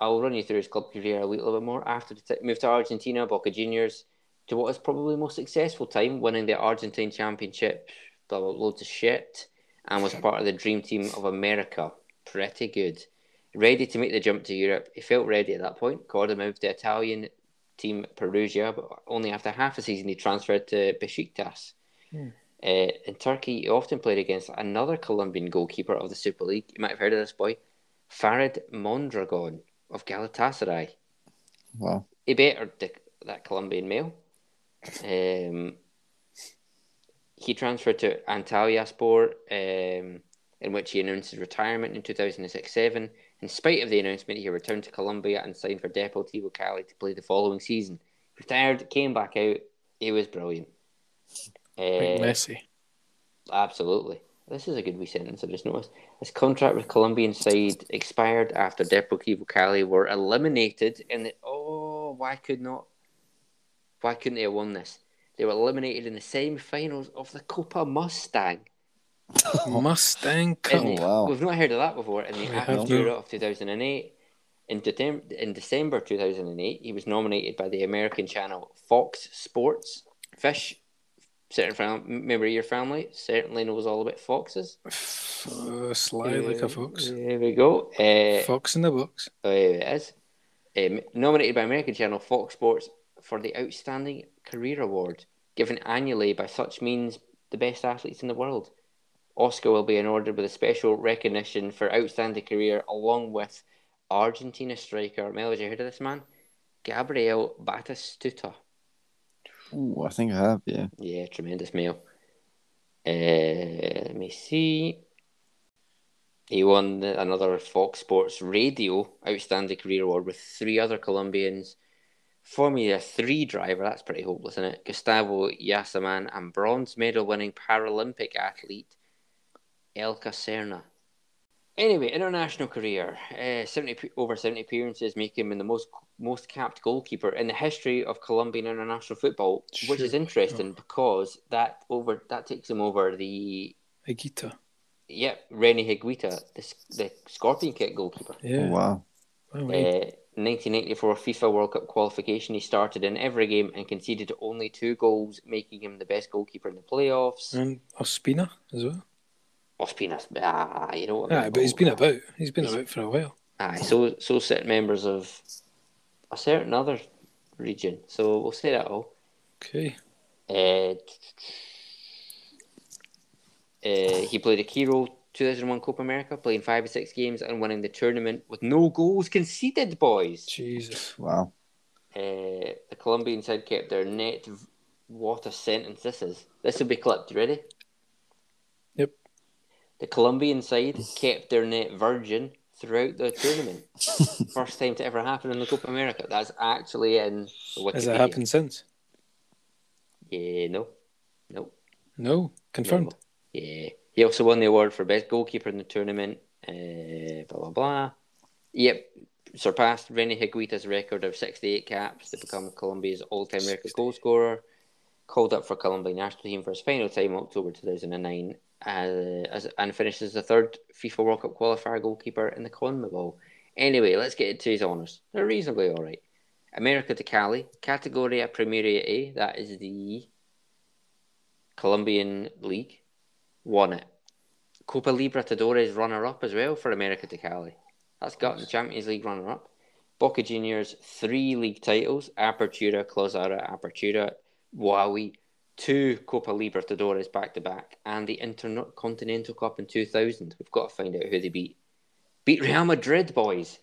S1: I'll run you through his club career a little bit more. After the t- moved to Argentina, Boca Juniors, to what is probably the most successful time, winning the Argentine Championship, blah, blah, loads of shit, and was part of the Dream Team of America. Pretty good. Ready to make the jump to Europe. He felt ready at that point. Corda moved to Italian team Perugia, but only after half a season he transferred to Besiktas. Uh, in Turkey, he often played against another Colombian goalkeeper of the Super League. You might have heard of this boy, Farid Mondragon of Galatasaray.
S3: Wow.
S1: He bettered the, that Colombian male. Um, he transferred to Antalya Sport, um, in which he announced his retirement in 2006 7. In spite of the announcement, he returned to Colombia and signed for Deportivo Cali to play the following season. Retired, came back out. He was brilliant.
S2: Quite
S1: Uh,
S2: messy.
S1: Absolutely. This is a good wee sentence I just noticed. His contract with Colombian side expired after Deportivo Cali were eliminated in the oh why could not why couldn't they have won this? They were eliminated in the semi finals of the Copa Mustang.
S2: Mustang
S1: in
S2: Cup.
S1: the-
S3: wow.
S1: We've not heard of that before in the
S2: We have
S1: Apertura
S2: not.
S1: of two thousand and eight. In, Detem- in December 2008, he was nominated by the American channel Fox Sports. Fish, certain fam- member of your family, certainly knows all about foxes.
S2: Uh, sly like a fox.
S1: Eh, There we go. Uh,
S2: Fox in the box.
S1: oh, here it is. Um, nominated by American channel Fox Sports for the Outstanding Career Award, given annually by such means the best athletes in the world. Oscar will be awarded with a special recognition for outstanding career, along with Argentina striker. Mel, have you heard of this man? Gabriel Batistuta.
S3: Ooh, I think I have. Yeah.
S1: Yeah, tremendous male. Uh, let me see. He won the- another Fox Sports Radio Outstanding Career Award with three other Colombians. Formula 3 driver, that's pretty hopeless, isn't it? Gustavo Yasaman and bronze medal winning Paralympic athlete Elka Serna. Anyway, international career. Uh, 70, p- over 70 appearances, making him the most most capped goalkeeper in the history of Colombian international football, which is
S2: Sure.
S1: interesting because that over that takes him over the
S2: Agita.
S1: Yep, Rennie Higuita, the, S- the Scorpion Kick goalkeeper.
S3: Oh,
S2: Yeah. Oh,
S3: wow.
S2: Wow, he-
S1: Uh, 1984 FIFA World Cup qualification, he started in every game and conceded only two goals, making him the best goalkeeper in the playoffs.
S2: And Ospina as well.
S1: Ospina, ah, you know what? I
S2: Yeah,
S1: mean,
S2: but he's
S1: goal-
S2: been about. He's been about for a while.
S1: Aye, so so set members of a certain other region. So we'll say that all.
S2: Okay.
S1: Uh, uh, he played a key role 2001 Copa America, playing five or six games and winning the tournament with no goals conceded, boys.
S2: Jesus.
S3: Wow.
S1: Uh, the Colombian side kept their net. v- What a sentence this is. This will be clipped. You ready?
S2: Yep.
S1: The Colombian side kept their net virgin throughout the tournament. First time to ever happen in the Copa America. That's actually in the Wikipedia.
S2: Has that happened since?
S1: Yeah, no. No.
S2: No. Confirmed.
S1: Yeah. He also won the award for best goalkeeper in the tournament. Uh, blah blah blah. Yep. Surpassed Rennie Higuita's record of 68 caps to become Colombia's all-time record goal scorer. Called up for Colombian national team for his final time in October 2009, uh, as, and finishes the third FIFA World Cup qualifier goalkeeper in the CONMEBOL. Anyway, let's get into his honours. They're reasonably all right. America to Cali, Categoria Primera A, that is the Colombian League, won it. Copa Libertadores runner up as well for America to Cali. That's got the Champions League runner up. Boca Juniors, three league titles Apertura, Clausura, Apertura, Huawei, two Copa Libertadores back to back, and the Intercontinental Cup in 2000. We've got to find out who they beat. Beat Real Madrid, boys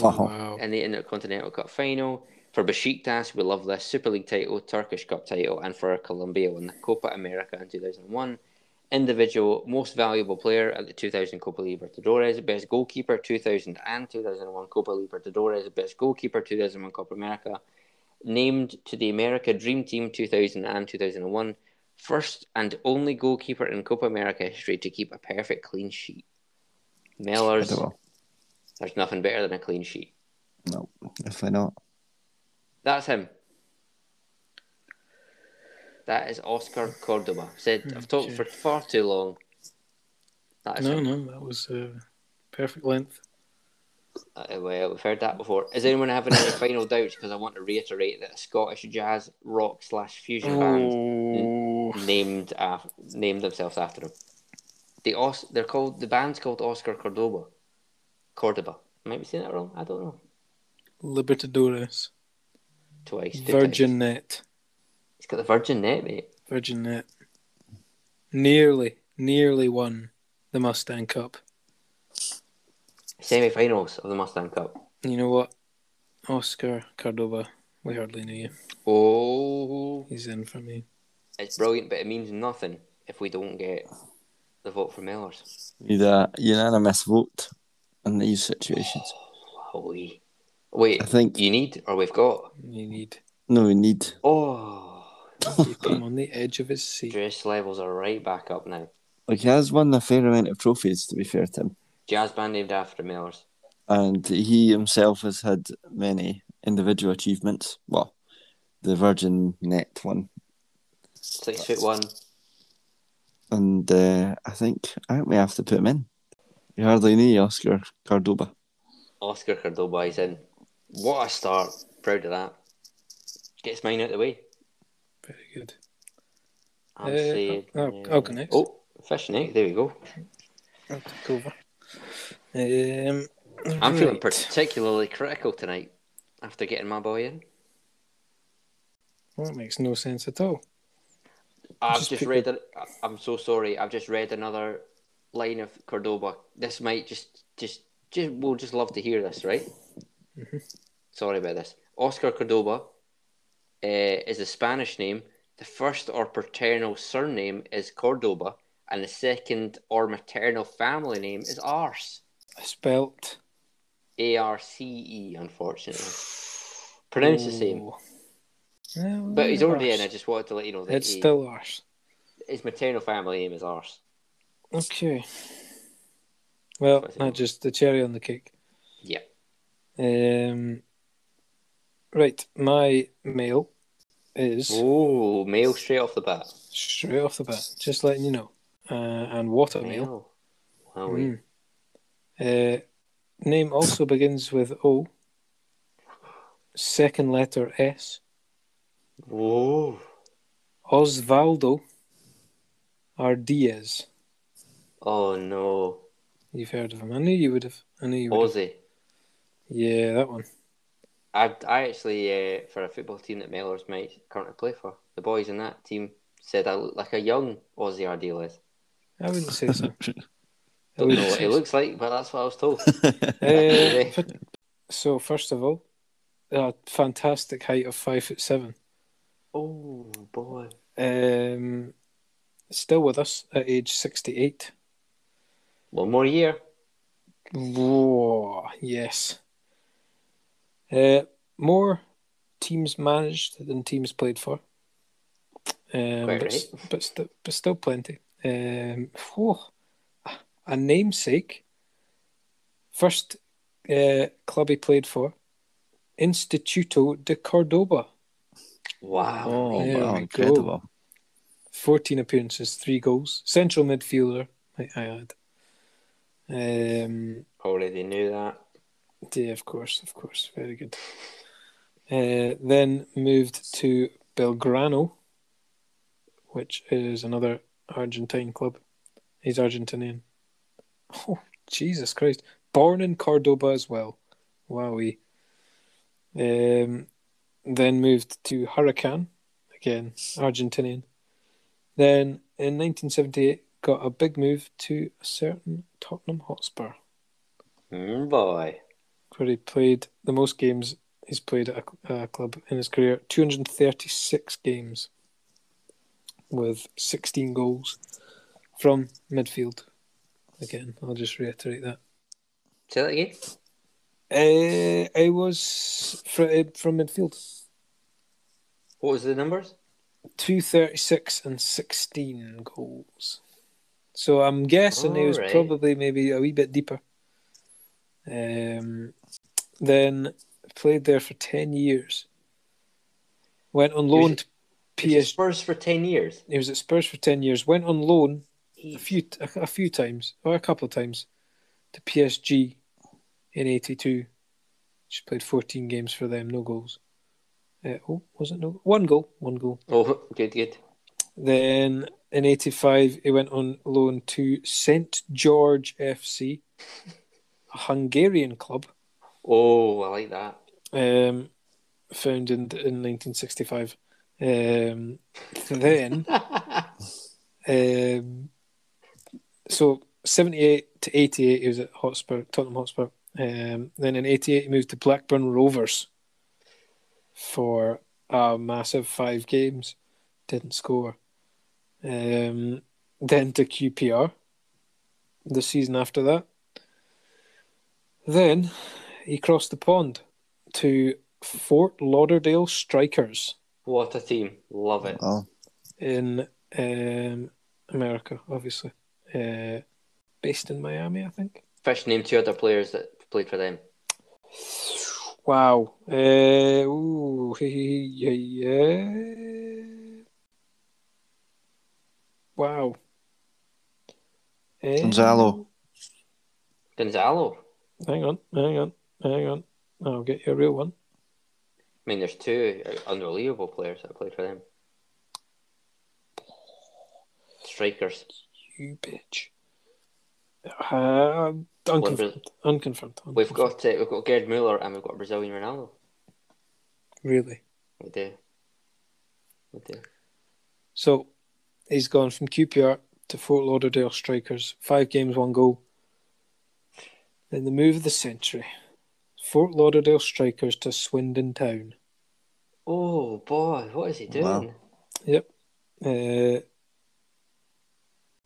S3: Wow.
S2: Wow.
S1: in the Intercontinental Cup final. For Besiktas, we love this Super League title, Turkish Cup title, and for Colombia won the Copa America in 2001. Individual most valuable player at the 2000 Copa Libertadores, best goalkeeper 2000 and 2001 Copa Libertadores, best goalkeeper 2001 Copa America, named to the America Dream Team 2000 and 2001, first and only goalkeeper in Copa America history to keep a perfect clean sheet. Mellors,
S3: Incredible.
S1: there's nothing better than a clean sheet.
S3: No, definitely not.
S1: That's him. That is Oscar Cordoba. Said I've talked for far too long. That is
S2: Hmm, No,
S1: him.
S2: no, that was uh, perfect length.
S1: Uh, well, we've heard that before. Is anyone having any final doubts? Because I want to reiterate that a Scottish jazz rock slash fusion
S2: Oh.
S1: band named af- named themselves after him. The Os- they're called the band's called Oscar Cordoba. Cordoba. Might be saying that wrong. I don't know.
S2: Libertadores.
S1: Twice. two times.
S2: Virgin Net.
S1: He's got the Virgin net, mate.
S2: Virgin Net. Nearly, nearly won the Mustang Cup.
S1: Semi-finals of the Mustang Cup.
S2: You know what? Oscar Cordoba. We hardly knew you.
S1: Oh.
S2: He's in for me.
S1: It's brilliant, but it means nothing if we don't get the vote for Millers.
S3: Need a unanimous vote in these situations.
S1: Holy. Wait,
S3: I think
S1: you need or we've got?
S2: You need
S3: no, we need.
S1: Oh,
S2: keep him on the edge of his seat.
S1: dress levels are right back up now.
S3: Like he has won a fair amount of trophies, to be fair to him,
S1: Jazz band named after Millers.
S3: and he himself has had many individual achievements. Well, the Virgin Net one,
S1: Six foot one.
S3: and uh, I think I think we have to put him in. You hardly knew Oscar Cordoba.
S1: Oscar Cordoba is in. What a start. Proud of that. Gets mine out the way.
S2: Very good.
S1: I'm
S2: Uh,
S1: saying.
S2: I'll-
S1: uh,
S2: I'll go next.
S1: Oh, fish neck. There we go.
S2: I'll take over. Um,
S1: I'm feeling
S2: right.
S1: particularly critical tonight after getting my boy in.
S2: Well, that makes no sense at all.
S1: I've
S2: Just
S1: just
S2: pick
S1: read. A, I'm so sorry. I've just read another line of Cordoba, this might just just just we'll just love to hear this, right?
S2: Mm-hmm.
S1: Sorry about this. Oscar Cordoba uh, is a Spanish name. The first or paternal surname is Cordoba, and the second or maternal family name is Arce.
S2: Spelt.
S1: A R C E, unfortunately. Pronounced the same.
S2: Oh. Yeah, Oh. well,
S1: But he's already in. I
S2: arse.
S1: just wanted to let you know that
S2: It's
S1: he-
S2: still ours.
S1: his maternal family name is Arse.
S2: Okay. Well,
S1: That's it.
S2: not just the cherry on the cake.
S1: Yeah.
S2: Um, right, my mail is
S1: Oh, male straight off the bat.
S2: straight off the bat, just letting you know. Uh, and water mail.
S1: Wow.
S2: Mm. Uh, name also begins with O. Second letter S.
S1: Whoa.
S2: Osvaldo Ardiez.
S1: Oh no.
S2: You've heard of him. I knew you would have. I knew you would. have.
S1: Aussie.
S2: Yeah, that one.
S1: I, I actually, uh, for a football team that Mellors might currently play for, the boys in that team said I look like a young Aussie Ardiles.
S2: I wouldn't say so. I
S1: Don't
S2: wouldn't
S1: know what
S2: say
S1: he
S2: so.
S1: looks like, but that's what I was told.
S2: Uh, fir- so first of all, a fantastic height of five foot seven.
S1: oh boy.
S2: Um, still with us at age sixty-eight.
S1: One more year.
S2: Whoa, yes. Uh, more teams managed than teams played for. Um,
S1: Quite
S2: but, s- but, st- but still plenty. Um, whew, a namesake. First uh, club he played for, Instituto de Cordoba.
S1: Wow.
S3: Oh,
S2: There
S3: wow,
S2: we go.
S3: incredible.
S2: 14 appearances, three goals. Central midfielder, I, I add. Um,
S1: Already knew that.
S2: Yeah, of course, of course. Very good. Uh, then moved to Belgrano, which is another Argentine club. He's Argentinian. Oh, Jesus Christ. Born in Cordoba as well. Wowie. Um, then moved to Huracan, again, Argentinian. Then in 1978, got a big move to a certain Tottenham Hotspur
S1: Mm, boy.
S2: where he played the most games he's played at a, a club in his career 236 games with 16 goals from midfield. Again, I'll just reiterate that.
S1: Say that again.
S2: Uh, I was fr- uh, from midfield
S1: What was the numbers?
S2: 236 and 16 goals. So I'm guessing he was
S1: Alright.
S2: probably maybe a wee bit deeper. Um, then played there for 10 years. Went on
S1: was
S2: loan
S1: at-
S2: to
S1: He was at
S2: PSG.
S1: Spurs for ten years.
S2: He was at Spurs for 10 years. Went on loan a few a, a few times or a couple of times to PSG in '82. She played 14 games for them, no goals. Uh, oh, was it no? One goal, one goal.
S1: Oh, good, good.
S2: Then in '85, he went on loan to St. George FC, a Hungarian club
S1: Oh, I like that.
S2: um, founded in 1965. Um, then, um, so 78 to 88, he was at Hotspur, Tottenham Hotspur. Um, then in 88, he moved to Blackburn Rovers for a massive five games. Didn't score. Um, then to QPR the season after that. Then he crossed the pond to Fort Lauderdale Strikers
S1: What a team. Love it.
S3: Wow.
S2: in um, America, obviously. Uh, based in Miami, I think.
S1: Fish named two other players that played for them.
S2: Wow. Uh, ooh, he- he- he- yeah, yeah. Wow. Eh,
S3: Gonzalo.
S1: Gonzalo.
S2: Hang on, hang on, hang on. I'll get you a real one.
S1: I mean, there's two unbelievable players that played for them. Strikers.
S2: You bitch. Uh,
S1: One
S2: unconfirmed,
S1: Bra-
S2: unconfirmed.
S1: we've
S2: unconfirmed.
S1: got uh, we've got Gerd Muller and we've got Brazilian Ronaldo.
S2: really.
S1: We do. We do.
S2: So he's gone from QPR to Fort Lauderdale Strikers. Five games, one goal. Then the move of the century. Fort Lauderdale Strikers to Swindon Town.
S1: Oh boy, what is he doing?
S3: Wow.
S2: Yep. Uh,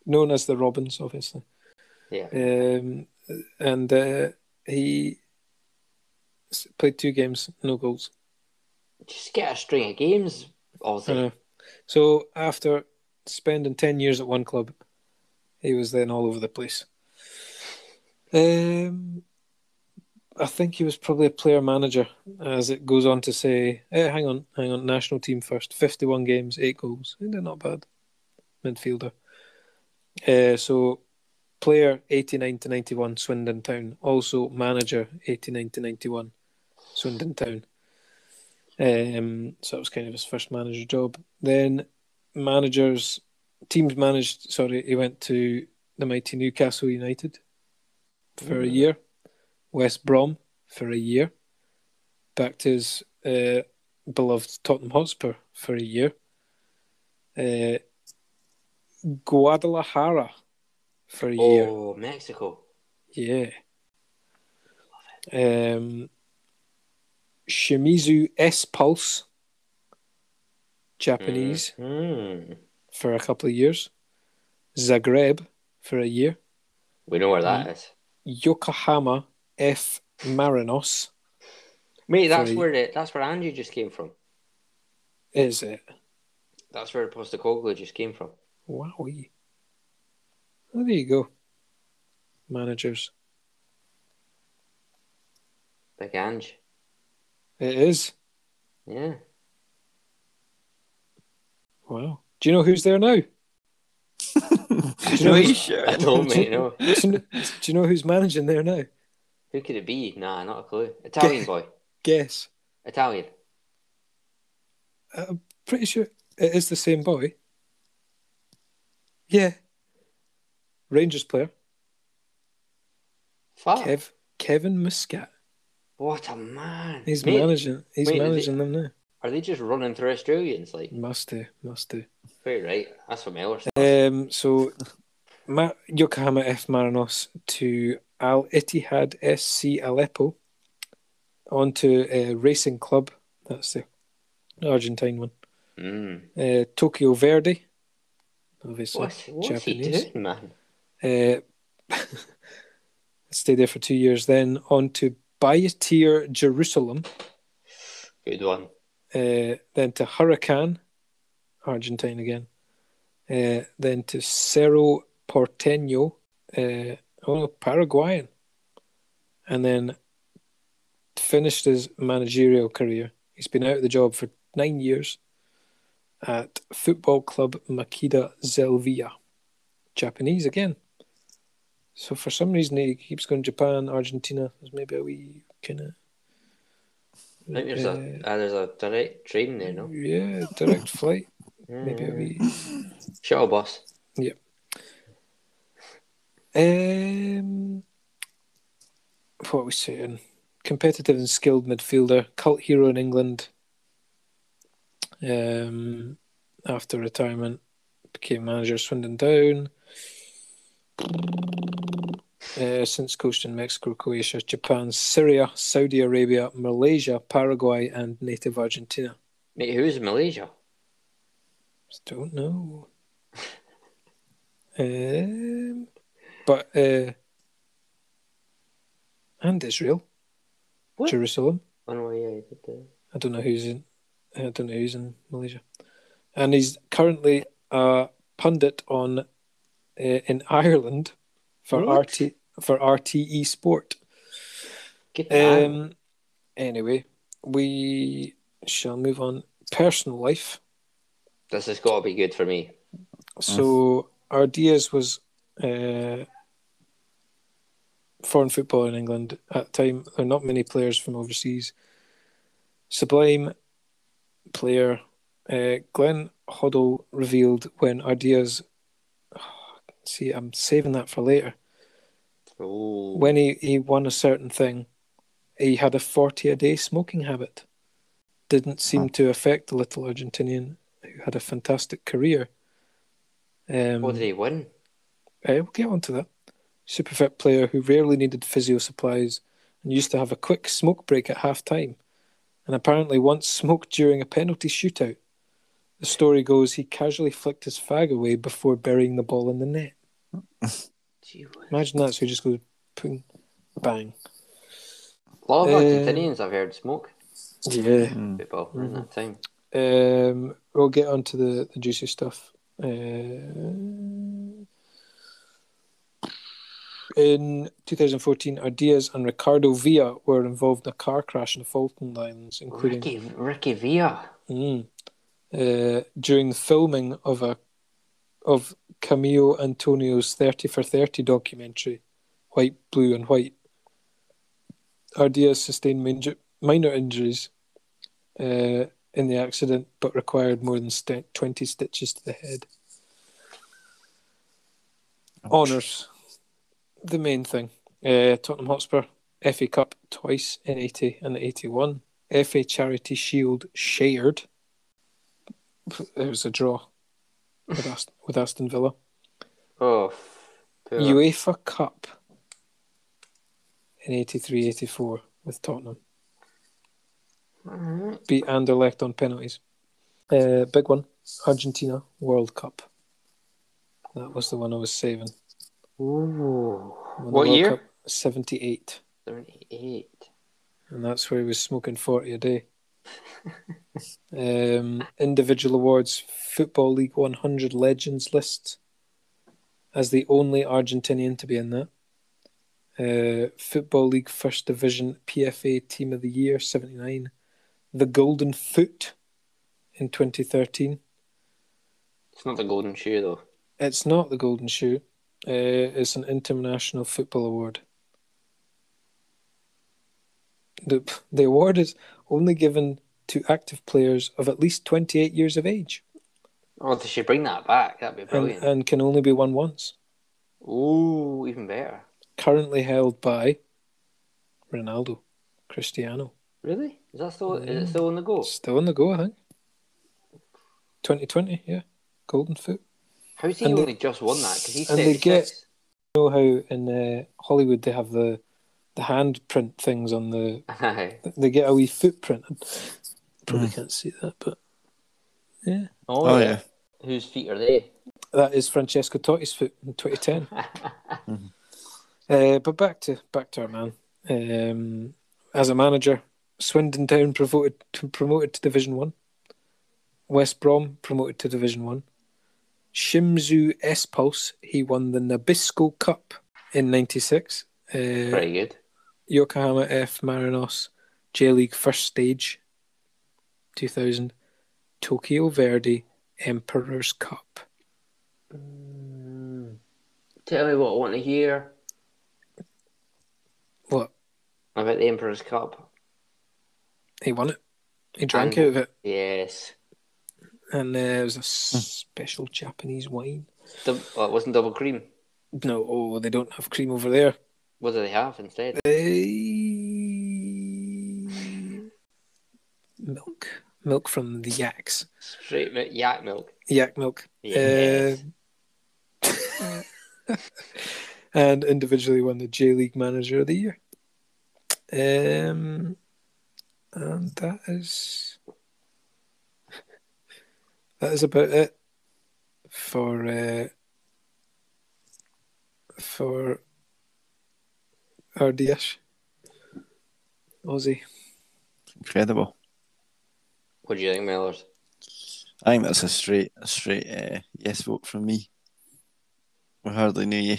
S2: known as the Robins, obviously.
S1: Yeah.
S2: Um, and uh, he s- played two games, no goals.
S1: Just get a string of games,
S2: I
S1: Aussie.
S2: know. Uh-huh. So after spending ten years at one club, he was then all over the place. Um, I think he was probably a player manager, as it goes on to say. Eh, hang on, hang on. National team first, fifty-one games, eight goals. Eh, they're not bad. Midfielder. Uh, so player eighty-nine to ninety-one, Swindon Town. Also manager eighty-nine to ninety-one, Swindon Town. Um, so that was kind of his first manager job. Then managers, teams managed. Sorry, he went to the mighty Newcastle United for a year, West Brom for a year, back to his uh, beloved Tottenham Hotspur for a year, uh, Guadalajara for a year.
S1: Oh, Mexico.
S2: Yeah. Um, Shimizu S Pulse, Japanese,
S1: Hmm.
S2: for a couple of years. Zagreb for a year.
S1: We know where that is.
S2: Yokohama F Marinos
S1: Mate, that's
S2: Sorry.
S1: where it, that's where Andrew just came from.
S2: is it?
S1: That's where Postacoglu just came from.
S2: Wowie. Well, there you go. Managers.
S1: Big Ange.
S2: It is.
S1: Yeah.
S2: Wow. Do you know who's there now? do, you know who's,
S1: I know, mate. No.
S2: do you kn- do you know who's managing there now?
S1: Who could it be? Nah, not a clue. Italian boy.
S2: Guess.
S1: Italian.
S2: pretty sure it is the same boy. Yeah. Rangers player
S1: Fuck.
S2: Kev Kevin Muscat.
S1: What a man.
S2: He's
S1: Mate,
S2: managing. He's
S1: mate, is
S2: managing them now.
S1: Are they just running through Australians? Like,
S2: Must do. Must do.
S1: quite right. That's from Ellers.
S2: Um. So, Ma- Yokohama F Marinos to Al Ittihad SC Aleppo. On to uh, Racing Club. That's the Argentine one.
S1: Mm.
S2: Uh, Tokyo Verde. Obviously.
S1: What's, what's he
S2: Japanese.
S1: doing, man?
S2: Uh, stayed there for two years, then on to Bayatir, Jerusalem,
S1: Good one.
S2: uh, then to Huracan, Argentine again, uh, then to Cerro Porteño, uh, oh no, Paraguayan, and then finished his managerial career. He's been out of the job for nine years at Football Club Makeda Zelvia, Japanese again. So for some reason he keeps going Japan, Argentina. There's maybe a wee kind of.
S1: I think there's a uh, there's a direct train there, no?
S2: Yeah, direct flight. Maybe
S1: Maybe
S2: it'll be.
S1: shuttle bus.
S2: Um, what were we saying? Competitive and skilled midfielder, cult hero in England. Um, after retirement, became manager of Swindon Town. Uh, since coached in Mexico, Croatia, Japan, Syria, Saudi Arabia, Malaysia, Paraguay, and native Argentina.
S1: Mate, who's in Malaysia?
S2: Just don't know. um, but uh, and Israel,
S1: What?
S2: Jerusalem.
S1: Oh no, yeah, he did that.
S2: I don't know who's in. I don't know who's in Malaysia, and he's currently a pundit on uh, in Ireland for
S1: What?
S2: RT for RTE Sport.
S1: Good man.
S2: Um, anyway, we shall move on. Personal life.
S1: This has got to be good for me.
S2: So our Diaz was uh, foreign football in England at the time. There are not many players from overseas. Sublime player uh, Glenn Hoddle revealed when Ardiaz. See, I'm saving that for later.
S1: Oh,
S2: When he, he won a certain thing, he had a 40 a day smoking habit. Didn't seem to affect the little Argentinian who had a fantastic career. Um,
S1: What did he win?
S2: Uh, we'll get onto that. Super fit player who rarely needed physio supplies and used to have a quick smoke break at half time, and apparently once smoked during a penalty shootout. The story goes he casually flicked his fag away before burying the ball in the net.
S1: Gee whiz.
S2: Imagine that, so he just goes ping, bang.
S1: A lot of
S2: Uh,
S1: Argentinians I've heard smoke
S2: Yeah.
S1: football around that time.
S2: Um, we'll get onto the, the juicy stuff. Uh, in 2014, Ardiaz and Ricardo Villa were involved in a car crash in the Falkland Islands, including
S1: Ricky Ricky Villa.
S2: Mm. Uh, during the filming of a of Camillo Antonio's 30 for 30 documentary, White, Blue, and White. Ardiaz sustained minju- minor injuries uh, in the accident, but required more than st- 20 stitches to the head. Honours. The main thing. Uh, Tottenham Hotspur, FA Cup twice in 80 and 81. FA Charity Shield shared. It was a draw with, Ast- with Aston Villa.
S1: Oh, f- poor.
S2: UEFA Cup in 83 84 with Tottenham.
S1: Alright.
S2: Beat Anderlecht on penalties. Uh, big one Argentina World Cup. That was the one I was saving.
S1: Ooh.
S2: Won the
S1: What
S2: World
S1: year?
S2: Cup 78.
S1: Seventy-eight.
S2: and that's where he was smoking 40 a day. um, individual awards, Football League 100 Legends list, as the only Argentinian to be in that. Uh, Football League First Division PFA Team of the Year 79, the Golden Foot in 2013.
S1: It's not the golden shoe though.
S2: It's not the Golden Shoe, uh, it's an international football award. The, the award is only given to active players of at least 28 years of age
S1: Oh, they should bring that back. That'd be
S2: and, uh,
S1: brilliant.
S2: and can only be won once.
S1: Ooh, even better.
S2: Currently held by Ronaldo, Cristiano.
S1: Really? Is that still?
S2: Mm.
S1: Is it still on the go?
S2: Still on the go, I think. 2020, yeah. Golden Foot.
S1: How's he
S2: And they-
S1: only just won that? Because he's
S2: and they get-
S1: 36.
S2: You know how in uh, Hollywood they have the the handprint things on the
S1: Aye.
S2: they get a wee footprint. Probably can't see that, but yeah,
S1: oh,
S3: Oh,
S1: yeah.
S3: yeah.
S1: Whose feet are they?
S2: that is Francesco Totti's foot in 2010. uh, but back to back to our man. Um, as a manager, Swindon Town promoted to, promoted to Division One. West Brom promoted to Division One. Shimzu S Pulse he won the Nabisco Cup in '96. Uh,
S1: Pretty good.
S2: Yokohama F Marinos J League first stage 2000 Tokyo Verde Emperor's Cup.
S1: Tell me what I want to hear
S2: What?
S1: about the Emperor's Cup.
S2: He won it. He drank
S1: And-
S2: out of it
S1: Yes.
S2: and uh, it was a special Japanese wine.
S1: Dub- well, it wasn't double cream.
S2: No, oh, they don't have cream over there.
S1: What do they have instead?
S2: They... Milk. Milk from the yaks.
S1: Straight mi- yak milk.
S2: Yak milk.
S1: Yes.
S2: Um, and individually won the J League Manager of the Year. Um, and that is that is about it for uh, for RDS Aussie.
S3: Incredible.
S1: What do you think, Mellors?
S3: I think that's a straight, a straight uh, yes vote from me. We hardly knew you.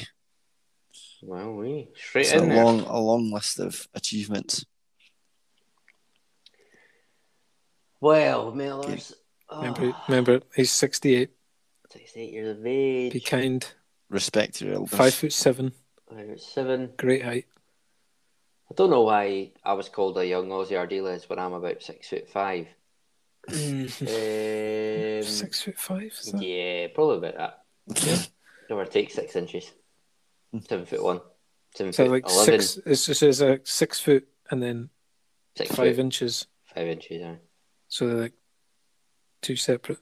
S1: Well, we straight
S3: It's a
S1: in there.
S3: long, a long list of achievements.
S1: Well, Mellors.
S2: Remember,
S1: ah,
S2: remember, he's sixty-eight.
S1: 68 years of
S2: Be
S1: age.
S2: kind.
S3: Respect your elders.
S2: Five foot seven.
S1: about Seven.
S2: Great height.
S1: I don't know why I was called a young Aussie Ardiles when I'm about six foot five. Mm. Um,
S2: Six foot five. Is that?
S1: Yeah, probably about that. Give or take six inches. Seven foot one. Seven
S2: Hmm. So
S1: foot
S2: like
S1: eleven.
S2: six. It's just it's a six foot and then
S1: six
S2: five
S1: foot,
S2: inches.
S1: five inches. Aye.
S2: So they're like two separate.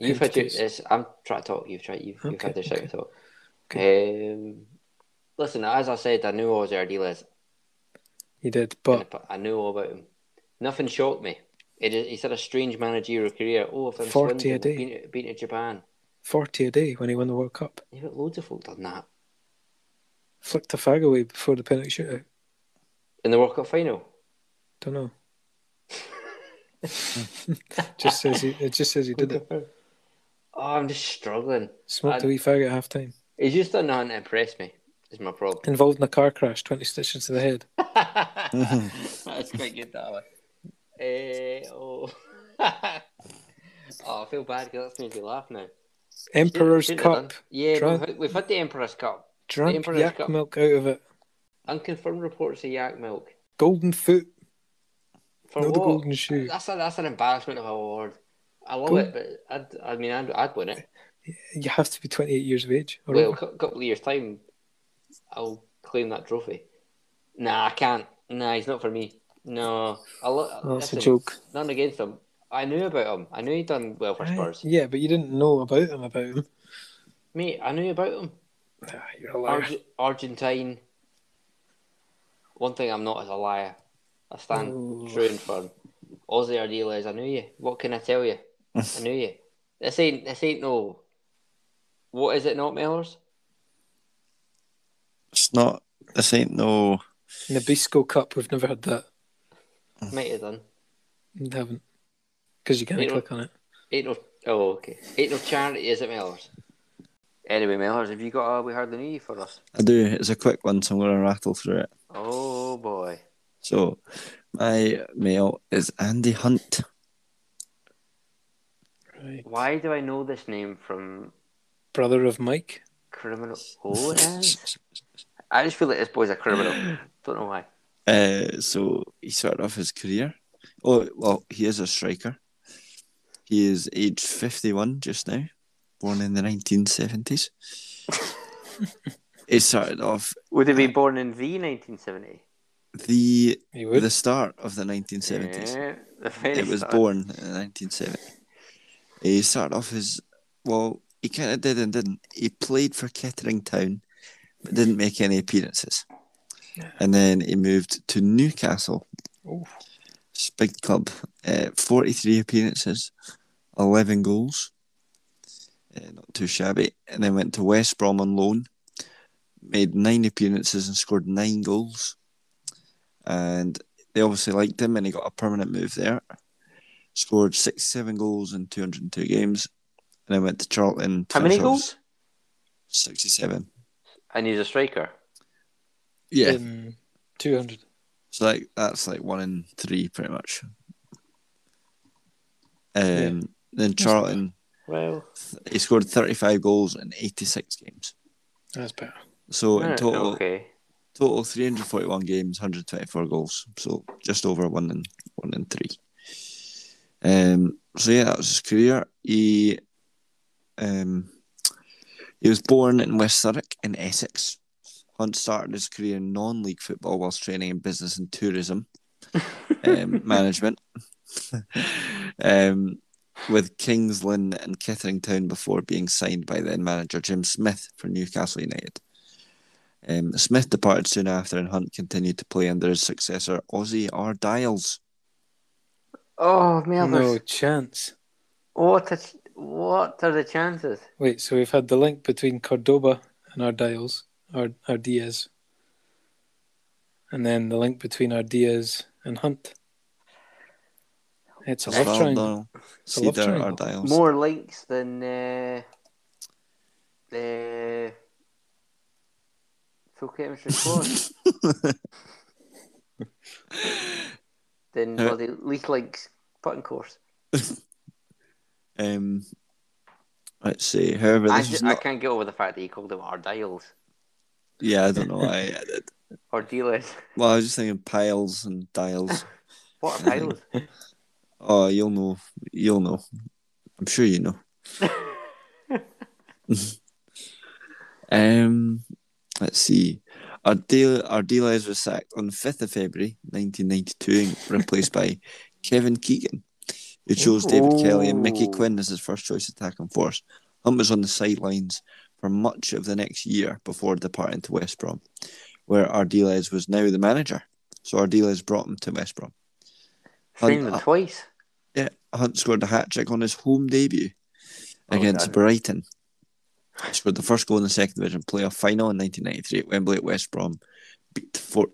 S1: You've had your,
S2: Entities.
S1: it's, I'm trying to talk. You've tried. You've, you've
S2: Okay,
S1: had your second talk. Um, listen, as I said, I knew Ozzy Ardiles.
S2: He did, but
S1: I knew all about him. Nothing shocked me. It is, he's had a strange managerial career. Oh, if I'm
S2: 40 a day.
S1: Been, to- been to Japan.
S2: forty a day when he won the World Cup,
S1: You've got loads of folk done that
S2: flicked a fag away before the penalty shootout.
S1: in the World Cup final.
S2: Don't know. just says he. It just says he did it.
S1: Oh, I'm just struggling.
S2: Smoked
S1: I-
S2: a wee fag at half time.
S1: He's just done nothing to impress me. Is my problem.
S2: Involved in a car crash, twenty stitches to the head.
S1: That's quite good, that one. Eh, oh. oh, I feel bad because that's made me laugh now.
S2: Emperor's
S1: Shouldn't have
S2: Cup.
S1: done. Yeah,
S2: Drunk-
S1: we've had, we've had the Emperor's Cup.
S2: Drank
S1: Emperor's
S2: yak
S1: Cup.
S2: milk out of it.
S1: Unconfirmed reports of yak milk.
S2: Golden foot.
S1: For
S2: No, the
S1: what?
S2: golden shoe.
S1: That's, a, that's an embarrassment of an award. I love
S2: Go-
S1: it, but I'd, I mean, I'd, I'd win it.
S2: You have to be 28 years of age. Or
S1: Well, a
S2: over.
S1: cou- couple of years' time, I'll claim that trophy. Nah, I can't. Nah, he's not for me. No. I lo-
S2: Well, Oh, that's a
S1: listen,
S2: joke.
S1: None against him. I knew about him. I knew he'd done well for
S2: Aye,
S1: Spurs.
S2: Yeah, but you didn't know about him. About him.
S1: Mate, I knew about him.
S2: Nah, Ah, you're a liar.
S1: Arg- Argentine. One thing I'm not is a liar. I stand
S2: Ooh.
S1: true and firm. Aussie Ardiles, I knew you. What can I tell you? I knew you. This ain't this ain't no. What is it, not Mellors?
S3: It's not. This ain't no.
S2: Nabisco Cup. We've never had that.
S1: Might have done.
S2: We haven't. Because you can't
S1: You know-
S2: click on it.
S1: Ain't no. Oh, okay. Ain't no charity, is it, Mellors? Anyway, Mellors, have you got a we heard the new for us?
S3: I do. It's a quick one, so I'm going to rattle through it.
S1: Oh boy.
S3: So, my male is Andy Hunt.
S2: Right.
S1: Why do I know this name from
S2: Brother of Mike.
S1: criminal? Oh, it is. I just feel like this boy's a criminal. Don't know why.
S3: Uh, so he started off his career. Oh well, he is a striker. He is aged fifty-one just now, born in the nineteen seventies. he started off
S1: Would he be
S3: Uh,
S1: born in the 1970?
S3: the
S2: He would.
S3: the start of the nineteen seventies.
S1: Yeah, the very
S3: It was
S1: start.
S3: born in nineteen seventy. He started off his well. He kind of did and didn't. He played for Kettering Town, but didn't make any appearances. And then he moved to Newcastle
S2: Oh,
S3: It's a big club. Uh, 43 appearances, 11 goals. Uh, not too shabby. And then went to West Brom on loan. Made nine appearances and scored nine goals. And they obviously liked him and he got a permanent move there. Scored 67 goals in 202 games. And then went to Charlton. to
S1: How many
S3: finish off
S1: goals?
S3: 67.
S1: And he's a striker.
S3: Yeah.
S2: in 200.
S3: So like that's like one in three pretty much. Um,
S2: Yeah.
S3: Then Charlton,
S1: Well,
S3: he scored 35 goals in 86 games.
S2: That's better.
S3: So
S1: eh,
S3: in total,
S1: okay.
S3: total 341 games, 124 goals. So just over one in one in three. Um, so yeah, that was his career. He um, he was born in West Surrey in Essex. Hunt started his career in non-league football whilst training in business and tourism um, management, um, with Kings Lynn and Kettering Town before being signed by then manager Jim Smith for Newcastle United. Um, Smith departed soon after, and Hunt continued to play under his successor Ozzy R. Dials.
S1: Oh,
S2: No
S1: Melvers.
S2: chance.
S1: What, is, what are the chances?
S2: Wait, so we've had the link between Cordoba and Ardiles, Ard- Ardiaz, and then the link between Ardiaz and Hunt. It's a love triangle.
S3: Donald,
S2: It's a love
S3: Cedar R.
S2: triangle.
S3: Dials.
S1: More links than uh, the full chemistry squad. than
S3: Yeah.
S1: bloody least links putting course.
S3: um, let's see. However,
S1: I,
S3: this
S1: ju-
S3: is
S1: I
S3: not.
S1: can't get over the fact that you called them Ardiles
S3: Yeah, I don't know. why I did.
S1: or Diles.
S3: Well, I was just thinking piles and dials.
S1: What are Diles?
S3: Oh, you'll know. You'll know. I'm sure you know. um, let's see. Our deal, our dealers was sacked on the 5th of February 1992 and replaced by Kevin Keegan, who chose David Kelly and Mickey
S1: Ooh.
S3: Quinn as his first choice attacking force. Hunt was on the sidelines for much of the next year before departing to West Brom, where Ardiles was now the manager. So Ardiles brought him to West Brom.
S1: Signed
S3: Hunt-
S1: them twice.
S3: Yeah, Hunt scored a hat trick on his home debut
S1: Well
S3: against
S1: done.
S3: Brighton. He scored the first goal in the second division playoff final in 1993 at Wembley at West Brom, beat Fort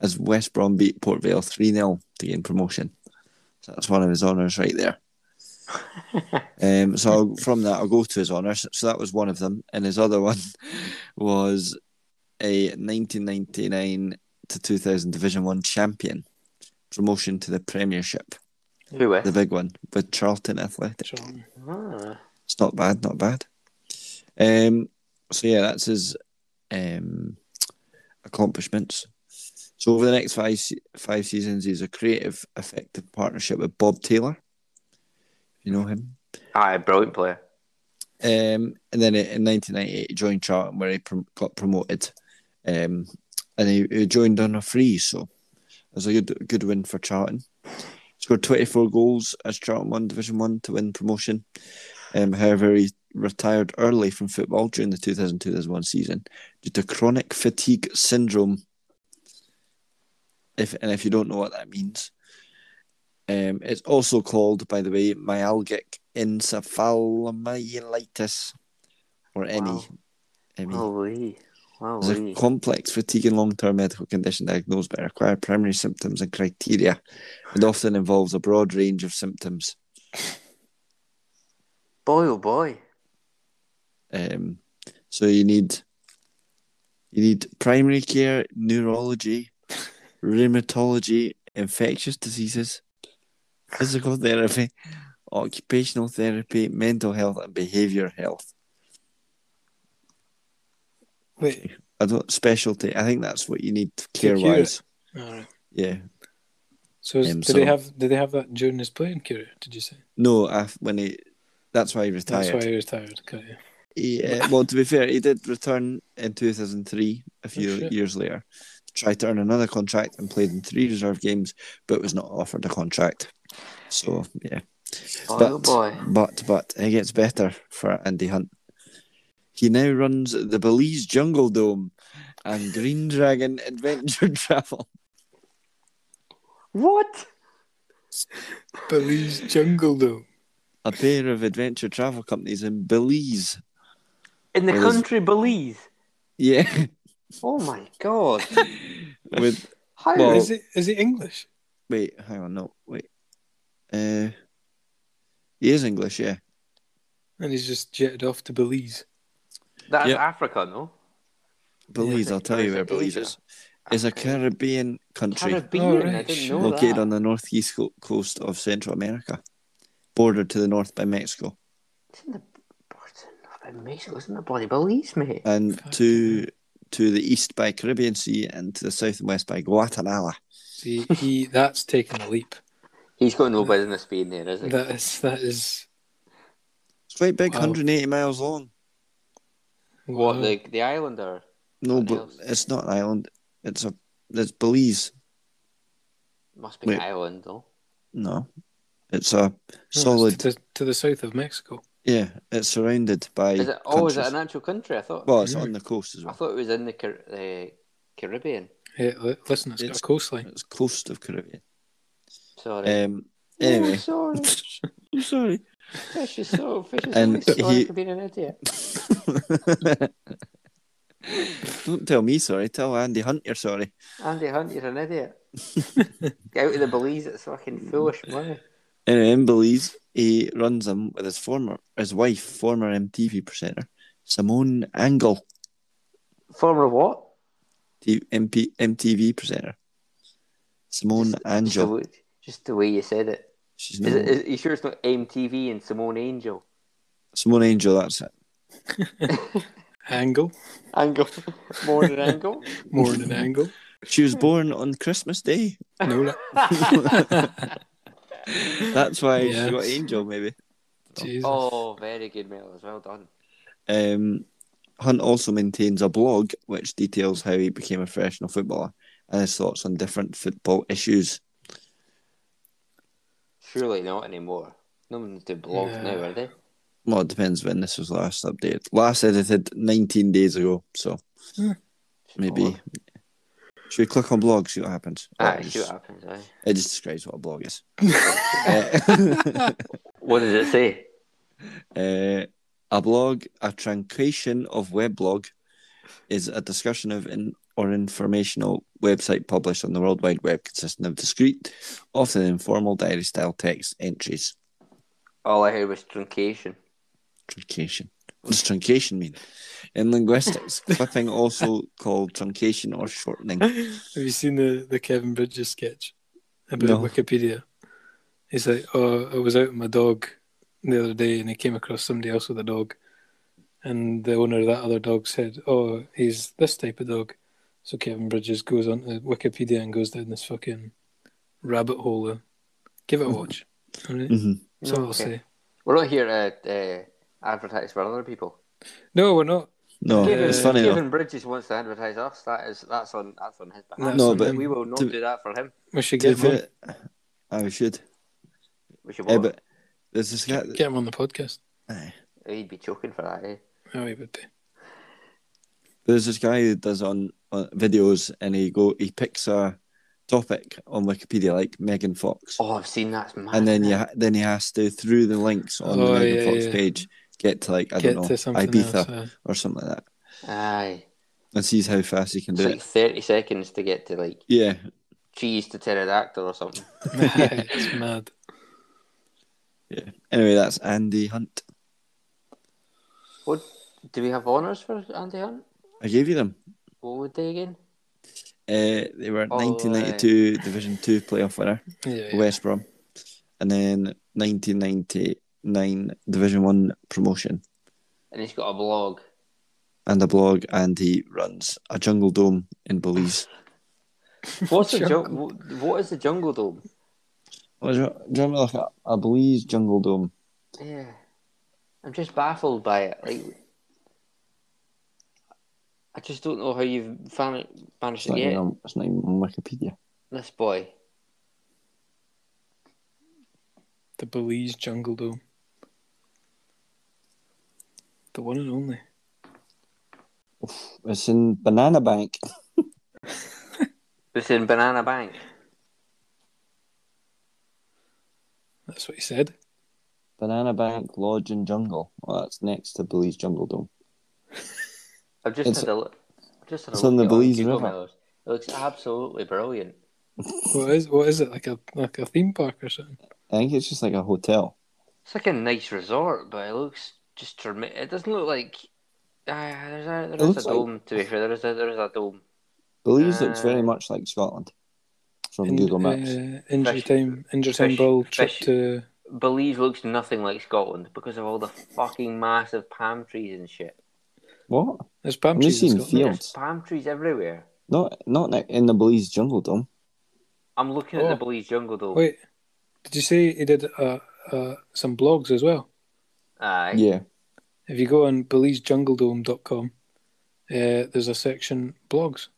S3: as West Brom beat Port Vale 3 0 to gain promotion. So that's one of his honours right there. um, so I'll, from that, I'll go to his honours. So that was one of them, and his other one was a 1999 to 2000 Division One champion, promotion to the Premiership
S1: Who
S3: the
S1: with?
S3: big one with Charlton Athletic.
S2: Charlton.
S1: Ah,
S3: It's not bad, not bad. Um, so yeah, that's his um, accomplishments. So over the next five se- five seasons, he's a creative, effective partnership with Bob Taylor. You know him.
S1: aye, brilliant player.
S3: Um, and then in 1998, he joined Charlton, where he prom- got promoted, um, and he, he joined on a free, so it was a good good win for Charlton. Scored 24 goals as Charlton won Division One to win promotion. Um, however, he retired early from football during the 2000-2001 season due to chronic fatigue syndrome. If and if you don't know what that means, um, it's also called, by the way, myalgic encephalomyelitis, or ME.
S1: Wow. Oh,
S3: ME.
S1: Holy,
S3: It's a
S1: holy.
S3: complex fatigue and long term medical condition diagnosed by required primary symptoms and criteria and often involves a broad range of symptoms.
S1: Boy, oh boy.
S3: Um, so you need you need primary care, neurology, rheumatology, infectious diseases, physical therapy, occupational therapy, mental health, and behavior health.
S2: Wait,
S3: I don't specialty. I think that's what you need
S2: cure
S3: care
S2: it.
S3: wise.
S2: all right.
S3: Yeah.
S2: So, is,
S3: Um,
S2: did
S3: so-
S2: they have did they have that during his playing career? Did you say?
S3: No, I, when he. That's why he retired.
S2: That's why he retired. Got you.
S3: He, uh, well, to be fair, he did return in 2003, a few
S2: shit.
S3: years later, to try to earn another contract and played in three reserve games, but was not offered a contract. So, yeah.
S1: Boy,
S3: But-
S1: oh boy.
S3: But, but it gets better for Andy Hunt. He now runs the Belize Jungle Dome and Green Dragon Adventure Travel.
S1: What?
S2: Belize jungle though.
S3: A pair of adventure travel companies in Belize.
S1: In the
S3: It was-
S1: country Belize?
S3: Yeah.
S1: Oh my god.
S3: With
S1: How?
S3: Well-
S2: is it is it English?
S3: Wait, hang on, no, wait. Uh, he is English, yeah.
S2: And he's just jetted off to Belize.
S1: That's
S3: yeah.
S1: Africa, no?
S3: Belize,
S1: Yeah,
S3: I'll tell you where
S1: Africa,
S3: Belize is. It's a
S1: Africa.
S3: Caribbean country
S1: Caribbean.
S2: Oh, right,
S1: I didn't
S2: shit.
S1: know
S3: located
S1: that.
S3: on the northeast co- coast of Central America, bordered to the north by Mexico
S1: It's in the border of Mexico. It's in the bloody Belize, mate.
S3: and
S2: Fucking
S3: to to the east by Caribbean Sea and to the south and west by Guatemala.
S2: See, he that's taken a leap.
S1: He's got no business being there, is he?
S2: That is that is
S3: It's quite big,
S2: Wow.
S3: 180 miles long.
S1: What
S2: wow.
S1: the the islander?
S3: No,
S1: What
S3: but
S1: else?
S3: it's not an island. It's a it's Belize.
S1: Must be an
S3: Wait.
S1: island though.
S3: No, it's a
S2: No, it's
S3: solid.
S2: to the, to the south of Mexico.
S3: Yeah, it's surrounded by.
S1: Is it? Oh, is it
S3: countries.
S1: an actual country? I thought.
S3: Well, it's on the coast as
S1: I
S3: well.
S1: thought it was in the Car- the Caribbean.
S2: Yeah, li- listen, it's got
S3: It's-
S2: a coastline.
S3: It's coast of Caribbean.
S1: Sorry.
S3: Um.
S1: Oh,
S3: Anyway,
S1: sorry.
S3: I'm sorry.
S1: Fish is so. Fish is
S3: And
S1: so sorry
S3: he-
S1: for being an idiot.
S3: Don't tell me sorry. Tell Andy Hunt you're sorry.
S1: Andy Hunt, you're an idiot. Get out of the Belize. It's fucking foolish money.
S3: Anyway, in Belize, he runs them with his former, his wife, former MTV presenter Simone Angle,
S1: Former what?
S3: T- MP, MTV presenter Simone
S1: Just the,
S3: Angel.
S1: way, just the way you said it.
S3: She's
S1: Is
S3: no,
S1: it is, you sure it's not MTV and Simone Angel?
S3: Simone Angel. That's it.
S2: Angle.
S1: Angle. More than Angle?
S2: More than an angle.
S3: She was born on Christmas Day.
S2: No la-
S3: That's why
S2: Yes.
S3: she got Angel. Maybe.
S2: Jesus.
S1: Oh, very good, Mellors. Well done.
S3: Um, Hunt also maintains a blog which details how he became a professional footballer and his thoughts on different football issues.
S1: Surely not anymore. No one's doing blogs
S2: Yeah.
S1: now, are they?
S3: Well, it depends when this was last updated. Last edited 19 days ago, so maybe. Should we click on blog, see what happens? Or
S1: Ah,
S3: just-
S1: see what happens. Aye.
S3: It just describes what a blog is. Uh,
S1: What does it say?
S3: Uh, a blog, a truncation of weblog, is a discussion of in or informational website published on the World Wide Web consisting of discrete, often informal diary style text entries.
S1: All I heard was truncation.
S3: Truncation. What does truncation mean? In linguistics, clipping also called truncation or shortening.
S2: Have you seen the, the Kevin Bridges sketch about
S3: No.
S2: Wikipedia? He's like, oh, I was out with my dog the other day and he came across somebody else with a dog. And the owner of that other dog said, oh, he's this type of dog. So Kevin Bridges goes on to Wikipedia and goes down this fucking rabbit hole. of- Give it a watch. All right?
S3: hmm
S2: That's all I'll
S1: Okay.
S2: say.
S1: We're not here to uh, advertise for other people.
S2: No, we're not.
S3: No,
S1: Kevin,
S3: it's funny though.
S1: Kevin Bridges wants to advertise us. That is that's on that's on his behalf.
S2: No,
S1: So
S2: but-
S1: we will not
S3: to-
S1: do that for him.
S2: We should
S3: To
S2: get him, on,
S3: fit- Oh, we should.
S1: We should.
S3: Eh,
S1: walk.
S3: but there's this guy. that-
S2: get him on the podcast.
S3: aye.
S1: He'd be choking for that. Eh?
S2: Oh, he would be.
S3: There's this guy who does on, on videos, and he go he picks a topic on Wikipedia, like Megan Fox,
S1: Oh, I've seen that's mad.
S3: and then you ha- then he has to through the links on
S2: Oh,
S3: the Megan
S2: yeah,
S3: Fox
S2: yeah.
S3: page get to like I
S2: get
S3: don't know
S2: to something
S3: Ibiza
S2: else. uh,
S3: or something like that,
S1: aye,
S3: and sees how fast he can
S1: it's
S3: do
S1: like
S3: it.
S1: thirty seconds to get to like
S3: Yeah,
S1: cheese to pterodactyl or something.
S2: it's mad.
S3: yeah. Anyway, that's Andy Hunt.
S1: What do we have honors for Andy Hunt?
S3: I gave you them.
S1: What would they again?
S3: Uh, they were
S1: Oh,
S3: 1992 Division Two playoff winner
S2: Yeah, yeah.
S3: West Brom, and then 1999 Division One promotion.
S1: And he's got a blog.
S3: and a blog, and he runs a jungle dome in Belize.
S1: What's the jung- wh- What is the Jungle Dome?
S3: What do you, do you remember like a, a Belize jungle dome?
S1: Yeah, I'm just baffled by it. Like, I just don't know how you've fan- managed
S3: It's
S1: to
S3: not,
S1: get
S3: even on, it's not even on Wikipedia.
S1: this boy.
S2: The Belize Jungle Dome. The one and only.
S3: It's in Banana Bank.
S1: It's in Banana Bank.
S2: That's what he said.
S3: Banana Bank Lodge and Jungle. Well, that's next to Belize Jungle Dome.
S1: I've just
S3: It's-
S1: had a look. I've just had a
S3: it's
S1: look
S3: on the
S1: at
S3: Belize
S1: Google
S3: River.
S1: Maps. It looks absolutely brilliant.
S2: What is what is it like a like a theme park or something?
S3: I think it's just like a hotel.
S1: It's like a nice resort, but it looks just tremendous. It doesn't look like. Ah, there's a, there is
S3: looks
S1: a
S3: like-
S1: dome, to be fair. There is a, there is a dome.
S3: Belize looks
S1: Uh,
S3: very much like Scotland from Google Maps.
S2: Uh, injury
S1: Fish-
S2: time, injury time
S1: fish-
S2: ball trip
S1: fish.
S2: to.
S1: Belize looks nothing like Scotland because of all the fucking massive palm trees and shit.
S3: what?
S2: There's palm
S3: Have you
S2: trees in
S3: seen
S2: Scotland.
S1: There's
S3: fields?
S1: palm trees everywhere.
S3: Not not ne- in the Belize Jungle Dome.
S1: I'm looking at
S2: Oh.
S1: the Belize Jungle Dome.
S2: Wait, did you say he did uh, uh, some blogs as well?
S1: Aye.
S3: Yeah.
S2: If you go on BelizeJungleDome.com, uh, there's a section blogs.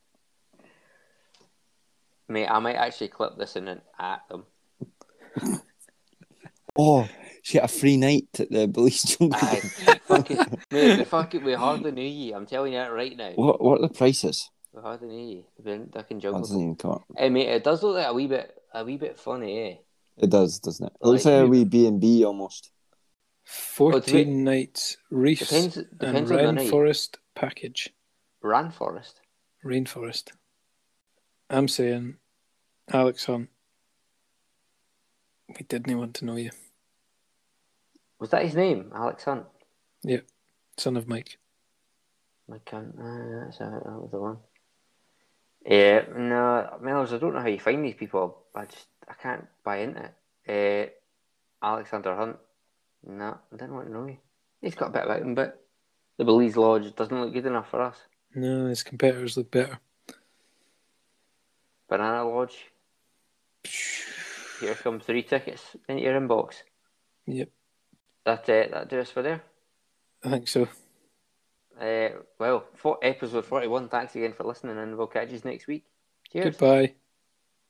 S1: Mate, I might actually clip this in and at them.
S3: Oh, she had a free night at the Belize Jungle
S1: Aye.
S3: Dome.
S1: fucking, mate, we fucking, we hardly knew ye. I'm telling you that right now.
S3: What, what are the prices?
S1: We hardly knew ye. We've been ducking
S3: That
S1: Jungle
S3: doesn't
S1: Dome.
S3: even come up.
S1: Hey, mate, it does look like a wee bit, a wee bit funny, eh?
S3: It does, doesn't it? It looks
S1: Like-
S3: like a wee B and B almost.
S2: Fourteen
S1: wait.
S2: nights reefs
S1: Oh, Depends,
S2: and
S1: depends on the night.
S2: rainforest package.
S1: Rainforest.
S2: Rainforest. I'm saying, Alex Hunt, we didn't want to know you,
S1: Was that his name? Alex Hunt.
S2: son of Mike.
S1: I can't. Uh, that's uh, that was the one. Yeah, no, Mellors, I don't know how you find these people. I just, I can't buy into it. Uh, Alexander Hunt. No, I didn't want to know you. He's got a bit about him, but the Belize Lodge doesn't look good enough for us.
S2: No, his competitors look better.
S1: Banana Lodge. Here come three tickets into your inbox.
S2: Yep,
S1: That uh, that do us for there.
S2: I think so.
S1: Uh, well, for episode forty-one. Thanks again for listening, and we'll catch you next week. Cheers.
S2: Goodbye.